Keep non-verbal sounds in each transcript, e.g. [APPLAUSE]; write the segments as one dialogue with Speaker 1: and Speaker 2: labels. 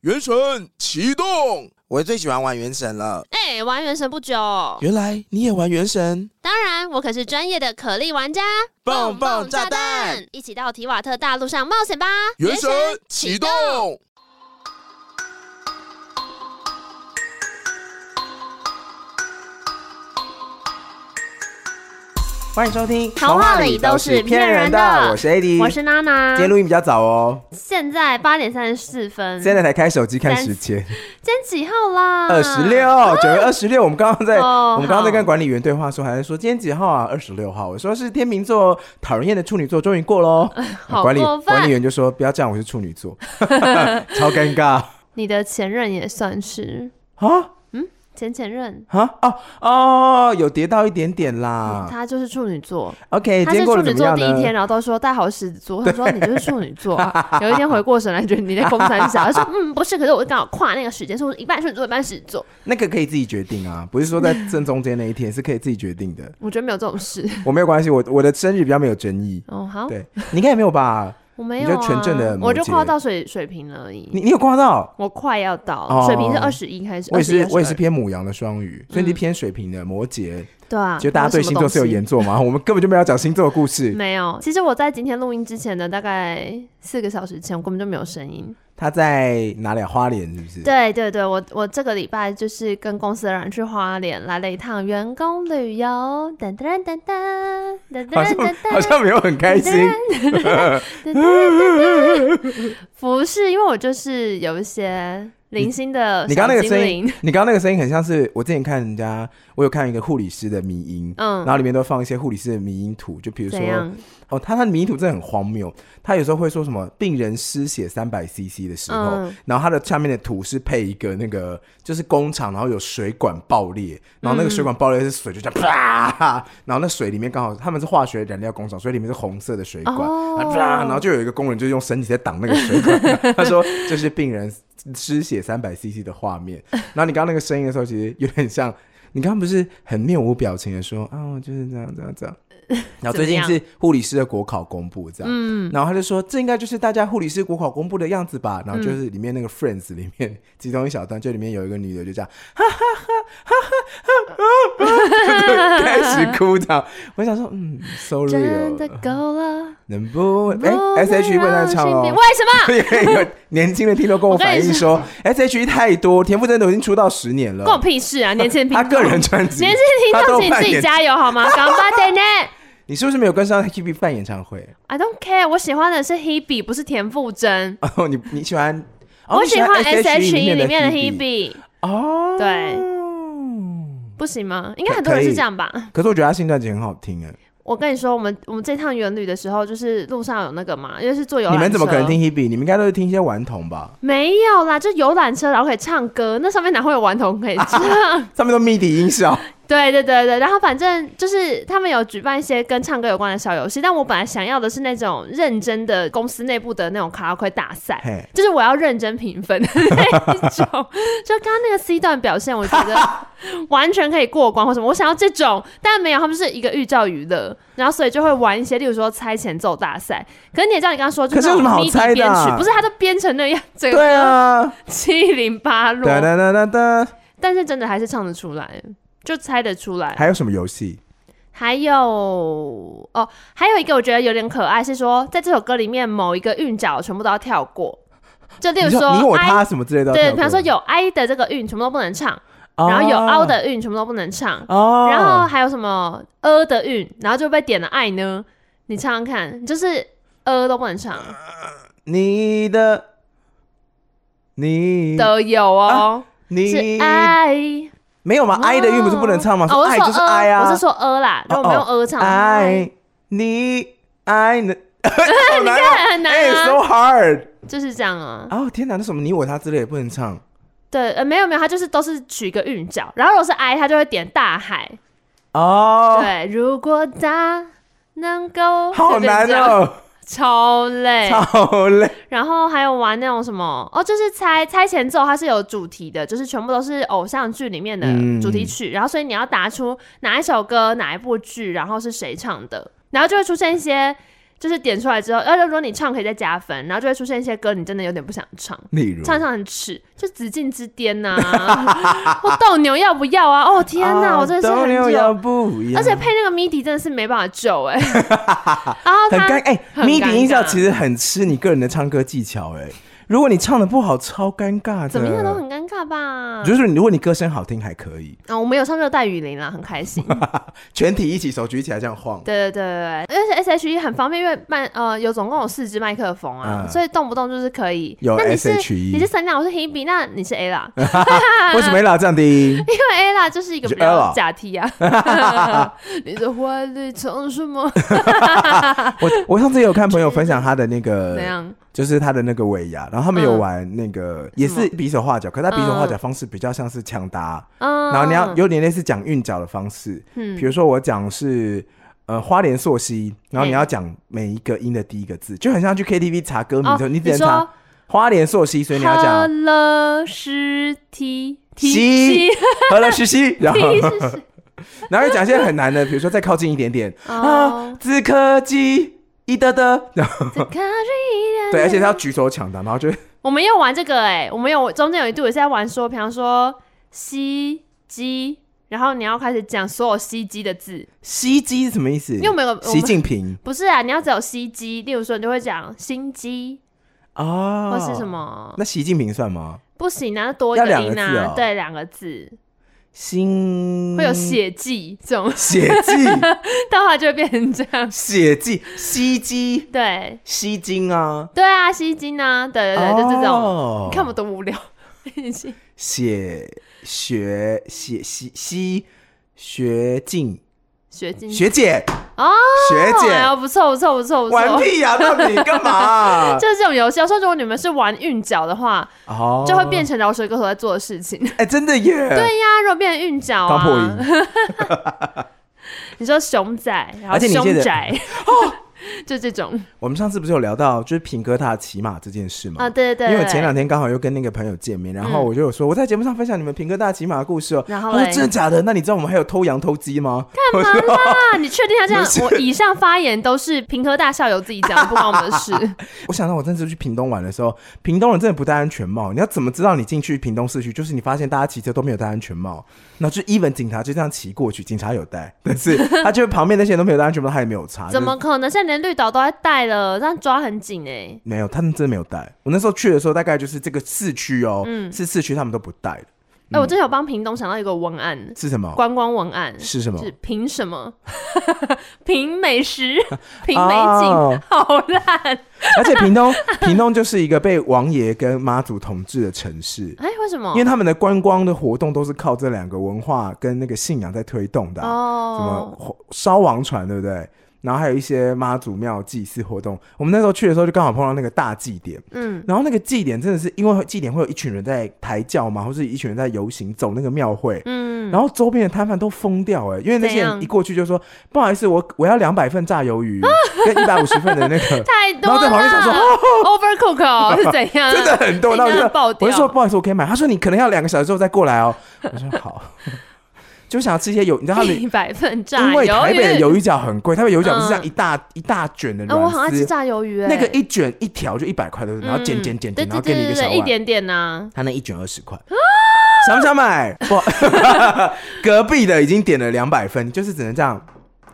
Speaker 1: 原神启动。
Speaker 2: 我最喜欢玩原神了。
Speaker 3: 哎、玩原神不久，
Speaker 2: 原来你也玩原神？
Speaker 3: 当然我可是专业的可莉玩家。
Speaker 2: 蹦蹦炸弹，
Speaker 3: 一起到提瓦特大陆上冒险吧！
Speaker 1: 原神启动。
Speaker 2: 欢迎收听《
Speaker 3: 童话里都是骗人的
Speaker 2: 我是 AD，
Speaker 3: 我是嗯娜娜
Speaker 2: 今。天录音比较早哦，
Speaker 3: 现在八点三十四分，
Speaker 2: 现在才开手机看时间，
Speaker 3: 今天几号啦？
Speaker 2: 二十。六，九月二十六。我们刚刚在，
Speaker 3: 啊哦
Speaker 2: 我们刚刚在
Speaker 3: 好
Speaker 2: 跟管理员对话的时候，还在说今天几号啊？二十六号。我说是天秤座讨人厌的处女座，终于过喽。
Speaker 3: [LAUGHS] 好
Speaker 2: 管理
Speaker 3: 过分
Speaker 2: 管理员就说不要这样，我是处女座， [LAUGHS] 超尴尬
Speaker 3: 你的前任也算是
Speaker 2: 啊
Speaker 3: 前前任，
Speaker 2: 啊哦哦，有跌到一点点啦。
Speaker 3: 他就是处女座，
Speaker 2: OK，
Speaker 3: 嗯他
Speaker 2: 啊哎今
Speaker 3: 是
Speaker 2: 天过
Speaker 3: 处
Speaker 2: 得怎么
Speaker 3: 女座
Speaker 2: 样
Speaker 3: 第一天，
Speaker 2: 呢？
Speaker 3: 然后都说带好狮子座，他说你就是处女座啊。
Speaker 2: [LAUGHS]
Speaker 3: 有一天回过神来，觉得你在公三小，他说嗯不是，可是我刚好跨那个时间，所以我一半处女座一半狮子座，
Speaker 2: 那个可以自己决定啊，不是说在正中间那一天是可以自己决定的。
Speaker 3: 我觉得没有这种事。
Speaker 2: 我没有关系，我我的生日比较没有争议。
Speaker 3: 哦好，
Speaker 2: 对，你应该也没有吧？
Speaker 3: 我没有、啊，
Speaker 2: 你就纯正的摩羯
Speaker 3: 我就快要到水水平了而已。
Speaker 2: 你你有刮到？
Speaker 3: 我快要到
Speaker 2: 哦
Speaker 3: 了，水平是二十一开始，
Speaker 2: 我也是
Speaker 3: 21
Speaker 2: 我也是
Speaker 3: 22
Speaker 2: 偏母羊的双鱼，所以你是偏水瓶的摩羯。
Speaker 3: 对啊，
Speaker 2: 就大家对星座是有研
Speaker 3: 研
Speaker 2: 究
Speaker 3: [LAUGHS]
Speaker 2: 吗？我们根本就没有讲星座的故事。
Speaker 3: 没有。其实我在今天录音之前的大概四个小时前，我根本就没有声音。
Speaker 2: 他在哪里啊？花莲是不是？
Speaker 3: 对对对，我我这个礼拜就是跟公司的人去花莲来了一趟员工旅游，噔噔噔噔噔
Speaker 2: [LAUGHS]
Speaker 3: 噔
Speaker 2: 好
Speaker 3: 噔
Speaker 2: 像
Speaker 3: 噔
Speaker 2: 好像没有很开心。
Speaker 3: [LAUGHS] 不是，因为我就是有一些零星的
Speaker 2: 你刚刚那个
Speaker 3: 小
Speaker 2: 声
Speaker 3: 精
Speaker 2: 音
Speaker 3: 灵，
Speaker 2: 你刚刚那个声音很像是我之前看人家，我有看一个护理师的迷音，
Speaker 3: 嗯
Speaker 2: 然后里面都放一些护理师的迷音图，就比如说
Speaker 3: 怎样？
Speaker 2: 哦，他他的迷途真的很荒谬。他有时候会说什么病人失血三百 CC 的时候，
Speaker 3: 嗯
Speaker 2: 然后他的下面的图是配一个那个就是工厂，然后有水管爆裂，然后那个
Speaker 3: 嗯
Speaker 2: 水管爆裂是水就这样啪，然后那水里面刚好他们是化学燃料工厂，所以里面是红色的水管，
Speaker 3: 哦
Speaker 2: 然后啪，然后就有一个工人就用身体在挡那个水管。 [LAUGHS] 他说这是病人失血三百 CC 的画面。然后你刚刚那个声音的时候，其实有点像。你刚刚不是很面无表情的说啊，我就是这样这样这样，然后最近
Speaker 3: 怎么样
Speaker 2: 是护理师的国考公布这样，然后他就说这应该就是大家护理师国考公布的样子吧，然后就是里面那个 Friends 里面其中一小段，就里面有一个女的就这样，哈哈哈哈哈哈哈哈哈，就开始哭这样，我想说嗯，so
Speaker 3: 真的
Speaker 2: real，
Speaker 3: 够了。
Speaker 2: 能不
Speaker 3: 不
Speaker 2: 哎 S
Speaker 3: 能
Speaker 2: H E 不能
Speaker 3: 让
Speaker 2: 再
Speaker 3: 心
Speaker 2: 唱
Speaker 3: 变
Speaker 2: 了
Speaker 3: 为。什么？
Speaker 2: 因为有年轻的听众跟我
Speaker 3: 我跟
Speaker 2: 反
Speaker 3: 你
Speaker 2: 映说，S H E 太多，田馥甄都已经出道十年了，
Speaker 3: 关我屁事啊！年轻人听
Speaker 2: 他个
Speaker 3: 众
Speaker 2: 人专辑，
Speaker 3: 年轻
Speaker 2: 他
Speaker 3: 听
Speaker 2: 都
Speaker 3: 众，请
Speaker 2: 办
Speaker 3: 自己
Speaker 2: 演
Speaker 3: 加油好吗？干巴点呢
Speaker 2: 你是不是没有跟上 Hebe 办演唱会？
Speaker 3: ！I don't care，我喜欢的是 Hebe，不是田馥甄。
Speaker 2: 哦，你你喜欢？哦
Speaker 3: 我
Speaker 2: 你
Speaker 3: 喜欢 S H
Speaker 2: SHE
Speaker 3: E 里面的
Speaker 2: Hebe
Speaker 3: Hebe，
Speaker 2: 哦，
Speaker 3: 对。不行吗？应该很多人
Speaker 2: 可以
Speaker 3: 是这样吧。
Speaker 2: 可是我觉得他新专辑很好听哎，
Speaker 3: 我跟你说，我们我们这趟远旅的时候，就是路上有啊那个嘛，因为是坐游览
Speaker 2: 你
Speaker 3: 车，
Speaker 2: 们怎么可能听 Hebe？你们应该都是听一些顽童吧？
Speaker 3: 没有啦，就游览车，然后可以唱歌，那上面哪会有顽童可以唱？
Speaker 2: 上面都 MIDI 音效，
Speaker 3: 对对对对，然后反正就是他们有举办一些跟唱歌有关的小游戏，但我本来想要的是那种认真的公司内部的那种卡拉 OK 大赛，
Speaker 2: 嘿，
Speaker 3: 就是我要认真评分的 [LAUGHS] 那一种。就刚刚那个 C 段表现，我觉得完全可以过关或什么。我想要这种，但没有，他们是一个寓教于乐，然后所以就会玩一些，例如说猜前奏大赛。可是你也知道，你刚刚说就
Speaker 2: 可是有
Speaker 3: 那
Speaker 2: 什么
Speaker 3: 种
Speaker 2: 好
Speaker 3: MIDI
Speaker 2: 猜的
Speaker 3: 编
Speaker 2: 啊
Speaker 3: 曲，不是他都编成那样，整个
Speaker 2: 对啊，
Speaker 3: 七零八落，
Speaker 2: 哒哒哒哒哒，
Speaker 3: 但是真的还是唱得出来，就猜得出来。
Speaker 2: 还有什么游戏？
Speaker 3: 还有哦，还有一个我觉得有点可爱，是说在这首歌里面某一个韵脚全部都要跳过，就例
Speaker 2: 你
Speaker 3: 如
Speaker 2: 说
Speaker 3: 说
Speaker 2: 你我
Speaker 3: I
Speaker 2: 他什么之类的都要
Speaker 3: 对，
Speaker 2: 跳过，
Speaker 3: 比方说有 i 的这个韵全部都不能唱，
Speaker 2: 哦，
Speaker 3: 然后有凹的韵全部都不能唱，
Speaker 2: 哦，
Speaker 3: 然后还有什么呃的韵，然后就被点了爱呢？你唱唱看，就是呃都不能唱
Speaker 2: 哎你的你
Speaker 3: 的有哦，
Speaker 2: 你
Speaker 3: 是爱
Speaker 2: 没有吗？哀哎啊的韵不是不能唱吗？
Speaker 3: 哦我
Speaker 2: 爱
Speaker 3: 说
Speaker 2: 就是
Speaker 3: 呃
Speaker 2: 哀啊，
Speaker 3: 我是说呃啦，
Speaker 2: 哦
Speaker 3: 就我没有呃唱，
Speaker 2: 爱你爱你， [LAUGHS] 好难哦
Speaker 3: 很难
Speaker 2: 哎
Speaker 3: 啊 [LAUGHS]
Speaker 2: ，so hard！
Speaker 3: 就是这样啊。
Speaker 2: 哦，天哪，那什么你我他之类也不能唱
Speaker 3: 对，呃没有没有，他就是都是取一个韵脚，然后如果是 i，他就会点大海，
Speaker 2: 哦，
Speaker 3: 对，如果大能够，
Speaker 2: 好难
Speaker 3: 就变成这样，
Speaker 2: 哦，
Speaker 3: [LAUGHS] 超累，
Speaker 2: [LAUGHS] 好累。
Speaker 3: 然后还有玩那种什么哦，就是猜猜前奏，它是有主题的，就是全部都是偶像剧里面的
Speaker 2: 嗯
Speaker 3: 主题曲，然后所以你要答出哪一首歌、哪一部剧，然后是谁唱的，然后就会出现一些。就是点出来之后，而且如果你唱可以再加分，然后就会出现一些歌你真的有点不想唱，
Speaker 2: 例如，
Speaker 3: 唱唱很耻，就紫禁之巅呐、 [LAUGHS] 或斗牛要不要啊？哦天哪，
Speaker 2: 啊
Speaker 3: 我真的是
Speaker 2: 斗
Speaker 3: 很
Speaker 2: 牛
Speaker 3: 久
Speaker 2: 要，不要
Speaker 3: 而且配那个 MIDI 真的是没办法救
Speaker 2: [LAUGHS]
Speaker 3: 哎、然后
Speaker 2: 很
Speaker 3: 他
Speaker 2: 尴哎
Speaker 3: 很
Speaker 2: ，MIDI 音效
Speaker 3: 尬
Speaker 2: 其实很吃你个人的唱歌技巧哎、如果你唱的不好，超尴尬的。
Speaker 3: 怎么样都很尴尬吧？
Speaker 2: 就是如果你歌声好听还可以，
Speaker 3: 啊，我们有唱热带雨林啦，很开心。
Speaker 2: 嗯全体一起手举起来这样晃。
Speaker 3: 对对对对对，而且 S H E 很方便，因为麦呃有总共有四支麦克风啊，
Speaker 2: 嗯
Speaker 3: 所以动不动就是可以。
Speaker 2: 有 E
Speaker 3: 那你是
Speaker 2: SHE
Speaker 3: 你是三亮，我是 Hebe，那你是
Speaker 2: [LAUGHS]
Speaker 3: A 啦，啊
Speaker 2: 为什么要这样低？
Speaker 3: 因为 A 啦就是一个
Speaker 2: 你是
Speaker 3: 比较
Speaker 2: Ella
Speaker 3: 假踢啊。 [LAUGHS] 你的怀里藏什么？
Speaker 2: 我我上次也有看朋友分享他的那个
Speaker 3: [LAUGHS] 怎，样？
Speaker 2: 就是他的那个尾牙，然后他们
Speaker 3: 嗯
Speaker 2: 有玩那个，也是比手画脚，可是他比手画脚方式比较像是抢答，
Speaker 3: 嗯，
Speaker 2: 然后你要有点类似讲韵脚的方式，
Speaker 3: 嗯
Speaker 2: 比如说我讲是。呃，花莲溯溪，然后你
Speaker 3: 嘿
Speaker 2: 要讲每一个音的第一个字，就很像去 KTV 查歌名的时候，
Speaker 3: 哦
Speaker 2: 你只
Speaker 3: 你
Speaker 2: 能
Speaker 3: 说
Speaker 2: 查花莲溯溪，所以你要讲
Speaker 3: 喝了尸体踢
Speaker 2: 西
Speaker 3: 踢
Speaker 2: 喝了西西，然后
Speaker 3: 踢是谁？
Speaker 2: 然后又讲一些很难的，比如说再靠近一点点啊
Speaker 3: 哦，
Speaker 2: 自科技一得得，然后
Speaker 3: 再看一眼
Speaker 2: 对，而且他要举手抢答，然后就
Speaker 3: 我们有玩这个哎、我们有中间有一度也是在玩说，比方说西鸡，然后你要开始讲所有西鸡的字，
Speaker 2: 袭击是什么意思？
Speaker 3: 因为我们有我们
Speaker 2: 习近平
Speaker 3: 不是啊，你要只有西鸡，例如说你就会讲心机
Speaker 2: 哦，
Speaker 3: 或是什？么，
Speaker 2: 那习近平算吗？
Speaker 3: 不行啊，多一个
Speaker 2: 要两个
Speaker 3: 音
Speaker 2: 字嗯
Speaker 3: 啊，
Speaker 2: 哦
Speaker 3: 对，两个字
Speaker 2: 新
Speaker 3: 会
Speaker 2: [LAUGHS]
Speaker 3: 有血迹这种， [LAUGHS]
Speaker 2: 血迹，
Speaker 3: 到后来就会变成这样，
Speaker 2: 血迹，吸鸡，
Speaker 3: 对
Speaker 2: 吸睛啊，
Speaker 3: 对啊，西鸡呢，对对对，就这种，
Speaker 2: 哦
Speaker 3: 你看我多无聊， [LAUGHS] 已经
Speaker 2: 血学血吸吸学静
Speaker 3: 学进
Speaker 2: 学姐
Speaker 3: 嗯哦，
Speaker 2: 学
Speaker 3: 哎呦
Speaker 2: 姐，
Speaker 3: 不错不错不错不
Speaker 2: 玩
Speaker 3: 错。
Speaker 2: 屁呀！到底干嘛？
Speaker 3: [LAUGHS] 就是这种游戏，我说如果你们是玩韵脚的话，
Speaker 2: 哦
Speaker 3: 就会变成饶舌歌手在做的事情。
Speaker 2: 哎，真的耶！
Speaker 3: 对呀，如果变成韵脚
Speaker 2: 当破
Speaker 3: 啊，
Speaker 2: 音，
Speaker 3: 你说熊仔，然后
Speaker 2: 而且你哦记
Speaker 3: 凶
Speaker 2: 得
Speaker 3: 宅，
Speaker 2: [LAUGHS]
Speaker 3: [LAUGHS] 就这种
Speaker 2: 我们上次不是有聊到就是平哥他骑马这件事吗？
Speaker 3: 啊，对对对，
Speaker 2: 因为我前两
Speaker 3: 对
Speaker 2: 天刚好又跟那个朋友见面，然后
Speaker 3: 嗯
Speaker 2: 我就有说我在节目上分享你们平哥大骑马的故事哦。
Speaker 3: 然后
Speaker 2: 他说
Speaker 3: 嘞
Speaker 2: 真的假的？那你知道我们还有偷羊偷鸡吗？ [LAUGHS]
Speaker 3: 干嘛啦？你确定他这样
Speaker 2: 不？是
Speaker 3: 我以上发言都是平科大校友自己讲的，不关我们的
Speaker 2: [LAUGHS] 啊
Speaker 3: 事。
Speaker 2: 我想到我上次去屏东玩的时候，屏东人真的不戴安全帽。你要怎么知道你进去屏东市区？就是你发现大家骑车都没有戴安全帽，那就 even 警察就这样骑过去，警察有戴，但
Speaker 3: [LAUGHS]
Speaker 2: 是他就旁边那些人都没有戴安全帽，他也没有查。
Speaker 3: 怎么
Speaker 2: 就是
Speaker 3: 可能？现在连绿岛都在带了，这样抓很紧哎。
Speaker 2: 没有？他们真的没有戴。我那时候去的时候，大概就是这个市区哦，
Speaker 3: 嗯
Speaker 2: 是市区他们都不戴的，
Speaker 3: 哎，我真的有帮屏东想到一个文案，
Speaker 2: 是什么？
Speaker 3: 观光文案。
Speaker 2: 是什么？
Speaker 3: 是凭什么？ [LAUGHS] 凭美
Speaker 2: [LAUGHS]
Speaker 3: 食，凭美景，
Speaker 2: 哦
Speaker 3: 好
Speaker 2: [LAUGHS]
Speaker 3: 烂！哎
Speaker 2: 而且屏东，屏东就是一个被王爷跟妈祖统治的城市，
Speaker 3: 哎，为什么？
Speaker 2: 因为他们的观光的活动都是靠这两个文化跟那个信仰在推动的啊、什
Speaker 3: 哦，
Speaker 2: 么烧王船，对不对？然后还有一些妈祖庙祭祀活动。我们那时候去的时候，就刚好碰到那个大祭典，
Speaker 3: 嗯，
Speaker 2: 然后那个祭典真的是因为祭典会有一群人在抬轿嘛，或是一群人在游行走那个庙会，
Speaker 3: 嗯，
Speaker 2: 然后周边的摊贩都疯掉哎、因为那些
Speaker 3: 怎
Speaker 2: 人
Speaker 3: 样
Speaker 2: 一过去就说不好意思，我我要两百份炸鱿鱼跟一百五十份的那个，
Speaker 3: 太多
Speaker 2: 然后在旁边想说 [LAUGHS]
Speaker 3: 了 overcook 哦是怎样？
Speaker 2: 真的很
Speaker 3: [LAUGHS]
Speaker 2: 多，
Speaker 3: 哎
Speaker 2: 然后我
Speaker 3: 真的
Speaker 2: 就
Speaker 3: 爆掉
Speaker 2: 我就说不好意思，我可以买。他说你可能要两个小时之后再过来哦。 [LAUGHS] 我说好，就想要吃一些有，你知道他们
Speaker 3: 一百份炸
Speaker 2: 因为台北的
Speaker 3: 鱿鱼，
Speaker 2: 鱿鱼饺很贵，台北鱿鱼饺不是这样
Speaker 3: 嗯
Speaker 2: 一大、一大卷的
Speaker 3: 啊，我好
Speaker 2: 软
Speaker 3: 爱吃
Speaker 2: 丝，
Speaker 3: 炸鱿鱼哎，
Speaker 2: 那个一卷一条就一百块的，然后
Speaker 3: 嗯
Speaker 2: 剪剪剪
Speaker 3: 对
Speaker 2: 剪，然后
Speaker 3: 对
Speaker 2: 给
Speaker 3: 对
Speaker 2: 你一个
Speaker 3: 对
Speaker 2: 小
Speaker 3: 对，一
Speaker 2: 碗，
Speaker 3: 点啊点呐，
Speaker 2: 他那一卷二十块。想不想买？不， [LAUGHS] 隔壁的已经点了两百分，就是只能这样，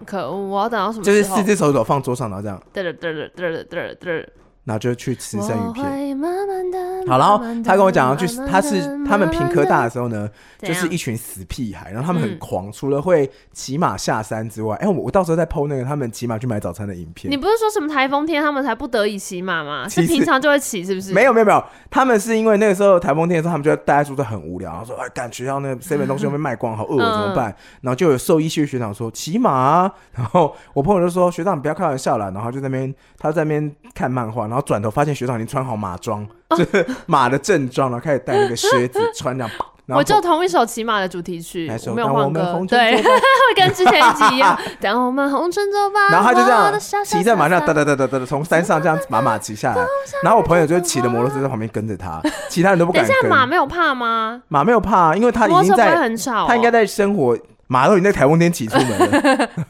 Speaker 3: 可恶，我要等到什么
Speaker 2: 就是
Speaker 3: 时候？
Speaker 2: 四只手指头放桌上，然后这样，
Speaker 3: 嘚了嘚了嘚了嘚了嘚了，
Speaker 2: 然后就去吃生鱼片。
Speaker 3: 片。慢慢地
Speaker 2: 好，然后
Speaker 3: 慢慢地
Speaker 2: 他跟我讲要去，
Speaker 3: 慢慢地
Speaker 2: 他是他们平科大的时候呢，
Speaker 3: 怎
Speaker 2: 就
Speaker 3: 样
Speaker 2: 是一群死屁孩，然后他们
Speaker 3: 嗯
Speaker 2: 很狂，除了会骑马下山之外，哎、我我到时候再 PO 那个他们骑马去买早餐的影
Speaker 3: 你
Speaker 2: 片。
Speaker 3: 不是说什么台风天他们才不得已骑马吗？是
Speaker 2: 其实
Speaker 3: 平常就会骑是不是？
Speaker 2: 没有没有没有，他们是因为那个时候台风天的时候，他们就大家住的很无聊，然后说哎，赶学校那 seven 东西都被卖光，好饿，我
Speaker 3: 嗯
Speaker 2: 怎么办？然后就有兽医系学长说骑马、啊，然后我朋友就说学长你不要开玩笑了，然后就在那边他在那边看漫画，然后转头发现学长已经穿好马装，就是马的正装，然后开始戴那个靴子穿这样，然后
Speaker 3: 我就同一首骑马的主题曲
Speaker 2: 来，首
Speaker 3: 我没有
Speaker 2: 当我
Speaker 3: 换
Speaker 2: 们
Speaker 3: 歌
Speaker 2: 红，
Speaker 3: 对，
Speaker 2: 尘作伴
Speaker 3: [LAUGHS] 会跟之前一集一样。当我们红尘作伴，
Speaker 2: 然后他就这
Speaker 3: 啊我的小
Speaker 2: 样
Speaker 3: 小
Speaker 2: 骑在马上，
Speaker 3: 小
Speaker 2: 哒哒哒哒哒，从山上这样把马骑下来。然后我朋友就骑着摩托车在旁边跟着他，其他人都不
Speaker 3: 等一
Speaker 2: 敢
Speaker 3: 下，
Speaker 2: 跟。
Speaker 3: 马没有怕吗？
Speaker 2: 马没有怕，因为他
Speaker 3: 摩
Speaker 2: 已经
Speaker 3: 托车不会
Speaker 2: 在，
Speaker 3: 很吵哦、
Speaker 2: 他应该在生活马都已经在台风天骑出门了，
Speaker 3: [LAUGHS]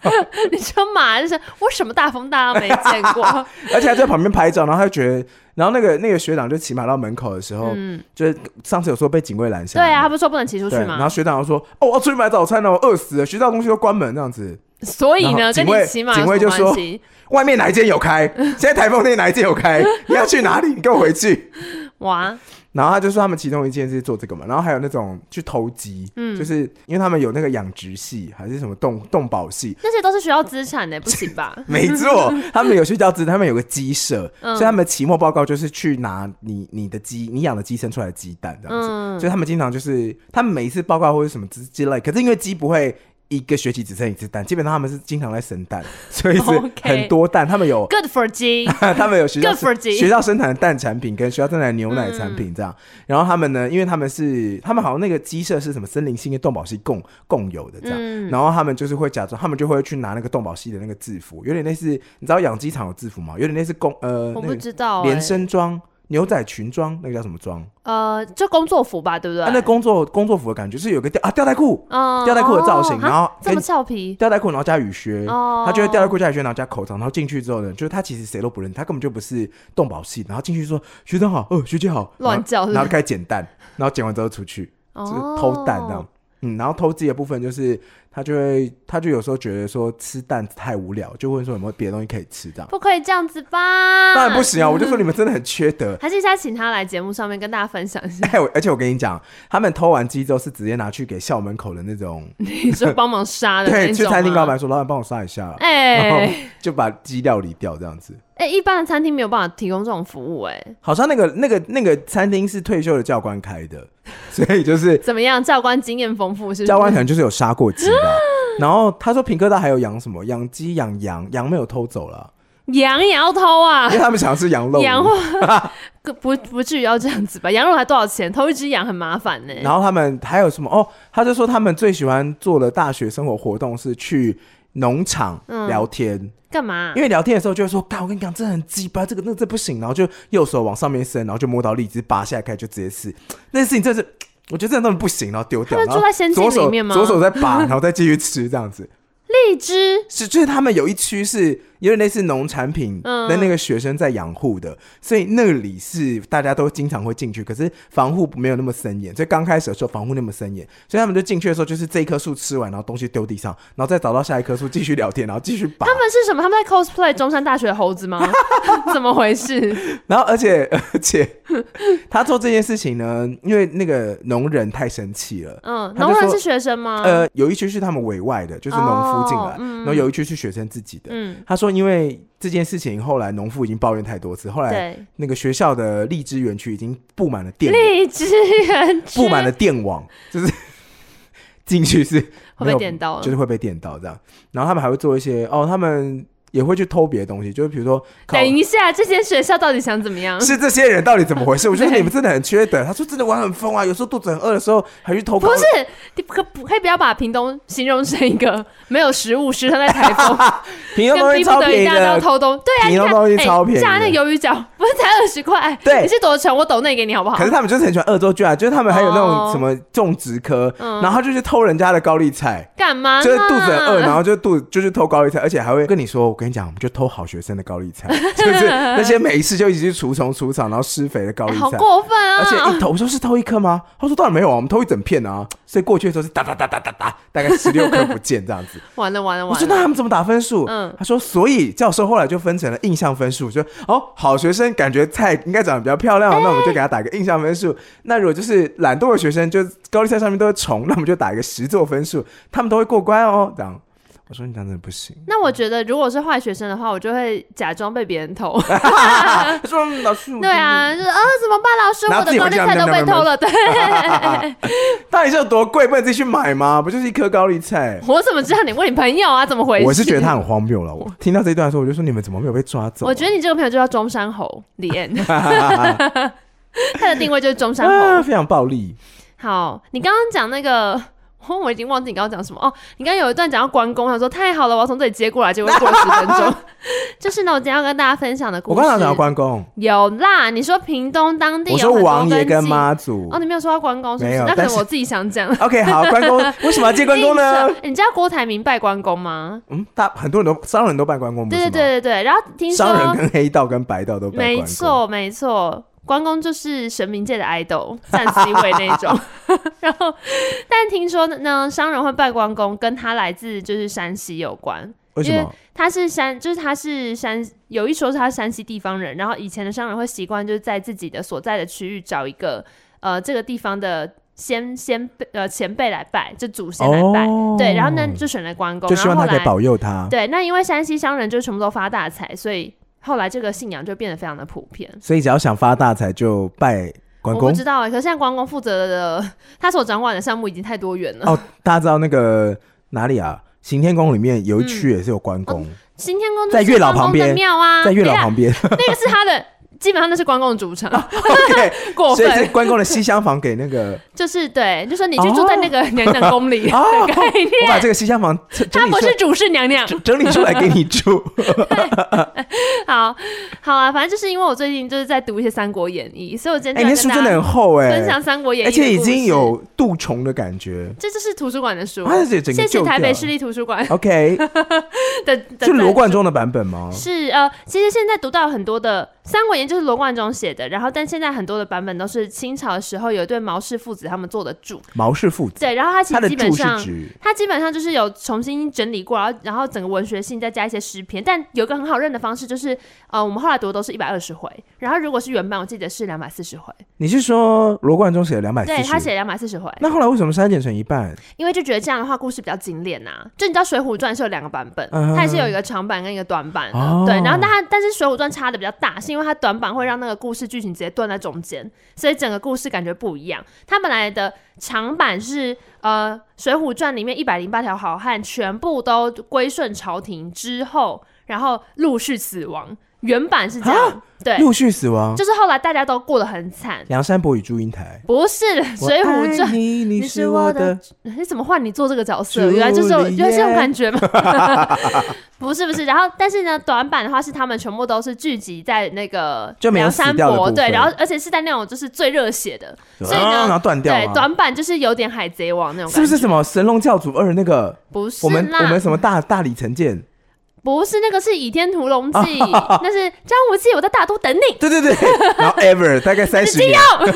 Speaker 3: 你说马就是我什么大风大浪没见
Speaker 2: [LAUGHS]
Speaker 3: 过，
Speaker 2: 而且还在旁边拍照，然后他就觉得，然后那个那个学长就骑马到门口的时候，
Speaker 3: 嗯，
Speaker 2: 就是上次有说被警卫拦下
Speaker 3: 对
Speaker 2: 来嘛，
Speaker 3: 啊，他不是说不能骑出去
Speaker 2: 对，然
Speaker 3: 吗
Speaker 2: 后？学长就说：“哦，我要出去买早餐了，我饿死了，学校的东西都关门这样子。
Speaker 3: 所以
Speaker 2: 然
Speaker 3: 呢，
Speaker 2: 后
Speaker 3: 跟
Speaker 2: 警
Speaker 3: 你
Speaker 2: 卫
Speaker 3: 骑马
Speaker 2: 警
Speaker 3: 有
Speaker 2: 卫
Speaker 3: 什么
Speaker 2: 就
Speaker 3: 关系？
Speaker 2: 外面哪一间有开？现在台风天哪一间有开？你要去哪里？你跟我回去。
Speaker 3: 哇，”
Speaker 2: 然后他就说他们其中一件是做这个嘛，然后还有那种去偷鸡，
Speaker 3: 嗯
Speaker 2: 就是因为他们有那个养殖系还是什么动动保系。
Speaker 3: 那些都是学校资产的，不行
Speaker 2: [LAUGHS]
Speaker 3: 吧？
Speaker 2: 没
Speaker 3: [LAUGHS]
Speaker 2: 错，他们有去教资，他们有个鸡舍，
Speaker 3: 嗯
Speaker 2: 所以他们期末报告就是去拿你你的鸡，你养的鸡生出来的鸡蛋这样子。
Speaker 3: 嗯
Speaker 2: 所，以他们经常就是，他们每一次报告或者什么之之类，可是因为鸡不会一个学期只生一次蛋，基本上他们是经常在生蛋，所以
Speaker 3: [LAUGHS]
Speaker 2: 是
Speaker 3: 哦 OK
Speaker 2: 很多蛋。他们有
Speaker 3: Good for G，
Speaker 2: [LAUGHS] 他们有学校
Speaker 3: Good for 鸡
Speaker 2: 学校生产的蛋产品跟学校生产的牛奶产品这样。
Speaker 3: 嗯
Speaker 2: 然后他们呢，因为他们是他们好像那个鸡舍是什么森林系跟动保系共共有的这样，
Speaker 3: 嗯
Speaker 2: 然后他们就是会假装，他们就会去拿那个动保系的那个制服，有点类似你知道养鸡场有制服吗？有点类似公呃那
Speaker 3: 我不
Speaker 2: 个
Speaker 3: 知道欸，
Speaker 2: 连身装、牛仔裙装，那个叫什么装？
Speaker 3: 呃，就工作服吧，对不对？
Speaker 2: 啊，那工作工作服的感觉是有个吊啊吊带裤，
Speaker 3: 嗯
Speaker 2: 吊带裤的造型，
Speaker 3: 哦
Speaker 2: 然后
Speaker 3: 哈这
Speaker 2: 跟
Speaker 3: 么俏皮，
Speaker 2: 吊带裤，然后加雨靴，
Speaker 3: 哦
Speaker 2: 他就会吊带裤加雨靴，然后加口罩，然后进去之后呢，就是他其实谁都不认，他根本就不是动保系，然后进去说学长好，哦学姐好，
Speaker 3: 乱
Speaker 2: 然后
Speaker 3: 叫是不是
Speaker 2: 然后就开始捡蛋，然后捡完之后出去，就是
Speaker 3: 哦
Speaker 2: 偷蛋这样。嗯，然后偷鸡的部分就是他就会，他就有时候觉得说吃蛋太无聊，就问说有没有别的东西可以吃这样。
Speaker 3: 不可以这样子吧？
Speaker 2: 当然不行啊，我就说你们真的很缺德。 [LAUGHS]
Speaker 3: 还是再请他来节目上面跟大家分享一下，
Speaker 2: 哎，我而且我跟你讲，他们偷完鸡之后是直接拿去给校门口的那种
Speaker 3: 你说帮忙杀的那
Speaker 2: 对，
Speaker 3: 种
Speaker 2: 去餐厅
Speaker 3: 吗
Speaker 2: 老板说，老板帮我哦杀一下，然后
Speaker 3: 哎
Speaker 2: 就把鸡料理掉这样子。
Speaker 3: 哎，一般的餐厅没有办法提供这种服务，哎，
Speaker 2: 好像那个那个那个餐厅是退休的教官开的， [LAUGHS] 所以就是
Speaker 3: 怎么样？教官经验丰富是不是？
Speaker 2: 教官可能就是有杀过鸡
Speaker 3: [LAUGHS]
Speaker 2: 吧。然后他说平科大还有养什么？养鸡、养羊，羊没有偷走了，
Speaker 3: 羊也要偷啊
Speaker 2: 因为？他们想吃羊肉。
Speaker 3: [LAUGHS]
Speaker 2: [LAUGHS]
Speaker 3: 羊话不不至于要这样子吧？羊肉还多少钱？偷一只羊很麻烦呢。
Speaker 2: 然后他们还有什么？哦，他就说他们最喜欢做的大学生活活动是去农场
Speaker 3: 嗯
Speaker 2: 聊天。
Speaker 3: 干嘛
Speaker 2: 因？为聊天的时候就会说，干，我跟你讲，这很鸡巴，这个那个这不行，然后就右手往上面伸，然后就摸到荔枝，拔下来开就直接吃。那件事情真的是，我觉得真的那么不行，然后丢掉。
Speaker 3: 他们
Speaker 2: 然后
Speaker 3: 住在仙境
Speaker 2: 左手
Speaker 3: 里面吗
Speaker 2: 左手在拔，然后再继 [LAUGHS] 续吃，这样子
Speaker 3: 荔枝
Speaker 2: 是就是他们有一区是有点类似农产品
Speaker 3: 嗯
Speaker 2: 的那个学生在养护的，所以那里是大家都经常会进去，可是防护没有那么森严，所以刚开始的时候防护那么森严，所以他们就进去的时候就是这一棵树吃完，然后东西丢地上，然后再找到下一棵树继续聊天，然后继续拔。
Speaker 3: 他们是什么？他们在 cosplay 中山大学的猴子吗？ [LAUGHS] 怎么回事？
Speaker 2: 然后，而且 [LAUGHS] 而且，他做这件事情呢，因为那个农人太生气了。
Speaker 3: 嗯，
Speaker 2: 他就
Speaker 3: 农人
Speaker 2: 说
Speaker 3: 是学生吗？
Speaker 2: 呃，有一区是他们委外的，就是农夫进来，
Speaker 3: 嗯哦嗯
Speaker 2: 然后有一区是学生自己的。
Speaker 3: 嗯，
Speaker 2: 他说，因为这件事情，后来农夫已经抱怨太多次，后来
Speaker 3: 对，
Speaker 2: 那个学校的荔枝园区已经布满了电，
Speaker 3: 荔枝园区
Speaker 2: 布满了电网，就是 [LAUGHS] 进去是没
Speaker 3: 会被
Speaker 2: 有
Speaker 3: 电到了，
Speaker 2: 就是会被电到这样。然后他们还会做一些哦，他们也会去偷别的东西，就是比如说烤
Speaker 3: 等一下，这间学校到底想怎么样？ [LAUGHS]
Speaker 2: 是这些人到底怎么回事？我觉得
Speaker 3: 对
Speaker 2: 你们真的很缺德。他说真的玩很疯啊，有时候肚子很饿的时候还去偷
Speaker 3: 不
Speaker 2: 高。
Speaker 3: 是，你可不可以不要把屏东形容成一个没有食物、时常在台
Speaker 2: [LAUGHS]
Speaker 3: 风，
Speaker 2: 平东
Speaker 3: 跟
Speaker 2: 东西
Speaker 3: 逼
Speaker 2: 超
Speaker 3: 不得
Speaker 2: 便
Speaker 3: 已
Speaker 2: 宜
Speaker 3: 大家都要
Speaker 2: 的，
Speaker 3: 偷东？对啊，
Speaker 2: 屏
Speaker 3: 你
Speaker 2: 东
Speaker 3: 看，
Speaker 2: 东西
Speaker 3: 哎
Speaker 2: 超便宜
Speaker 3: 像那
Speaker 2: 的
Speaker 3: 鱿鱼饺不是才二十块？
Speaker 2: 对
Speaker 3: 你是多穷，我抖那给你好不好
Speaker 2: 可？是他们就是很喜欢恶作剧啊，就是他们还有那种
Speaker 3: 哦
Speaker 2: 什么种植科，
Speaker 3: 嗯
Speaker 2: 然后他就去偷人家的高丽菜。
Speaker 3: 干嘛？哎
Speaker 2: 就是肚子很饿，然。后就肚就是偷高丽菜，而且还会跟你说，我跟你讲，我们就偷好学生的高丽菜， [LAUGHS]
Speaker 3: [LAUGHS]
Speaker 2: 就是那些没事就一直去除虫除草，然后施肥的高
Speaker 3: 哎
Speaker 2: 丽
Speaker 3: 好
Speaker 2: 菜，
Speaker 3: 过分啊！
Speaker 2: 而且欸一头我说是偷一颗吗？他说当然没有啊，我们偷一整片啊，所以过去的时候是哒哒哒哒哒哒，大概十六颗不见这样子，
Speaker 3: 完了完了
Speaker 2: 我
Speaker 3: 完
Speaker 2: 说那
Speaker 3: 了！
Speaker 2: 他们怎么打分数？
Speaker 3: 嗯
Speaker 2: 他说所以教授后来就分成了印象分数，就哦好学生感觉菜应该长得比较漂亮，那我们就给他打个印象分数。那如果就是懒惰的学生，就高丽菜上面都是虫，那我们就打一个实作分数，他们都会过关哦。这样，我说你这样真的不行。
Speaker 3: 那我觉得，如果是坏学生的话，我就会假装被别人偷。
Speaker 2: 他说嗯老师，我
Speaker 3: 啊对啊，就是啊，怎么办，老师，
Speaker 2: 然后
Speaker 3: 我
Speaker 2: 自
Speaker 3: 的
Speaker 2: 己
Speaker 3: 高
Speaker 2: 回
Speaker 3: 丽
Speaker 2: 家
Speaker 3: 菜都
Speaker 2: 喵
Speaker 3: 被
Speaker 2: 喵喵
Speaker 3: 偷
Speaker 2: [LAUGHS]
Speaker 3: 了。对，
Speaker 2: 到底是有多贵？不能自己去买吗？不就是一颗高丽菜？
Speaker 3: 我怎么知道你问你朋友啊？怎么回事？
Speaker 2: 我是觉得他很荒谬了。我听到这一段的时候，我就说你们怎么没有被抓走？
Speaker 3: 我觉得你这个朋友就叫中山猴李安，
Speaker 2: [LAUGHS]
Speaker 3: [LAUGHS] 他的定位就是中山
Speaker 2: 啊
Speaker 3: 猴。
Speaker 2: 非常暴力。
Speaker 3: 好，你刚刚讲那个，哦我已经忘记你刚刚讲什么哦。你刚刚有一段讲到关公，他说太好了，我要从这里接过来，结果过了十分
Speaker 2: [LAUGHS]
Speaker 3: 钟。就是呢，我今天要跟大家分享的故
Speaker 2: 我
Speaker 3: 事。
Speaker 2: 刚刚讲到关公，
Speaker 3: 有啦，你说屏东当地
Speaker 2: 我
Speaker 3: 有
Speaker 2: 说
Speaker 3: 很多
Speaker 2: 王爷跟
Speaker 3: 祭
Speaker 2: 妈祖
Speaker 3: 哦，。你没有说到关公是不
Speaker 2: 没
Speaker 3: 是？
Speaker 2: 有
Speaker 3: 那可
Speaker 2: 但
Speaker 3: 能
Speaker 2: 是
Speaker 3: 我自己想讲。
Speaker 2: OK，好，关公为什么要接关公呢
Speaker 3: 硬？扯 [LAUGHS] 你知道郭台铭拜关公吗？
Speaker 2: 嗯，大很多人都商人都拜关公，不是
Speaker 3: 对对
Speaker 2: 吗，
Speaker 3: 对对对。然后听说
Speaker 2: 商人跟黑道跟白道都拜关公。
Speaker 3: 没错，没错，关公就是神明界的 idol，站 [LAUGHS] C 位那种。 [LAUGHS] 然后，但听说呢，商人会拜关公，跟他来自就是山西有关。
Speaker 2: 为什
Speaker 3: 因
Speaker 2: 么？哦
Speaker 3: 他是山，就是他是山，有一说是他是山西地方人。然后以前的商人会习惯就是在自己的所在的区域找一个呃这个地方的先先辈呃前辈来拜，就祖先来拜。
Speaker 2: 哦
Speaker 3: 对，然后呢就选了关公，
Speaker 2: 就
Speaker 3: 然
Speaker 2: 希
Speaker 3: 后
Speaker 2: 望
Speaker 3: 后
Speaker 2: 他可以
Speaker 3: 来
Speaker 2: 保佑他。
Speaker 3: 对，那因为山西商人就全部都发大财，所以后来这个信仰就变得非常的普遍。
Speaker 2: 所以只要想发大财就拜关
Speaker 3: 我
Speaker 2: 公
Speaker 3: 不知。道哎、可是现在关公负责的他所掌管的项目已经太多元了。
Speaker 2: 哦，大家知道那个哪里啊？行天宫里面有一
Speaker 3: 嗯
Speaker 2: 区也是有关公，
Speaker 3: 新天宫
Speaker 2: 在
Speaker 3: 就是
Speaker 2: 月老
Speaker 3: 关公
Speaker 2: 旁边
Speaker 3: 的庙哦啊，
Speaker 2: 在月老
Speaker 3: 等一下
Speaker 2: 旁
Speaker 3: [LAUGHS]
Speaker 2: 边。
Speaker 3: 那个是他的，基本上那是关公的主场，
Speaker 2: OK，
Speaker 3: 过
Speaker 2: 所以是
Speaker 3: 分
Speaker 2: 关公的西厢房给那
Speaker 3: [LAUGHS]
Speaker 2: 个。
Speaker 3: 就是对，就说你就住在那个娘娘宫里
Speaker 2: 哦
Speaker 3: 的 [LAUGHS]
Speaker 2: [LAUGHS]
Speaker 3: 概
Speaker 2: 我把
Speaker 3: 念，
Speaker 2: 这个西厢房整
Speaker 3: 他
Speaker 2: 整理
Speaker 3: 不
Speaker 2: 出
Speaker 3: 是
Speaker 2: 来，
Speaker 3: 主事娘娘。
Speaker 2: 整整理出来给你
Speaker 3: [LAUGHS]
Speaker 2: 住。
Speaker 3: 好，好啊，反正就是因为我最近就是在读一些《三国演义》，所以我今
Speaker 2: 哎，
Speaker 3: 天
Speaker 2: 那
Speaker 3: 就
Speaker 2: 书
Speaker 3: 要
Speaker 2: 真
Speaker 3: 跟
Speaker 2: 的
Speaker 3: 大
Speaker 2: 很
Speaker 3: 家
Speaker 2: 厚
Speaker 3: 分享
Speaker 2: 哎，
Speaker 3: 《三国演义》，
Speaker 2: 而且已经。有杜虫的感
Speaker 3: [LAUGHS]
Speaker 2: 觉。
Speaker 3: 这就是图书馆的书，
Speaker 2: 它是整个
Speaker 3: 谢谢
Speaker 2: 旧
Speaker 3: 台
Speaker 2: 掉
Speaker 3: 北市立图书馆 [LAUGHS]
Speaker 2: OK，
Speaker 3: 的的
Speaker 2: 是罗
Speaker 3: 赞
Speaker 2: 贯
Speaker 3: 助
Speaker 2: 中的版本吗？
Speaker 3: 是呃，其实现在读到很多的《三国演义》就是罗贯中写的，然后但现在很多的版本都是清朝的时候有一对毛氏父子他们做的注，
Speaker 2: 毛氏父子，
Speaker 3: 对，然后他其
Speaker 2: 他的
Speaker 3: 实基本
Speaker 2: 注是
Speaker 3: 上。
Speaker 2: 指
Speaker 3: 他基本上就是有重新整理过，然后然后整个文学性再加一些诗篇，但有一个很好认的方式就是，呃，我们后来读的都是一百二十回，然后如果是原版，我记得是两百四十回，
Speaker 2: 你是说罗贯中写了两百
Speaker 3: 对他
Speaker 2: 四十？
Speaker 3: 写两百四十回，
Speaker 2: 那后来为什么删减成一半？
Speaker 3: 因为就觉得这样的话故事比较精炼呐、就你知道《水浒传》是有两个版本，
Speaker 2: 嗯
Speaker 3: 它也是有一个长版跟一个短版的。
Speaker 2: 哦
Speaker 3: 对，然后但它但是《水浒传》差的比较大，是因为它短版会让那个故事剧情直接断在中间，所以整个故事感觉不一样。它本来的长版是呃，《水浒传》里面一百零八条好汉全部都归顺朝廷之后，然后陆续死亡。原版是这样，对，
Speaker 2: 啊陆续死亡。
Speaker 3: 就是后来大家都过得很惨。
Speaker 2: 梁山伯与祝英台。
Speaker 3: 不是《
Speaker 2: 我
Speaker 3: 水浒
Speaker 2: 爱
Speaker 3: 传》，
Speaker 2: 你你
Speaker 3: 你
Speaker 2: 是
Speaker 3: 是
Speaker 2: 我
Speaker 3: 我
Speaker 2: 的
Speaker 3: 的。你怎么换你做这个角
Speaker 2: 朱
Speaker 3: 色？原来就是有
Speaker 2: 丽叶
Speaker 3: 原来是这种感觉吗？ [LAUGHS] 不是不是，然后但是呢，短版的话是他们全部都是聚集在那个
Speaker 2: 就没有
Speaker 3: 梁
Speaker 2: 死
Speaker 3: 山
Speaker 2: 掉的部
Speaker 3: 伯
Speaker 2: 分
Speaker 3: 对，然后而且是在那种就是最热血的，所以
Speaker 2: 啊
Speaker 3: 呢
Speaker 2: 然后断掉
Speaker 3: 对，
Speaker 2: 吗？
Speaker 3: 短版就是有点海贼王那种
Speaker 2: 是
Speaker 3: 感
Speaker 2: 不
Speaker 3: 觉，
Speaker 2: 是什么神龙教主二那个？
Speaker 3: 不是
Speaker 2: 我们
Speaker 3: 啦
Speaker 2: 我们什么大大理城建？
Speaker 3: 不是那个是《倚天屠龙记》，
Speaker 2: [LAUGHS]
Speaker 3: 那是张无忌，我在大都等你， [LAUGHS]
Speaker 2: 对对对， [LAUGHS] 然后 ever 大概三十年，
Speaker 3: 不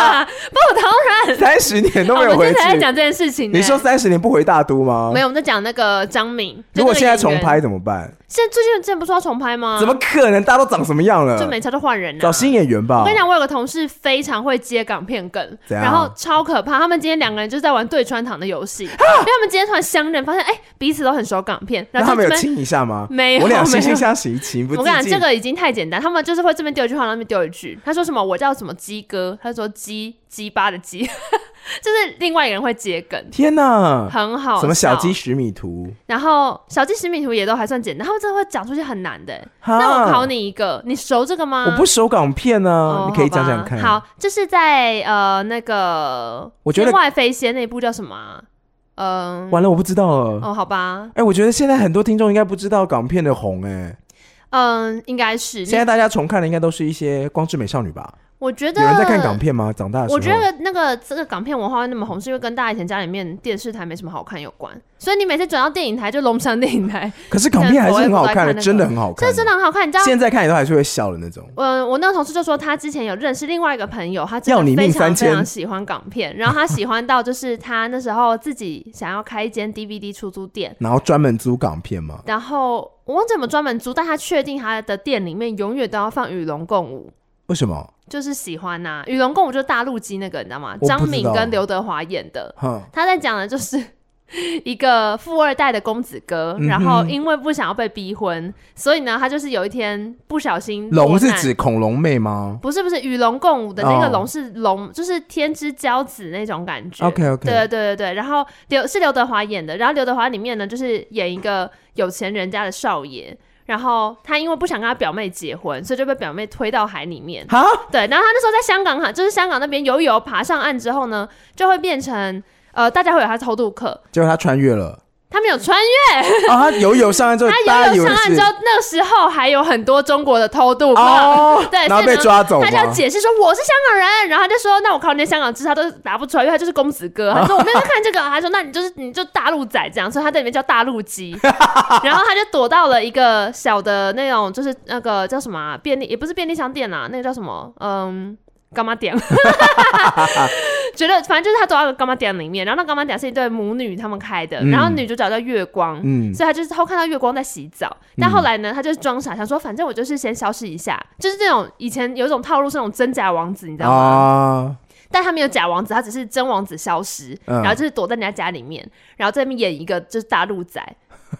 Speaker 3: 当
Speaker 2: [LAUGHS]
Speaker 3: 然，
Speaker 2: 三十年都没
Speaker 3: 哦
Speaker 2: 有
Speaker 3: 我们
Speaker 2: 回
Speaker 3: 之前在
Speaker 2: 去。
Speaker 3: 讲这件事情呢，
Speaker 2: 你说三十年不回大都吗？
Speaker 3: 没有？我们在讲那个张敏，就
Speaker 2: 如果
Speaker 3: 那个
Speaker 2: 现在
Speaker 3: 演
Speaker 2: 重
Speaker 3: 员
Speaker 2: 拍，怎么办？
Speaker 3: 现在最近之前不是说要重拍吗？
Speaker 2: 怎么可能？大家都长什么样了
Speaker 3: 就？每次都换人嗯啊？
Speaker 2: 找新演员吧
Speaker 3: 我跟。你讲，我有个同事非常会接港片梗，
Speaker 2: 哦怎样
Speaker 3: 然后超可怕。他们今天两个人就是在玩对穿堂的游戏，因为他们今天突然相认，发现哎、彼此都很熟港片，
Speaker 2: 那
Speaker 3: 然后
Speaker 2: 他们
Speaker 3: 就这
Speaker 2: 有
Speaker 3: 边。
Speaker 2: 亲一下吗？
Speaker 3: 没有
Speaker 2: 我俩
Speaker 3: 没有
Speaker 2: 惺惺相惜，情不
Speaker 3: 我
Speaker 2: 自
Speaker 3: 跟你讲，
Speaker 2: 禁。
Speaker 3: 这个已经太简单，他们就是会这边丢一句话，那边丢一句。他说什么？我叫什么鸡哥？他说鸡鸡巴的鸡， [LAUGHS] 就是另外一个人会接梗，
Speaker 2: 天哪！
Speaker 3: 很好笑。
Speaker 2: 哦什么小鸡十米图？
Speaker 3: 然后小鸡十米图也都还算简单，他们真的会讲出去很难的、
Speaker 2: 哈
Speaker 3: 那我考，你一个，你熟这个吗？
Speaker 2: 我不熟港片啊，
Speaker 3: 哦
Speaker 2: 你可以讲
Speaker 3: 好吧
Speaker 2: 讲看。
Speaker 3: 好，这是在呃那个
Speaker 2: 我觉得
Speaker 3: 天外飞仙那部叫什么啊、嗯、
Speaker 2: 完了，我不知道了。
Speaker 3: 哦，好吧，
Speaker 2: 哎、我觉得现在很多听众应该不知道港片的红哎、
Speaker 3: 嗯，应该是。
Speaker 2: 现在
Speaker 3: 你
Speaker 2: 大家重看的应该都是一些《光之美少女》吧？
Speaker 3: 我觉得
Speaker 2: 有人在看港。片啊吗？长大的时候，
Speaker 3: 我觉得那个这个港片文化会那么红，是因为跟大家以前家里面电视台没什么好看有关，所以你每次转到电影台就龙翔电影台，
Speaker 2: 可是港片还是很好看的，
Speaker 3: 现在国外不太看那个
Speaker 2: 真的很好看，
Speaker 3: 这真的很好看。你知道，
Speaker 2: 现在看你都还是会笑的那种。
Speaker 3: 嗯，我那个同事就说他之前有认识另外一个朋友，他真
Speaker 2: 要你
Speaker 3: 的
Speaker 2: 命
Speaker 3: 非常
Speaker 2: 三
Speaker 3: 非
Speaker 2: 千
Speaker 3: 常喜欢港片，然后他喜欢到就是他那时候自己想要开一间 DVD 出租店，
Speaker 2: 然后专门租港片嘛，
Speaker 3: 然后我忘记怎么专门租，但他确定他的店里面永远都要放《与龙共舞
Speaker 2: 为什么？》，
Speaker 3: 就是喜欢呐、与龙共舞》就是大陆机那个，你知道吗？
Speaker 2: 我不知道
Speaker 3: 张敏跟刘德华演的，
Speaker 2: 哼，
Speaker 3: 他在讲的就是一个富二代的公子
Speaker 2: 嗯
Speaker 3: 哥，然后因为不想要被逼婚，所以呢，他就是有一天不小心落
Speaker 2: 龙是
Speaker 3: 难
Speaker 2: 指恐龙妹吗
Speaker 3: 不是不是与龙共舞的那个
Speaker 2: 哦
Speaker 3: 龙是龙，就是天之骄子那种感觉。
Speaker 2: ？OK OK，
Speaker 3: 对对对对，然后刘是刘德华演的，然后刘德华里面呢就是演一个有钱人家的少爷，然后他因为不想跟他表妹结婚，所以就被表妹推到海里面。
Speaker 2: 哈，
Speaker 3: 对，然后他那时候在香港哈，就是香港那边游一游，爬上岸之后呢，就会变成。呃，大家会有他是偷渡客，
Speaker 2: 结果他穿越了，
Speaker 3: 他没有穿越，
Speaker 2: 啊，他游泳上
Speaker 3: [LAUGHS]
Speaker 2: 岸之后，大
Speaker 3: 他
Speaker 2: 家以
Speaker 3: 游泳
Speaker 2: 为
Speaker 3: 上岸
Speaker 2: 是
Speaker 3: 之后，那时候还有很多中国的偷渡客。
Speaker 2: 哦，
Speaker 3: 对，
Speaker 2: 然后
Speaker 3: 所以
Speaker 2: 被
Speaker 3: 呢
Speaker 2: 抓走吗
Speaker 3: 他就要解释说我是香港人，然后他就说那我考你的香港字，他都答不出来，因为他就是公子哥。 [LAUGHS] 他说我没有在看这个，他说那你就是你就大陆仔这样，所以他在里面叫大陆鸡。然后他就躲到了一个小的那种，就是那个叫什么、啊、便利，也不是便利商店啦、那个叫什么？嗯。干妈店， [LAUGHS] 觉得反正就是他躲到个干妈店里面，然后那干妈店是一对母女他们开的，
Speaker 2: 嗯
Speaker 3: 然后女主角叫月光，
Speaker 2: 嗯
Speaker 3: 所以他就是偷看到月光在洗澡，但后来呢，他就是装傻，想说反正我就是先消失一下，就是这种以前有一种套路是那种真假王子，你知道吗？
Speaker 2: 啊，
Speaker 3: 但他没有假王子，他只是真王子消失，
Speaker 2: 嗯
Speaker 3: 然后就是躲在人家家里面，然后在那边演一个就是大陆仔，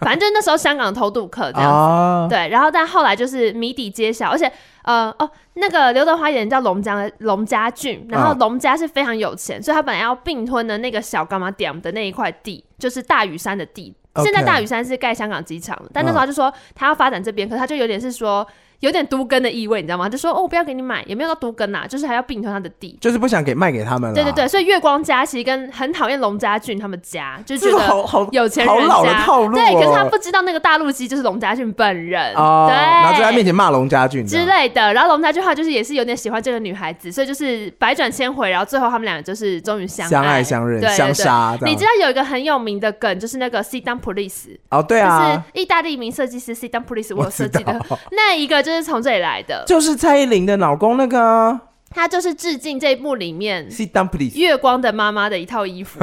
Speaker 3: 反正就是那时候香港的偷渡客这样子。
Speaker 2: 啊，
Speaker 3: 对，然后但后来就是谜底揭晓，而且呃哦，那个刘德华演的叫龙家龙家俊，然后
Speaker 2: 嗯
Speaker 3: 龙家是非常有钱，所以他本来要并吞的那个小干嘛点的那一块地，就是大屿山的地。现在
Speaker 2: OK
Speaker 3: 大屿山是盖香港机场的，但那时候他就说他要发展这边，可是他就有点是说有点都根的意味，你知道吗？就说哦，我不要给你买，也没有到都根呐、就是还要并吞他的地。
Speaker 2: 就是不想给卖给他们了，
Speaker 3: 对对对，所以月光家其实跟很讨厌龙家俊他们家，就觉
Speaker 2: 这个
Speaker 3: 得
Speaker 2: 好好
Speaker 3: 有钱
Speaker 2: 好
Speaker 3: 人
Speaker 2: 老的
Speaker 3: 家，
Speaker 2: 套路
Speaker 3: 对，可是他
Speaker 2: 哦
Speaker 3: 不知道那个大陆鸡就是龙家俊本人，
Speaker 2: 哦，
Speaker 3: 对，
Speaker 2: 然后就在他面前骂龙家俊这
Speaker 3: 之
Speaker 2: 样
Speaker 3: 类的。然后龙家俊他就是也是有点喜欢这个女孩子，所以就是百转千回，然后最后他们俩就是终于相
Speaker 2: 相
Speaker 3: 爱
Speaker 2: 爱相认
Speaker 3: 对对
Speaker 2: 相杀，这
Speaker 3: 对。
Speaker 2: 样
Speaker 3: 你知道有一个很有名的梗，就是那个 C d a n Police，、
Speaker 2: 哦，对啊，
Speaker 3: 就是意大利名设计师 C d a n Police 我有
Speaker 2: 我
Speaker 3: 设
Speaker 2: 知
Speaker 3: 计的
Speaker 2: 道，
Speaker 3: 那一个就是从这里来的，
Speaker 2: 就是蔡依林的老公那个啊
Speaker 3: 他就是致敬这一部里面
Speaker 2: sit down please，
Speaker 3: 月光的妈妈的一套衣服，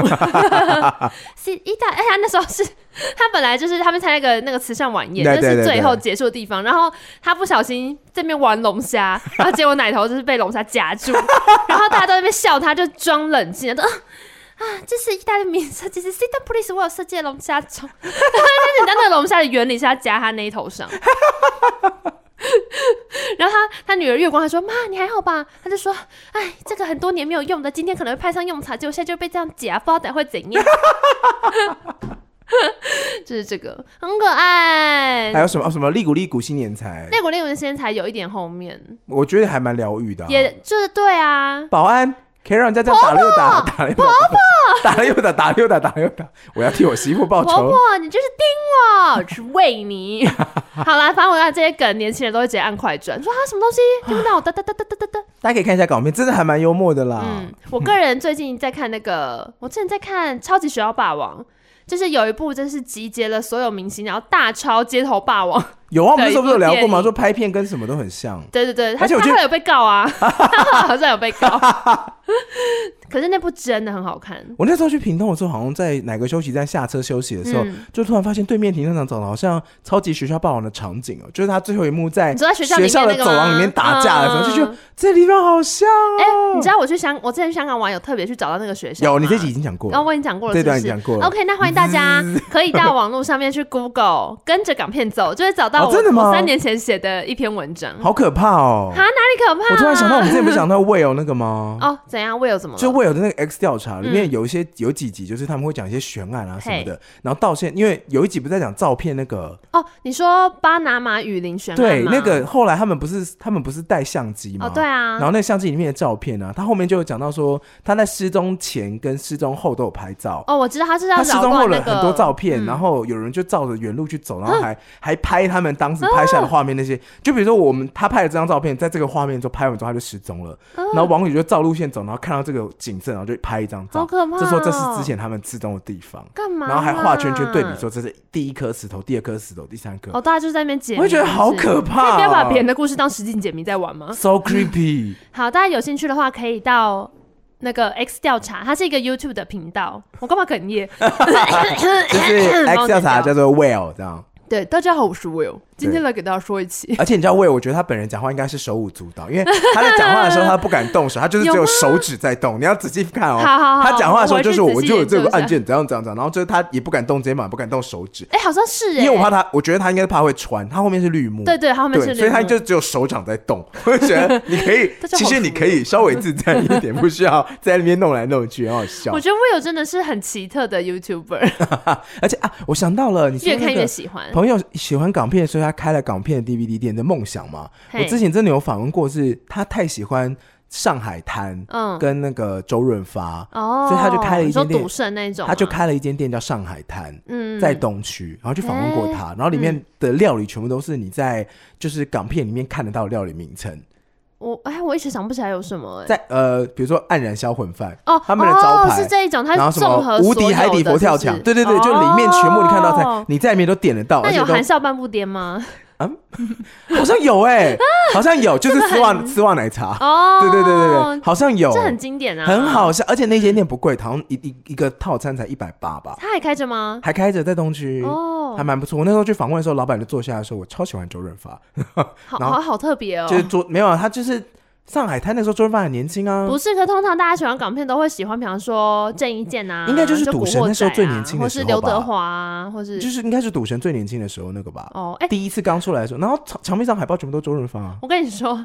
Speaker 3: [LAUGHS] 是一大哎呀，那时候是他本来就是他们参加一个那个慈善晚宴，
Speaker 2: 对
Speaker 3: 那
Speaker 2: 对
Speaker 3: 是
Speaker 2: 对
Speaker 3: 最
Speaker 2: 对
Speaker 3: 后结束的地方。然后他不小心这边玩龙虾，然后结果奶头就是被龙虾夹住， [LAUGHS] 然后大家都在那边笑他，就装冷静，都啊啊，这是意大利名设计师 c i t a Police 我有设计的龙虾虫，但是 [LAUGHS] 你知道那个龙虾的原理是他夹他那一头上。 [LAUGHS] 然后他他女儿月光还说：“妈，你还好吧？”他就说：“哎，这个很多年没有用的，今天可能会派上用场，结果现在就被这样夹，不知道等下会怎
Speaker 2: [LAUGHS]
Speaker 3: 样。”就是这个很可爱
Speaker 2: 还。有什么哦什么利古利古新年财，
Speaker 3: 那股那股的现在才有一点后面，
Speaker 2: 我觉得还蛮疗愈的啊。
Speaker 3: 也就是对啊，
Speaker 2: 保安可以让人家这样打六打打六打， [LAUGHS] 打六打打六打打六打，我要替我媳妇报
Speaker 3: 婆
Speaker 2: 仇。
Speaker 3: 婆你就是盯我，只
Speaker 2: [LAUGHS]
Speaker 3: 为你。好啦，反正我看这些梗，年轻人都会直接按快转，说啊什
Speaker 2: [GASPS]
Speaker 3: 么东西听不到，哒哒哒哒哒哒哒。
Speaker 2: 大家可以看一下港片，真的还蛮幽默的啦。
Speaker 3: 嗯，我个人最近在看那个， [LAUGHS] 我之前在看《超级学校霸王》，就是有一部真是集结了所有明星，然后大超街头霸王。 [LAUGHS]
Speaker 2: 有啊，我们那时候不是有聊过
Speaker 3: 对一部电影
Speaker 2: 吗？说拍片跟什么都很像。
Speaker 3: 对对对，他
Speaker 2: 而且
Speaker 3: 他
Speaker 2: 我觉
Speaker 3: 后
Speaker 2: 得
Speaker 3: 来有被告
Speaker 2: [LAUGHS]
Speaker 3: 啊，他后来好像有被告。 [LAUGHS] 可是那部真的很好看，
Speaker 2: 我那时候去屏东的时候，好像在哪个休息站下车休息的时候，
Speaker 3: 嗯
Speaker 2: 就突然发现对面停车场长得好像《超级学校霸王》的场景哦、就是他最后一幕在
Speaker 3: 你说在学校
Speaker 2: 学
Speaker 3: 里面
Speaker 2: 校
Speaker 3: 那
Speaker 2: 的
Speaker 3: 个
Speaker 2: 走廊里面
Speaker 3: 吗
Speaker 2: 打架的时候，
Speaker 3: 嗯
Speaker 2: 就觉得这地方好像
Speaker 3: 哎、
Speaker 2: 哦、
Speaker 3: 你知道我去香，我之前去香港玩有特别去找到那个学校吗，
Speaker 2: 有你这集已经讲过
Speaker 3: 然后
Speaker 2: 了，
Speaker 3: 我已经讲过了，
Speaker 2: 这
Speaker 3: 是不
Speaker 2: 段
Speaker 3: 是
Speaker 2: 已经讲过嗯了
Speaker 3: OK，那欢迎大家 [LAUGHS] 可以到网络上面去 Google，跟着港片走，就会找到
Speaker 2: 哦
Speaker 3: 我、
Speaker 2: 真的吗
Speaker 3: 我三年前写的一篇文章。
Speaker 2: 好可怕哦、
Speaker 3: 啊，哪里可怕、
Speaker 2: 我突然想到，我们之前不是讲到 Will 那个吗？
Speaker 3: 哦，怎样？我有怎么了？
Speaker 2: 就 Will 的那个 X 调查里面
Speaker 3: 嗯
Speaker 2: 有一些有几集，就是他们会讲一些悬案啊什么
Speaker 3: 嘿
Speaker 2: 的，然后到现，因为有一集不是在讲照片那个，
Speaker 3: 哦，你说巴拿马雨林悬案
Speaker 2: 对，
Speaker 3: 吗
Speaker 2: 那个后来他们不是他们不是带相机吗？
Speaker 3: 哦，对啊，
Speaker 2: 然后那相机里面的照片呢、啊，他后面就有讲到说，他在失踪前跟失踪后都有拍照。
Speaker 3: 哦，我知道他是要
Speaker 2: 他失
Speaker 3: 扰
Speaker 2: 踪后
Speaker 3: 乱那
Speaker 2: 的
Speaker 3: 个
Speaker 2: 很多照片，
Speaker 3: 嗯
Speaker 2: 然后有人就照着原路去走，然后还还拍他们当时拍下的画面那
Speaker 3: 嗯
Speaker 2: 些。就比如说我们他拍了这张照片，在这个画面之后拍完之后他就失踪了，
Speaker 3: 嗯
Speaker 2: 然后网友就照路线走，然后看到这个景色，然后就拍一张
Speaker 3: 好
Speaker 2: 照。
Speaker 3: 可怕、哦。
Speaker 2: 这时候这是之前他们失踪的地方，
Speaker 3: 干嘛？啊
Speaker 2: 然后还画圈圈对比，说这是第一颗石头、第二颗石头、第三颗
Speaker 3: 哦，大家就在那边解谜，
Speaker 2: 我会觉得好
Speaker 3: 是不是
Speaker 2: 可怕哦
Speaker 3: 可以不要把别人的故事当实景解谜在玩吗？
Speaker 2: ，so
Speaker 3: [LAUGHS]
Speaker 2: creepy。
Speaker 3: 好，大家有兴趣的话，可以到那个 X 调查，它是一个 YouTube 的频道。我干嘛哽
Speaker 2: [LAUGHS]
Speaker 3: 咽？
Speaker 2: 就是 X 调查叫做 Well 这样。
Speaker 3: 对，大家好，我是 Will，今天来给大家说一起。
Speaker 2: 而且你知道魏，我觉得他本人讲话应该是手舞足蹈，因为他在讲话的时候他不敢动手，他就是只有手指在动。你要仔细看哦。
Speaker 3: 好好好
Speaker 2: 他讲话的时候就是
Speaker 3: 我
Speaker 2: 我
Speaker 3: 回去
Speaker 2: 就有
Speaker 3: 仔细
Speaker 2: 这
Speaker 3: 研究
Speaker 2: 个
Speaker 3: 一下
Speaker 2: 按键怎样怎样怎样，然后就是他也不敢动肩膀，不敢动手指，
Speaker 3: 哎、好像是哎、
Speaker 2: 因为我怕他，我觉得他应该是怕会穿，他后面是绿幕。
Speaker 3: 对对，他后面是
Speaker 2: 对，所以他
Speaker 3: 绿幕
Speaker 2: 就只有手掌在动。 [LAUGHS] 我就觉得你可
Speaker 3: [LAUGHS]
Speaker 2: 以
Speaker 3: 这，就好
Speaker 2: 其实你可以稍微自在一点，不需要在那边弄来弄去，很好笑
Speaker 3: 我。觉得 Will 真的是很奇特的
Speaker 2: [LAUGHS]
Speaker 3: YouTuber，
Speaker 2: 而且啊，我想到了，你说
Speaker 3: 越
Speaker 2: 那
Speaker 3: 看
Speaker 2: 个
Speaker 3: 越喜欢。
Speaker 2: 朋友喜欢港片，所以他开了港片的 DVD 店的梦想嘛。
Speaker 3: 嘿
Speaker 2: 我之前真的有访问过是，他太喜欢上海滩
Speaker 3: 嗯，
Speaker 2: 跟那个周润发，
Speaker 3: 哦，啊
Speaker 2: 所以他就开了一
Speaker 3: 你说
Speaker 2: 间店
Speaker 3: 赌圣那种吗，
Speaker 2: 他就开了一间店叫上海滩。
Speaker 3: 嗯哎
Speaker 2: 在东区，然后去访问过他，然后里面的料理全部都是你在就是港片里面看得到的料理名称，
Speaker 3: 我哎，我一时想不起来有什么哎、
Speaker 2: 在呃，比如说黯然销魂饭，
Speaker 3: 哦，
Speaker 2: 他们的招
Speaker 3: 哦、
Speaker 2: 牌
Speaker 3: 是这一种，它
Speaker 2: 然后
Speaker 3: 是
Speaker 2: 什
Speaker 3: 综合
Speaker 2: 么无敌海底佛跳墙，对对对，就里面全部你看到菜
Speaker 3: 菜，。
Speaker 2: 你在里面都点得到，而
Speaker 3: 那
Speaker 2: 且
Speaker 3: 哦有
Speaker 2: 都
Speaker 3: 含笑半步癫吗？
Speaker 2: 好像有
Speaker 3: [LAUGHS]
Speaker 2: 哎，好像有，就是丝袜
Speaker 3: 很
Speaker 2: 丝袜奶茶，
Speaker 3: 哦，
Speaker 2: 对对对对对，，好像有，
Speaker 3: 这很经典啊，
Speaker 2: 很。好笑，而且那间店不贵，好像一一一个套餐才一百八吧，
Speaker 3: 它还开着吗？
Speaker 2: 还开着在东区。
Speaker 3: 哦
Speaker 2: 还，蛮不错，我那时候去访问的时候，老板就坐下来说：“我超喜欢周润发，
Speaker 3: 好
Speaker 2: 然后
Speaker 3: 好好特别哦。
Speaker 2: 就是做没有啊，他就是上海滩那时候周润发很年轻啊，
Speaker 3: 不是，可通常大家喜欢港片都会喜欢，比方说郑伊健啊，
Speaker 2: 应该就是
Speaker 3: 古
Speaker 2: 赌神
Speaker 3: 惑
Speaker 2: 那时候
Speaker 3: 仔
Speaker 2: 最
Speaker 3: 啊
Speaker 2: 年轻的
Speaker 3: 或
Speaker 2: 时
Speaker 3: 是
Speaker 2: 候
Speaker 3: 刘德
Speaker 2: 吧
Speaker 3: 华啊，或是
Speaker 2: 就是应该是赌神最年轻的时候那个吧，
Speaker 3: 哦，哎，
Speaker 2: 第一次刚出来的时候，然后墙墙壁上海报全部都周润发、啊，
Speaker 3: 我跟你说，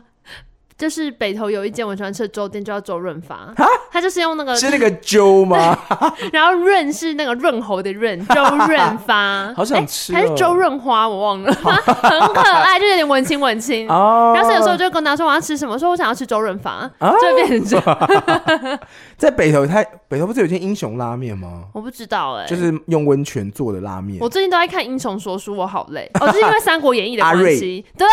Speaker 3: 就是北投有一间文川吃的粥店，就叫周润发，他就是用那个，
Speaker 2: 是那个揪吗？，
Speaker 3: 然后润是那个润喉的润，周润
Speaker 2: [LAUGHS]
Speaker 3: 发
Speaker 2: [LAUGHS] 好想吃、哦
Speaker 3: 哎还是周润花，我
Speaker 2: [LAUGHS]
Speaker 3: 忘了，很可爱，就有点文青文青。
Speaker 2: 哦。
Speaker 3: 然后所以有时候我就跟他说我要吃什么，我说我想要吃周润发，
Speaker 2: 啊
Speaker 3: 就会变成这
Speaker 2: [LAUGHS]
Speaker 3: 样。
Speaker 2: 在北头，它北头不是有一间英雄拉面吗？
Speaker 3: 我不知道哎、
Speaker 2: 就是用温泉做的拉面
Speaker 3: 我。最近都在看《英雄说书》，我好累，哦，就是因为《三国演义》的
Speaker 2: 阿
Speaker 3: 关
Speaker 2: 瑞
Speaker 3: 系，对，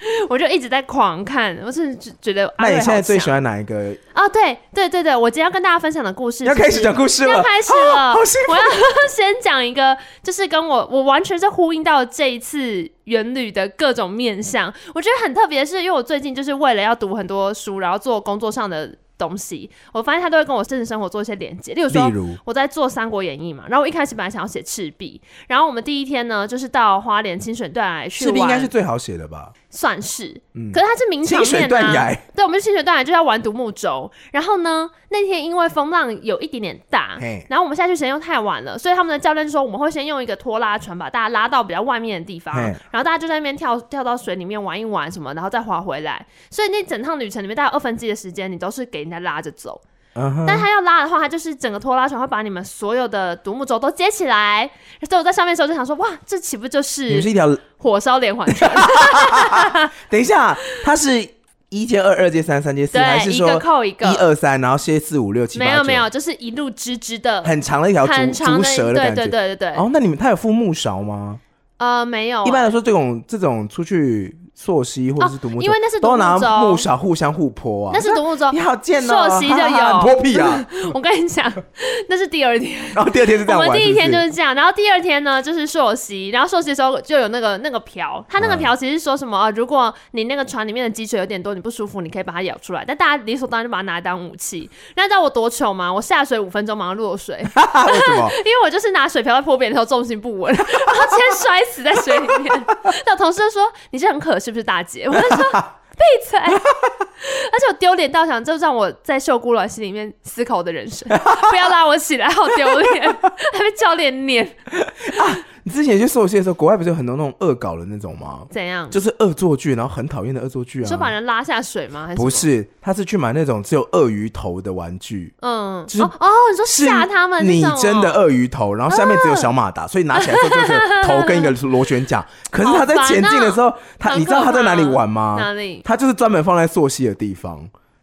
Speaker 2: [LAUGHS]
Speaker 3: 我就一直在狂看，我真的觉觉得阿
Speaker 2: 那
Speaker 3: 瑞
Speaker 2: 你现在
Speaker 3: 好
Speaker 2: 最
Speaker 3: 强
Speaker 2: 喜欢哪一个？
Speaker 3: 哦，对对对对，我今天要跟大家分享的故事
Speaker 2: 你要
Speaker 3: 其
Speaker 2: 开始
Speaker 3: 实
Speaker 2: 讲故事
Speaker 3: 要
Speaker 2: 了，
Speaker 3: 开始了，
Speaker 2: 啊好兴
Speaker 3: 我要先讲一个，就是跟我我完全是呼应到这一次元旅的各种面向。我觉得很特别的是，因为我最近就是为了要读很多书，然后做工作上的东西，我发现它都会跟我现实生活做一些连接。例如说，
Speaker 2: 例如，
Speaker 3: 我在做《三国演义》嘛，然后我一开始本来想要写赤壁，然后我们第一天呢，就是到花莲清水断崖去
Speaker 2: 赤壁应该是
Speaker 3: 玩，
Speaker 2: 最好写的吧？
Speaker 3: 算是，
Speaker 2: 嗯
Speaker 3: 可，是它是名场
Speaker 2: 清
Speaker 3: 面、
Speaker 2: 水
Speaker 3: 啊、
Speaker 2: 断崖，
Speaker 3: 对，我们去清水断崖就是要玩独木舟。然后呢，那天因为风浪有一点点大
Speaker 2: 嘿，
Speaker 3: 然后我们下去时间又太晚了，所以他们的教练就说我们会先用一个拖拉船把大家拉到比较外面的地方，
Speaker 2: 嘿
Speaker 3: 然后大家就在那边跳跳到水里面玩一玩什么，然后再划回来。所以那整趟旅程里面，大概二分之一的时间你都是给人家拉着走。
Speaker 2: 嗯哼
Speaker 3: 但他要拉的话，他就是整个拖拉船会把你们所有的独木舟都接起来。所以我在上面的时候就想说，哇，这岂不就
Speaker 2: 你们是
Speaker 3: 是
Speaker 2: 一条。
Speaker 3: 火烧连环
Speaker 2: [LAUGHS]
Speaker 3: 船？
Speaker 2: 等一下，它是一阶二、二阶三、三阶四，还
Speaker 3: 对，
Speaker 2: 是
Speaker 3: 一
Speaker 2: 说
Speaker 3: 个扣一个。
Speaker 2: 一二三，然后歇四五六七八
Speaker 3: 没有
Speaker 2: 九
Speaker 3: 没有，就是一路直直的，
Speaker 2: 很长的一条竹
Speaker 3: 很长
Speaker 2: 竹
Speaker 3: 的，
Speaker 2: 蛇的
Speaker 3: 对
Speaker 2: 感
Speaker 3: 对
Speaker 2: 觉。
Speaker 3: 对对对，
Speaker 2: 哦，那你们它有附木勺吗？
Speaker 3: 呃，没有啊，哦
Speaker 2: 一般来说，这种这种出去溯溪或者是独木舟，
Speaker 3: 因为那是独
Speaker 2: 都
Speaker 3: 木
Speaker 2: 拿
Speaker 3: 舟
Speaker 2: 木勺互相互泼啊。
Speaker 3: 那是独木舟
Speaker 2: 你。好贱哦，
Speaker 3: 溯溪就
Speaker 2: 哈哈哈
Speaker 3: 有
Speaker 2: 很泼屁啊。
Speaker 3: [LAUGHS] 我跟你讲，那是第二天，
Speaker 2: 然后第二 [LAUGHS] 天是这
Speaker 3: 我
Speaker 2: 样玩，
Speaker 3: 们第一天就是是这样，然后第二天呢就是溯溪，然后溯溪的时候就有那个那个瓢，它那个
Speaker 2: 嗯
Speaker 3: 瓢其实是说什么、啊？如果你那个船里面的积水有点多，你不舒服，你可以把它舀出来，但大家理所当然就把它拿来当武器。那你知道我多糗吗？我下水五分钟马上落水，
Speaker 2: 不是啊为什么？
Speaker 3: 因为我就是拿水瓢在泼别人的时候重心不稳，然后直接摔死在水里面。那我同事就说：“你这很渴是不是，大姐？”我就说：“闭嘴！”而且我丢脸到想，就让我在秀姑峦溪里面思考我的人生，不要拉我起来，好丢脸，还被教练撵，
Speaker 2: 你之前去溯溪的时候，国外不是有很多那种恶搞的那种吗？
Speaker 3: 怎样？
Speaker 2: 就是恶作剧，然后很讨厌的恶作剧
Speaker 3: 你说把
Speaker 2: 啊。
Speaker 3: 人拉下水吗？还是
Speaker 2: 不
Speaker 3: 什么？
Speaker 2: 是，他是去买那种只有鳄鱼头的玩具。
Speaker 3: 嗯，
Speaker 2: 就是
Speaker 3: 哦哦，你说
Speaker 2: 是
Speaker 3: 吓他们那
Speaker 2: 你
Speaker 3: 种哦嗯
Speaker 2: 真的鳄鱼头，然后下面只有小马达，所以拿起来之后就是头跟一个螺旋桨。可是他在前进的时候，他
Speaker 3: 很
Speaker 2: 你知道
Speaker 3: 啊可
Speaker 2: 他在哪
Speaker 3: 怕
Speaker 2: 里玩吗？
Speaker 3: 哪里？
Speaker 2: 它就是专门放在溯溪的地方，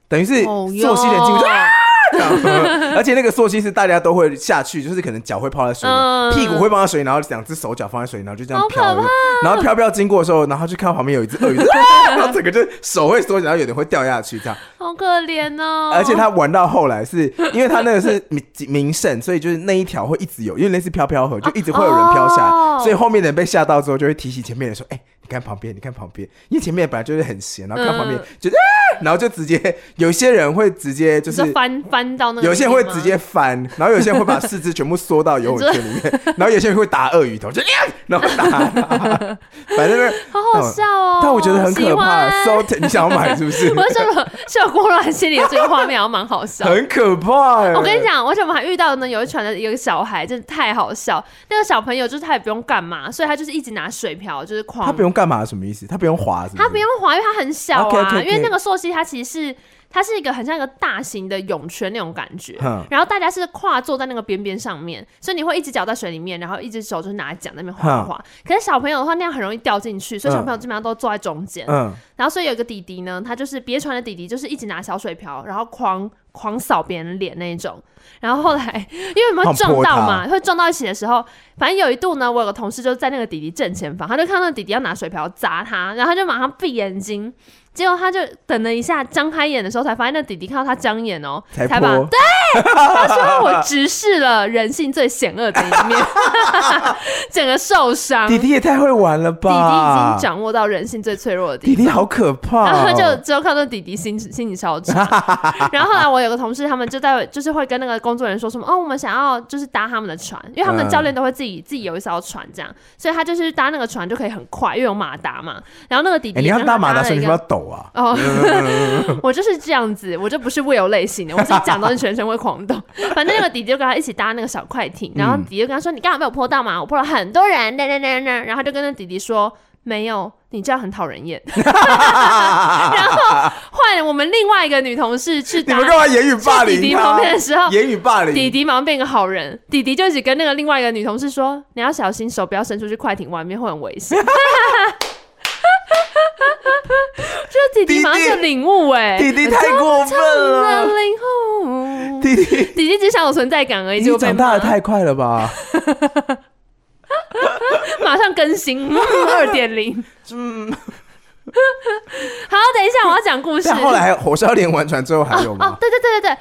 Speaker 2: 等于是
Speaker 3: 哦
Speaker 2: 溯溪人进去
Speaker 3: 哟
Speaker 2: 就啊这样， [LAUGHS] 而且那个溯溪是大家都会下去，就是可能脚会泡在水里，
Speaker 3: 嗯
Speaker 2: 屁股会放在水里，然后两只手脚放在水里，然后就这样
Speaker 3: 好
Speaker 2: 飘
Speaker 3: 可怕，
Speaker 2: 然后飘飘经过的时候，然后就看到旁边有一只
Speaker 3: [LAUGHS]
Speaker 2: 鳄鱼，啊然后整个就手会缩起来，然后有点会掉下去这样。
Speaker 3: 好可怜哦！
Speaker 2: 而且他玩到后来是因为他那个
Speaker 3: [LAUGHS]
Speaker 2: 是名名胜，所以就是那一条会一直有，因为类似飘飘河，就一直会有人飘下
Speaker 3: 啊哦
Speaker 2: 来，所以后面的人被吓到之后，就会提醒前面的人说：“哎，你看旁边，你看旁边。”因为前面本来就是很闲，然后看旁边
Speaker 3: 嗯
Speaker 2: 就啊，然后就直接有些人会直接就
Speaker 3: 你
Speaker 2: 是
Speaker 3: 说。翻翻到那个，
Speaker 2: 有些人会直接。
Speaker 3: [LAUGHS]
Speaker 2: 翻，然后有些人会把四肢全部缩到游泳圈里面，然后有些人会打鳄鱼头，就啊然后打，
Speaker 3: [LAUGHS]
Speaker 2: 反正就是
Speaker 3: 好好笑哦！
Speaker 2: 嗯但我觉得很可怕。
Speaker 3: 喜欢
Speaker 2: So，你想要买是不是？
Speaker 3: [LAUGHS] 我就说秀姑峦心里的这个画面好像蛮
Speaker 2: [LAUGHS]
Speaker 3: 好笑。
Speaker 2: 很可怕欸。
Speaker 3: 我跟你讲，而且我们还遇到呢，有一船的有一个小孩，真的太好笑。那个小朋友就是他也不用干嘛，所以他就是一直拿水瓢，就是狂。
Speaker 2: 他不用干嘛？什么意思？他不用滑是不是？
Speaker 3: 他不用滑，因为他很小啊。
Speaker 2: OK，OK，OK
Speaker 3: 因为那个溯溪它其实是它是一个很像一个大型的泳圈那种感
Speaker 2: [LAUGHS]
Speaker 3: 觉
Speaker 2: 哼，
Speaker 3: 然后大家是跨坐在那个边边上面，所以你会一只脚在水里面，然后一只手就是拿桨在那边划
Speaker 2: 哼
Speaker 3: 划。可是小朋友的话，那样很容易掉进去，所以小朋友基本上都坐在中间。
Speaker 2: 嗯，
Speaker 3: 然后所以有一个弟弟呢，他就是别船的弟弟，就是一直拿小水瓢，然后狂狂扫别人脸那一种。然后后来因为我们会撞到嘛，会撞到一起的时候，反正有一度呢，我有个同事就在那个弟弟正前方，他就看到弟弟要拿水瓢砸他，然后他就马上闭眼睛。结果他就等了一下，张开眼的时候才发现那弟弟看到他张眼哦，
Speaker 2: 才
Speaker 3: 才把
Speaker 2: 泼
Speaker 3: [LAUGHS] 他说我直视了人性最险恶的一面， [LAUGHS] 整个受伤。
Speaker 2: 弟弟也太会玩了
Speaker 3: 弟弟已
Speaker 2: 吧！
Speaker 3: 经掌握到人性最脆弱的地
Speaker 2: 弟
Speaker 3: 方。
Speaker 2: 弟好可怕、
Speaker 3: 然
Speaker 2: 哦，
Speaker 3: 后就只有看到弟弟心心情超
Speaker 2: [LAUGHS]
Speaker 3: 差，然后后来我有个同事，他们就在就是会跟那个工作人员说什么哦，我们想要就是搭他们的船，因为他们的教练都会自
Speaker 2: 嗯
Speaker 3: 己、自己有一艘船这样，所以他就是搭那个船就可以很快，因为有马达嘛。然后那个弟
Speaker 2: 哎、
Speaker 3: 弟
Speaker 2: 你
Speaker 3: 也
Speaker 2: 要
Speaker 3: 跟他
Speaker 2: 搭马达
Speaker 3: 了
Speaker 2: 车，
Speaker 3: 一
Speaker 2: 你是不
Speaker 3: 个
Speaker 2: 是要抖啊？
Speaker 3: 哦，
Speaker 2: [LAUGHS]
Speaker 3: 我就是这样子，我就不是 Will 类型的，我是讲东西全身会狂动。反正那个弟弟就跟他一起搭那个小快艇，
Speaker 2: 嗯
Speaker 3: 然后弟弟就跟他说：“你刚刚没有泼到嘛？我泼了很多人，哒哒哒哒。”然后他就跟那弟弟说：“没有，你这样很讨人厌。”然后换了我们另外一个女同事去
Speaker 2: [LAUGHS] 你
Speaker 3: 搭
Speaker 2: 们干嘛言语霸
Speaker 3: 去弟
Speaker 2: 凌
Speaker 3: 弟
Speaker 2: 他？
Speaker 3: 旁边的
Speaker 2: [LAUGHS]
Speaker 3: 时候，
Speaker 2: 言语霸凌，
Speaker 3: 弟弟马上变个好人，弟弟就一直跟那个另外一个女同事说：“你要小心手，不要伸出去快艇外面，会很危险。” [LAUGHS] 就弟弟马上就领悟哎、
Speaker 2: 弟弟太过分了，
Speaker 3: 了领悟，
Speaker 2: 弟弟，
Speaker 3: 弟弟只想有存在感而已，
Speaker 2: 你
Speaker 3: 就被
Speaker 2: 长大
Speaker 3: 骂
Speaker 2: 的，太快了吧？
Speaker 3: 马上更新 [LAUGHS] 二点零。嗯，好，等一下我要讲故事。
Speaker 2: 但后来还有火烧连环船最后还有
Speaker 3: 哦 [LAUGHS]
Speaker 2: 吗，？
Speaker 3: 对对对对对。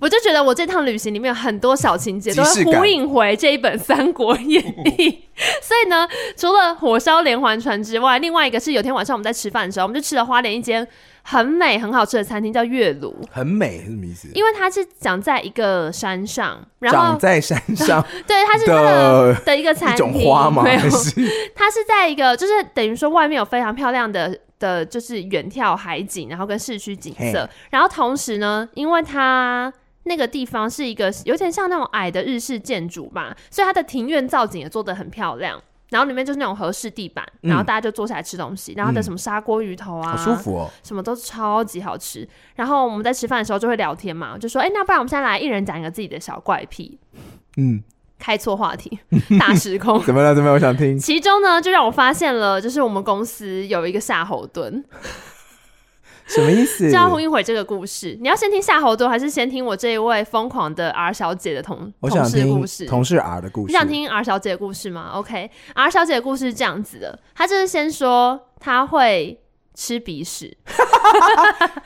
Speaker 3: 我就觉得我这趟旅行里面有很多小情节
Speaker 2: 即
Speaker 3: 都
Speaker 2: 视
Speaker 3: 会
Speaker 2: 感
Speaker 3: 呼应回这一本《三国演义》 [LAUGHS] 所以呢，除了火烧连环船之外，另外一个是有天晚上我们在吃饭的时候，我们就吃了花莲一间很美很好吃的餐厅，叫月炉，
Speaker 2: 很美是什么意思？
Speaker 3: 因为它是长在一个山上，然
Speaker 2: 长
Speaker 3: 后
Speaker 2: 在山上
Speaker 3: 对它是它的
Speaker 2: 的
Speaker 3: 的一个餐
Speaker 2: 一
Speaker 3: 厅，
Speaker 2: 种花吗？
Speaker 3: 没有
Speaker 2: 还，是
Speaker 3: 它是在一个，就是等于说外面有非常漂亮的的，就是远眺海景，然后跟市区景色
Speaker 2: 嘿。
Speaker 3: 然后同时呢，因为它那个地方是一个有点像那种矮的日式建筑吧，所以它的庭院造景也做得很漂亮。然后里面就是那种合适地板，
Speaker 2: 嗯
Speaker 3: 然后大家就坐下来吃东西，然后它的什么砂锅鱼头啊，
Speaker 2: 好舒服哦？
Speaker 3: 什么都超级好吃。然后我们在吃饭的时候就会聊天嘛，我就说，哎、那不然我们现在来一人讲一个自己的小怪癖，
Speaker 2: 嗯，
Speaker 3: 开错
Speaker 2: [LAUGHS]
Speaker 3: 话题，大时空。
Speaker 2: 怎么了？怎么了？我想听。
Speaker 3: [LAUGHS] 其中呢，就让我发现了，就是我们公司有一个夏侯惇，
Speaker 2: 什么意思
Speaker 3: 就？要呼应回这个故事。你要先听夏侯惇，还是先听我这一位疯狂的 R 小姐的同
Speaker 2: 我想
Speaker 3: 同事
Speaker 2: 听
Speaker 3: 故事？
Speaker 2: 同事 R 的故事。
Speaker 3: 你想听 R 小姐的故事吗？OK，R 小姐的故事是这样子的，她就是先说她会吃鼻屎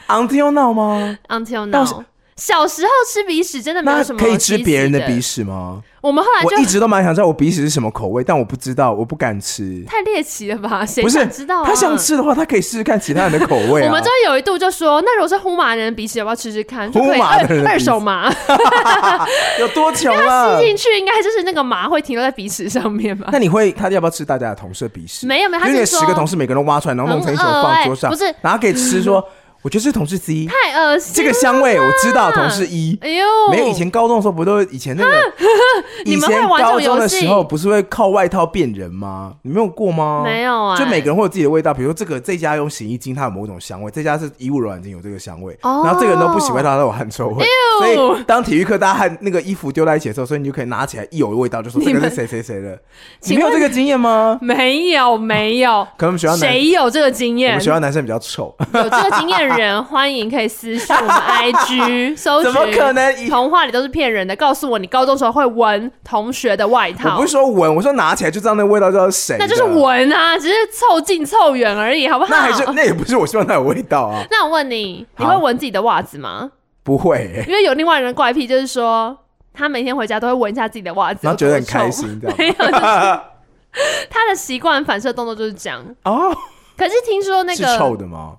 Speaker 2: Until Now 吗？
Speaker 3: ，until
Speaker 2: 到时
Speaker 3: now。小时候吃鼻屎真的没有
Speaker 2: 那
Speaker 3: 什么
Speaker 2: 可以吃
Speaker 3: 稀奇
Speaker 2: 别人的
Speaker 3: 的
Speaker 2: 鼻。屎吗？
Speaker 3: 我们后来
Speaker 2: 我
Speaker 3: 就
Speaker 2: 一直都蛮想知道我鼻屎是什么口味，但我不知道，我不敢吃。
Speaker 3: 太猎奇了吧？谁
Speaker 2: 不是
Speaker 3: 想知道啊？
Speaker 2: 他想吃的话，他可以试试看其他人的口味啊。
Speaker 3: 我们就有一度就说，那如果是呼麻的人鼻屎，要不要吃吃看？就可
Speaker 2: 呼
Speaker 3: 以
Speaker 2: 麻的人的
Speaker 3: 二二
Speaker 2: 鼻屎
Speaker 3: 手麻，
Speaker 2: 有多穷了
Speaker 3: 吸？进去应该就是那个麻会停留在鼻屎上面吧？
Speaker 2: 那你会他要不要吃大家的同事的鼻屎？
Speaker 3: 没有没有，他
Speaker 2: 因为
Speaker 3: 是
Speaker 2: 你
Speaker 3: 说
Speaker 2: 十个同事每个人都挖出来，然后弄成一球放桌上，
Speaker 3: 很恶欸不是
Speaker 2: 然后给吃
Speaker 3: [LAUGHS]
Speaker 2: 说，我觉得是同事之一，
Speaker 3: 太恶心。
Speaker 2: 这个香味我知道，同事一。
Speaker 3: 哎呦，
Speaker 2: 没有以前高中的时候不都以前那个，
Speaker 3: 你
Speaker 2: [LAUGHS] 以
Speaker 3: 们
Speaker 2: 前
Speaker 3: 会玩这
Speaker 2: 高
Speaker 3: 种游戏
Speaker 2: 中的时候不是会靠外套辨人吗？你没有过吗？
Speaker 3: 没有啊，
Speaker 2: 就每个人会有自己的味道，比如说这个这家用洗衣精，它有某种香味；这家是衣物柔软巾，有这个香味。
Speaker 3: 哦哎
Speaker 2: 然后这个人都不喜欢它都有汗臭味。所以当体育课大家汗那个衣服丢在一起的时候，所以你就可以拿起来一有味道就说这
Speaker 3: 你
Speaker 2: 个
Speaker 3: 们
Speaker 2: 是谁谁谁的。你
Speaker 3: 请
Speaker 2: 没
Speaker 3: 问
Speaker 2: 有这个经验吗？
Speaker 3: 没有没有，
Speaker 2: 可能我们学校男，
Speaker 3: 谁有这个经
Speaker 2: 我
Speaker 3: 验
Speaker 2: 们？学校男生比较臭，
Speaker 3: 有这个经验人，欢迎可以私信我们 IG 搜
Speaker 2: [LAUGHS]
Speaker 3: 寻。
Speaker 2: 怎么可？能？
Speaker 3: 童话里都是骗人的，告诉我你高中时候会闻同学的外
Speaker 2: 我
Speaker 3: 套
Speaker 2: 不是，说闻，我说拿起来就知道那个味道知道是谁，
Speaker 3: 那就是。闻啊，只是凑近凑远而已，好不好？
Speaker 2: 那还是那也不是我希望它有味道啊，
Speaker 3: [LAUGHS] 那我问你，你
Speaker 2: 好
Speaker 3: 会闻自己的袜子吗？
Speaker 2: 不会、欸，
Speaker 3: [LAUGHS] 因为有另外一个人怪癖，就是说他每天回家都会闻一下自己的袜子，
Speaker 2: 然后觉得很
Speaker 3: 有多臭
Speaker 2: 开。心，这样
Speaker 3: 没有，就是、 [LAUGHS] 他的习惯反射动作就是这样。
Speaker 2: 哦，
Speaker 3: 可是听说
Speaker 2: [LAUGHS]
Speaker 3: 那
Speaker 2: 是臭
Speaker 3: 个，
Speaker 2: 的吗？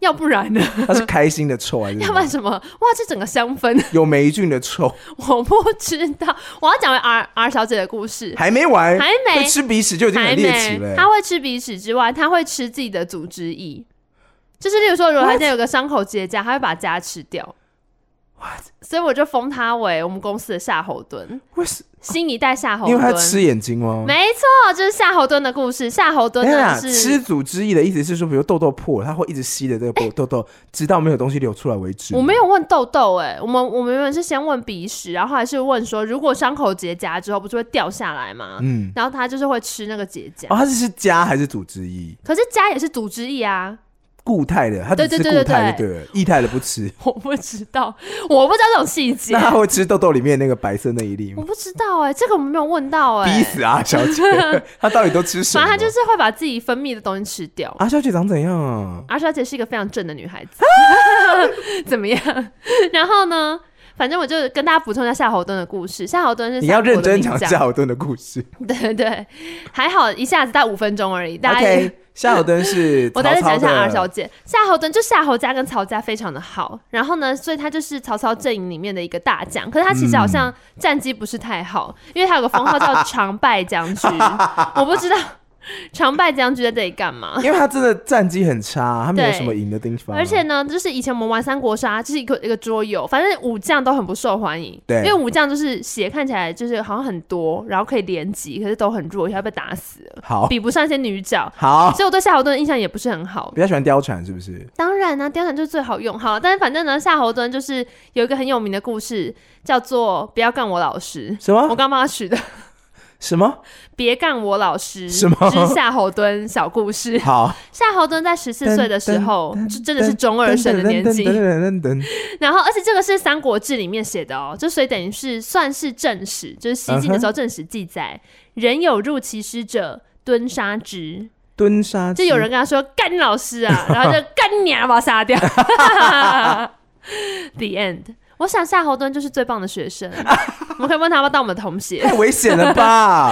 Speaker 3: 要不然
Speaker 2: [LAUGHS]
Speaker 3: 呢？
Speaker 2: 它是开心的臭还
Speaker 3: [LAUGHS]
Speaker 2: 是什
Speaker 3: 要不然
Speaker 2: 么？
Speaker 3: 什么？哇，这整个香氛 [LAUGHS]
Speaker 2: 有霉菌的臭。
Speaker 3: 我不知道。我要讲回 R R 小姐的故事，
Speaker 2: 还没完，
Speaker 3: 还没
Speaker 2: 会吃鼻屎就已经
Speaker 3: 还
Speaker 2: 很猎奇了、
Speaker 3: 没。她会吃鼻屎之外，她会吃自己的组织液，就是例如说，如果她今天有个伤口结痂，她会把痂吃掉。所以我就封她为我们公司的夏侯惇，
Speaker 2: 为什
Speaker 3: 新一代夏侯惇。
Speaker 2: 因为他吃眼睛吗？
Speaker 3: 没错，就是夏侯惇的故事。夏侯惇
Speaker 2: 等一
Speaker 3: 呢
Speaker 2: 下，
Speaker 3: 是
Speaker 2: 哎吃组织液的意思是说，比如痘痘破了，他会一直吸着这个痘痘痘，直到没有东西流出来为止。
Speaker 3: 哎我没有问痘痘哎、我们我们原本是先问鼻屎，然后还是问说，如果伤口结痂之后不是会掉下来吗？
Speaker 2: 嗯，哦
Speaker 3: 然后他就是会吃那个结痂，
Speaker 2: 哦，他是是痂还是组织液？
Speaker 3: 可是痂也是组织液啊， [LAUGHS]
Speaker 2: 固态的，他只
Speaker 3: 对
Speaker 2: 吃
Speaker 3: 对
Speaker 2: 固
Speaker 3: 对
Speaker 2: 态
Speaker 3: 对
Speaker 2: 就对了，液态的不
Speaker 3: [LAUGHS]
Speaker 2: 吃。
Speaker 3: 我不知道，我不知道这种细节
Speaker 2: 那，他会吃豆豆里面那个白色那一粒
Speaker 3: 我
Speaker 2: 吗？
Speaker 3: 不知道哎、这个我们没有问到哎、
Speaker 2: 逼死阿小
Speaker 3: [LAUGHS]
Speaker 2: 姐，他到底都吃什
Speaker 3: 反
Speaker 2: 么？
Speaker 3: 正她就是会把自己分泌的东西吃掉。
Speaker 2: 阿小姐长怎样啊？
Speaker 3: 而且而且是一个非常正的女孩子， [LAUGHS] 怎么样？然后呢？反正我就跟大家补充一下夏侯惇的故事。夏侯惇是
Speaker 2: 你要
Speaker 3: 三国
Speaker 2: 认
Speaker 3: 的
Speaker 2: 真
Speaker 3: 名
Speaker 2: 讲
Speaker 3: 将
Speaker 2: 夏，侯惇的故事。
Speaker 3: 对对，还好一下子大概五分钟而已， [LAUGHS] 大家也
Speaker 2: OK，夏侯惇是
Speaker 3: [LAUGHS] 我待会
Speaker 2: 曹操
Speaker 3: 讲一下
Speaker 2: 的
Speaker 3: R 小姐，夏侯惇就夏侯家跟曹家非常的好，然后呢，所以他就是曹操阵营里面的一个大将，可是他其实好像战绩不是太好，因为他有个封号叫常败将
Speaker 2: [LAUGHS]
Speaker 3: 军，我不知道常败将军在这里干嘛。
Speaker 2: 因为他真的战绩很差，他没有
Speaker 3: 对
Speaker 2: 什么赢的地方啊。
Speaker 3: 而且呢，就是以前我们玩三国杀，就是一个一个桌游，反正武将都很不受欢迎。
Speaker 2: 对
Speaker 3: 因为武将就是血看起来就是好像很多，然后可以连击，可是都很弱，一下被打死了，
Speaker 2: 好
Speaker 3: 比不上一些女角。
Speaker 2: 好
Speaker 3: 所以我对夏侯惇的印象也不是很好。
Speaker 2: 比较喜欢貂蝉是不是？
Speaker 3: 当然呢、貂蝉就是最好用。好，但是反正呢，夏侯惇就是有一个很有名的故事，叫做“不要干我老
Speaker 2: [LAUGHS]
Speaker 3: 师”，
Speaker 2: 什
Speaker 3: 我
Speaker 2: 么
Speaker 3: 刚帮他取的
Speaker 2: 什么？
Speaker 3: “别干我老师”
Speaker 2: 什么
Speaker 3: 之夏侯惇小故事。 [LAUGHS]
Speaker 2: 好，
Speaker 3: 夏侯惇在十四岁的时候，就真的是中二生的年纪。
Speaker 2: 噔噔噔噔噔
Speaker 3: 然后，而且这个是《三国志》里面写的哦，就所以等于是算是正史，就是西晋的
Speaker 2: 嗯
Speaker 3: 时候正史记载，人有入其师者。蹲杀之，
Speaker 2: [LAUGHS] 蹲沙之，
Speaker 3: 就有人跟他说“干你老师啊”，然后
Speaker 2: [LAUGHS]
Speaker 3: 就“干你啊”把他杀掉。The end。我 [LAUGHS] 想夏侯惇就是最棒的学生，我们可以问他要不要当我们的同学。
Speaker 2: [LAUGHS] 太危险了
Speaker 3: [LAUGHS]
Speaker 2: 吧？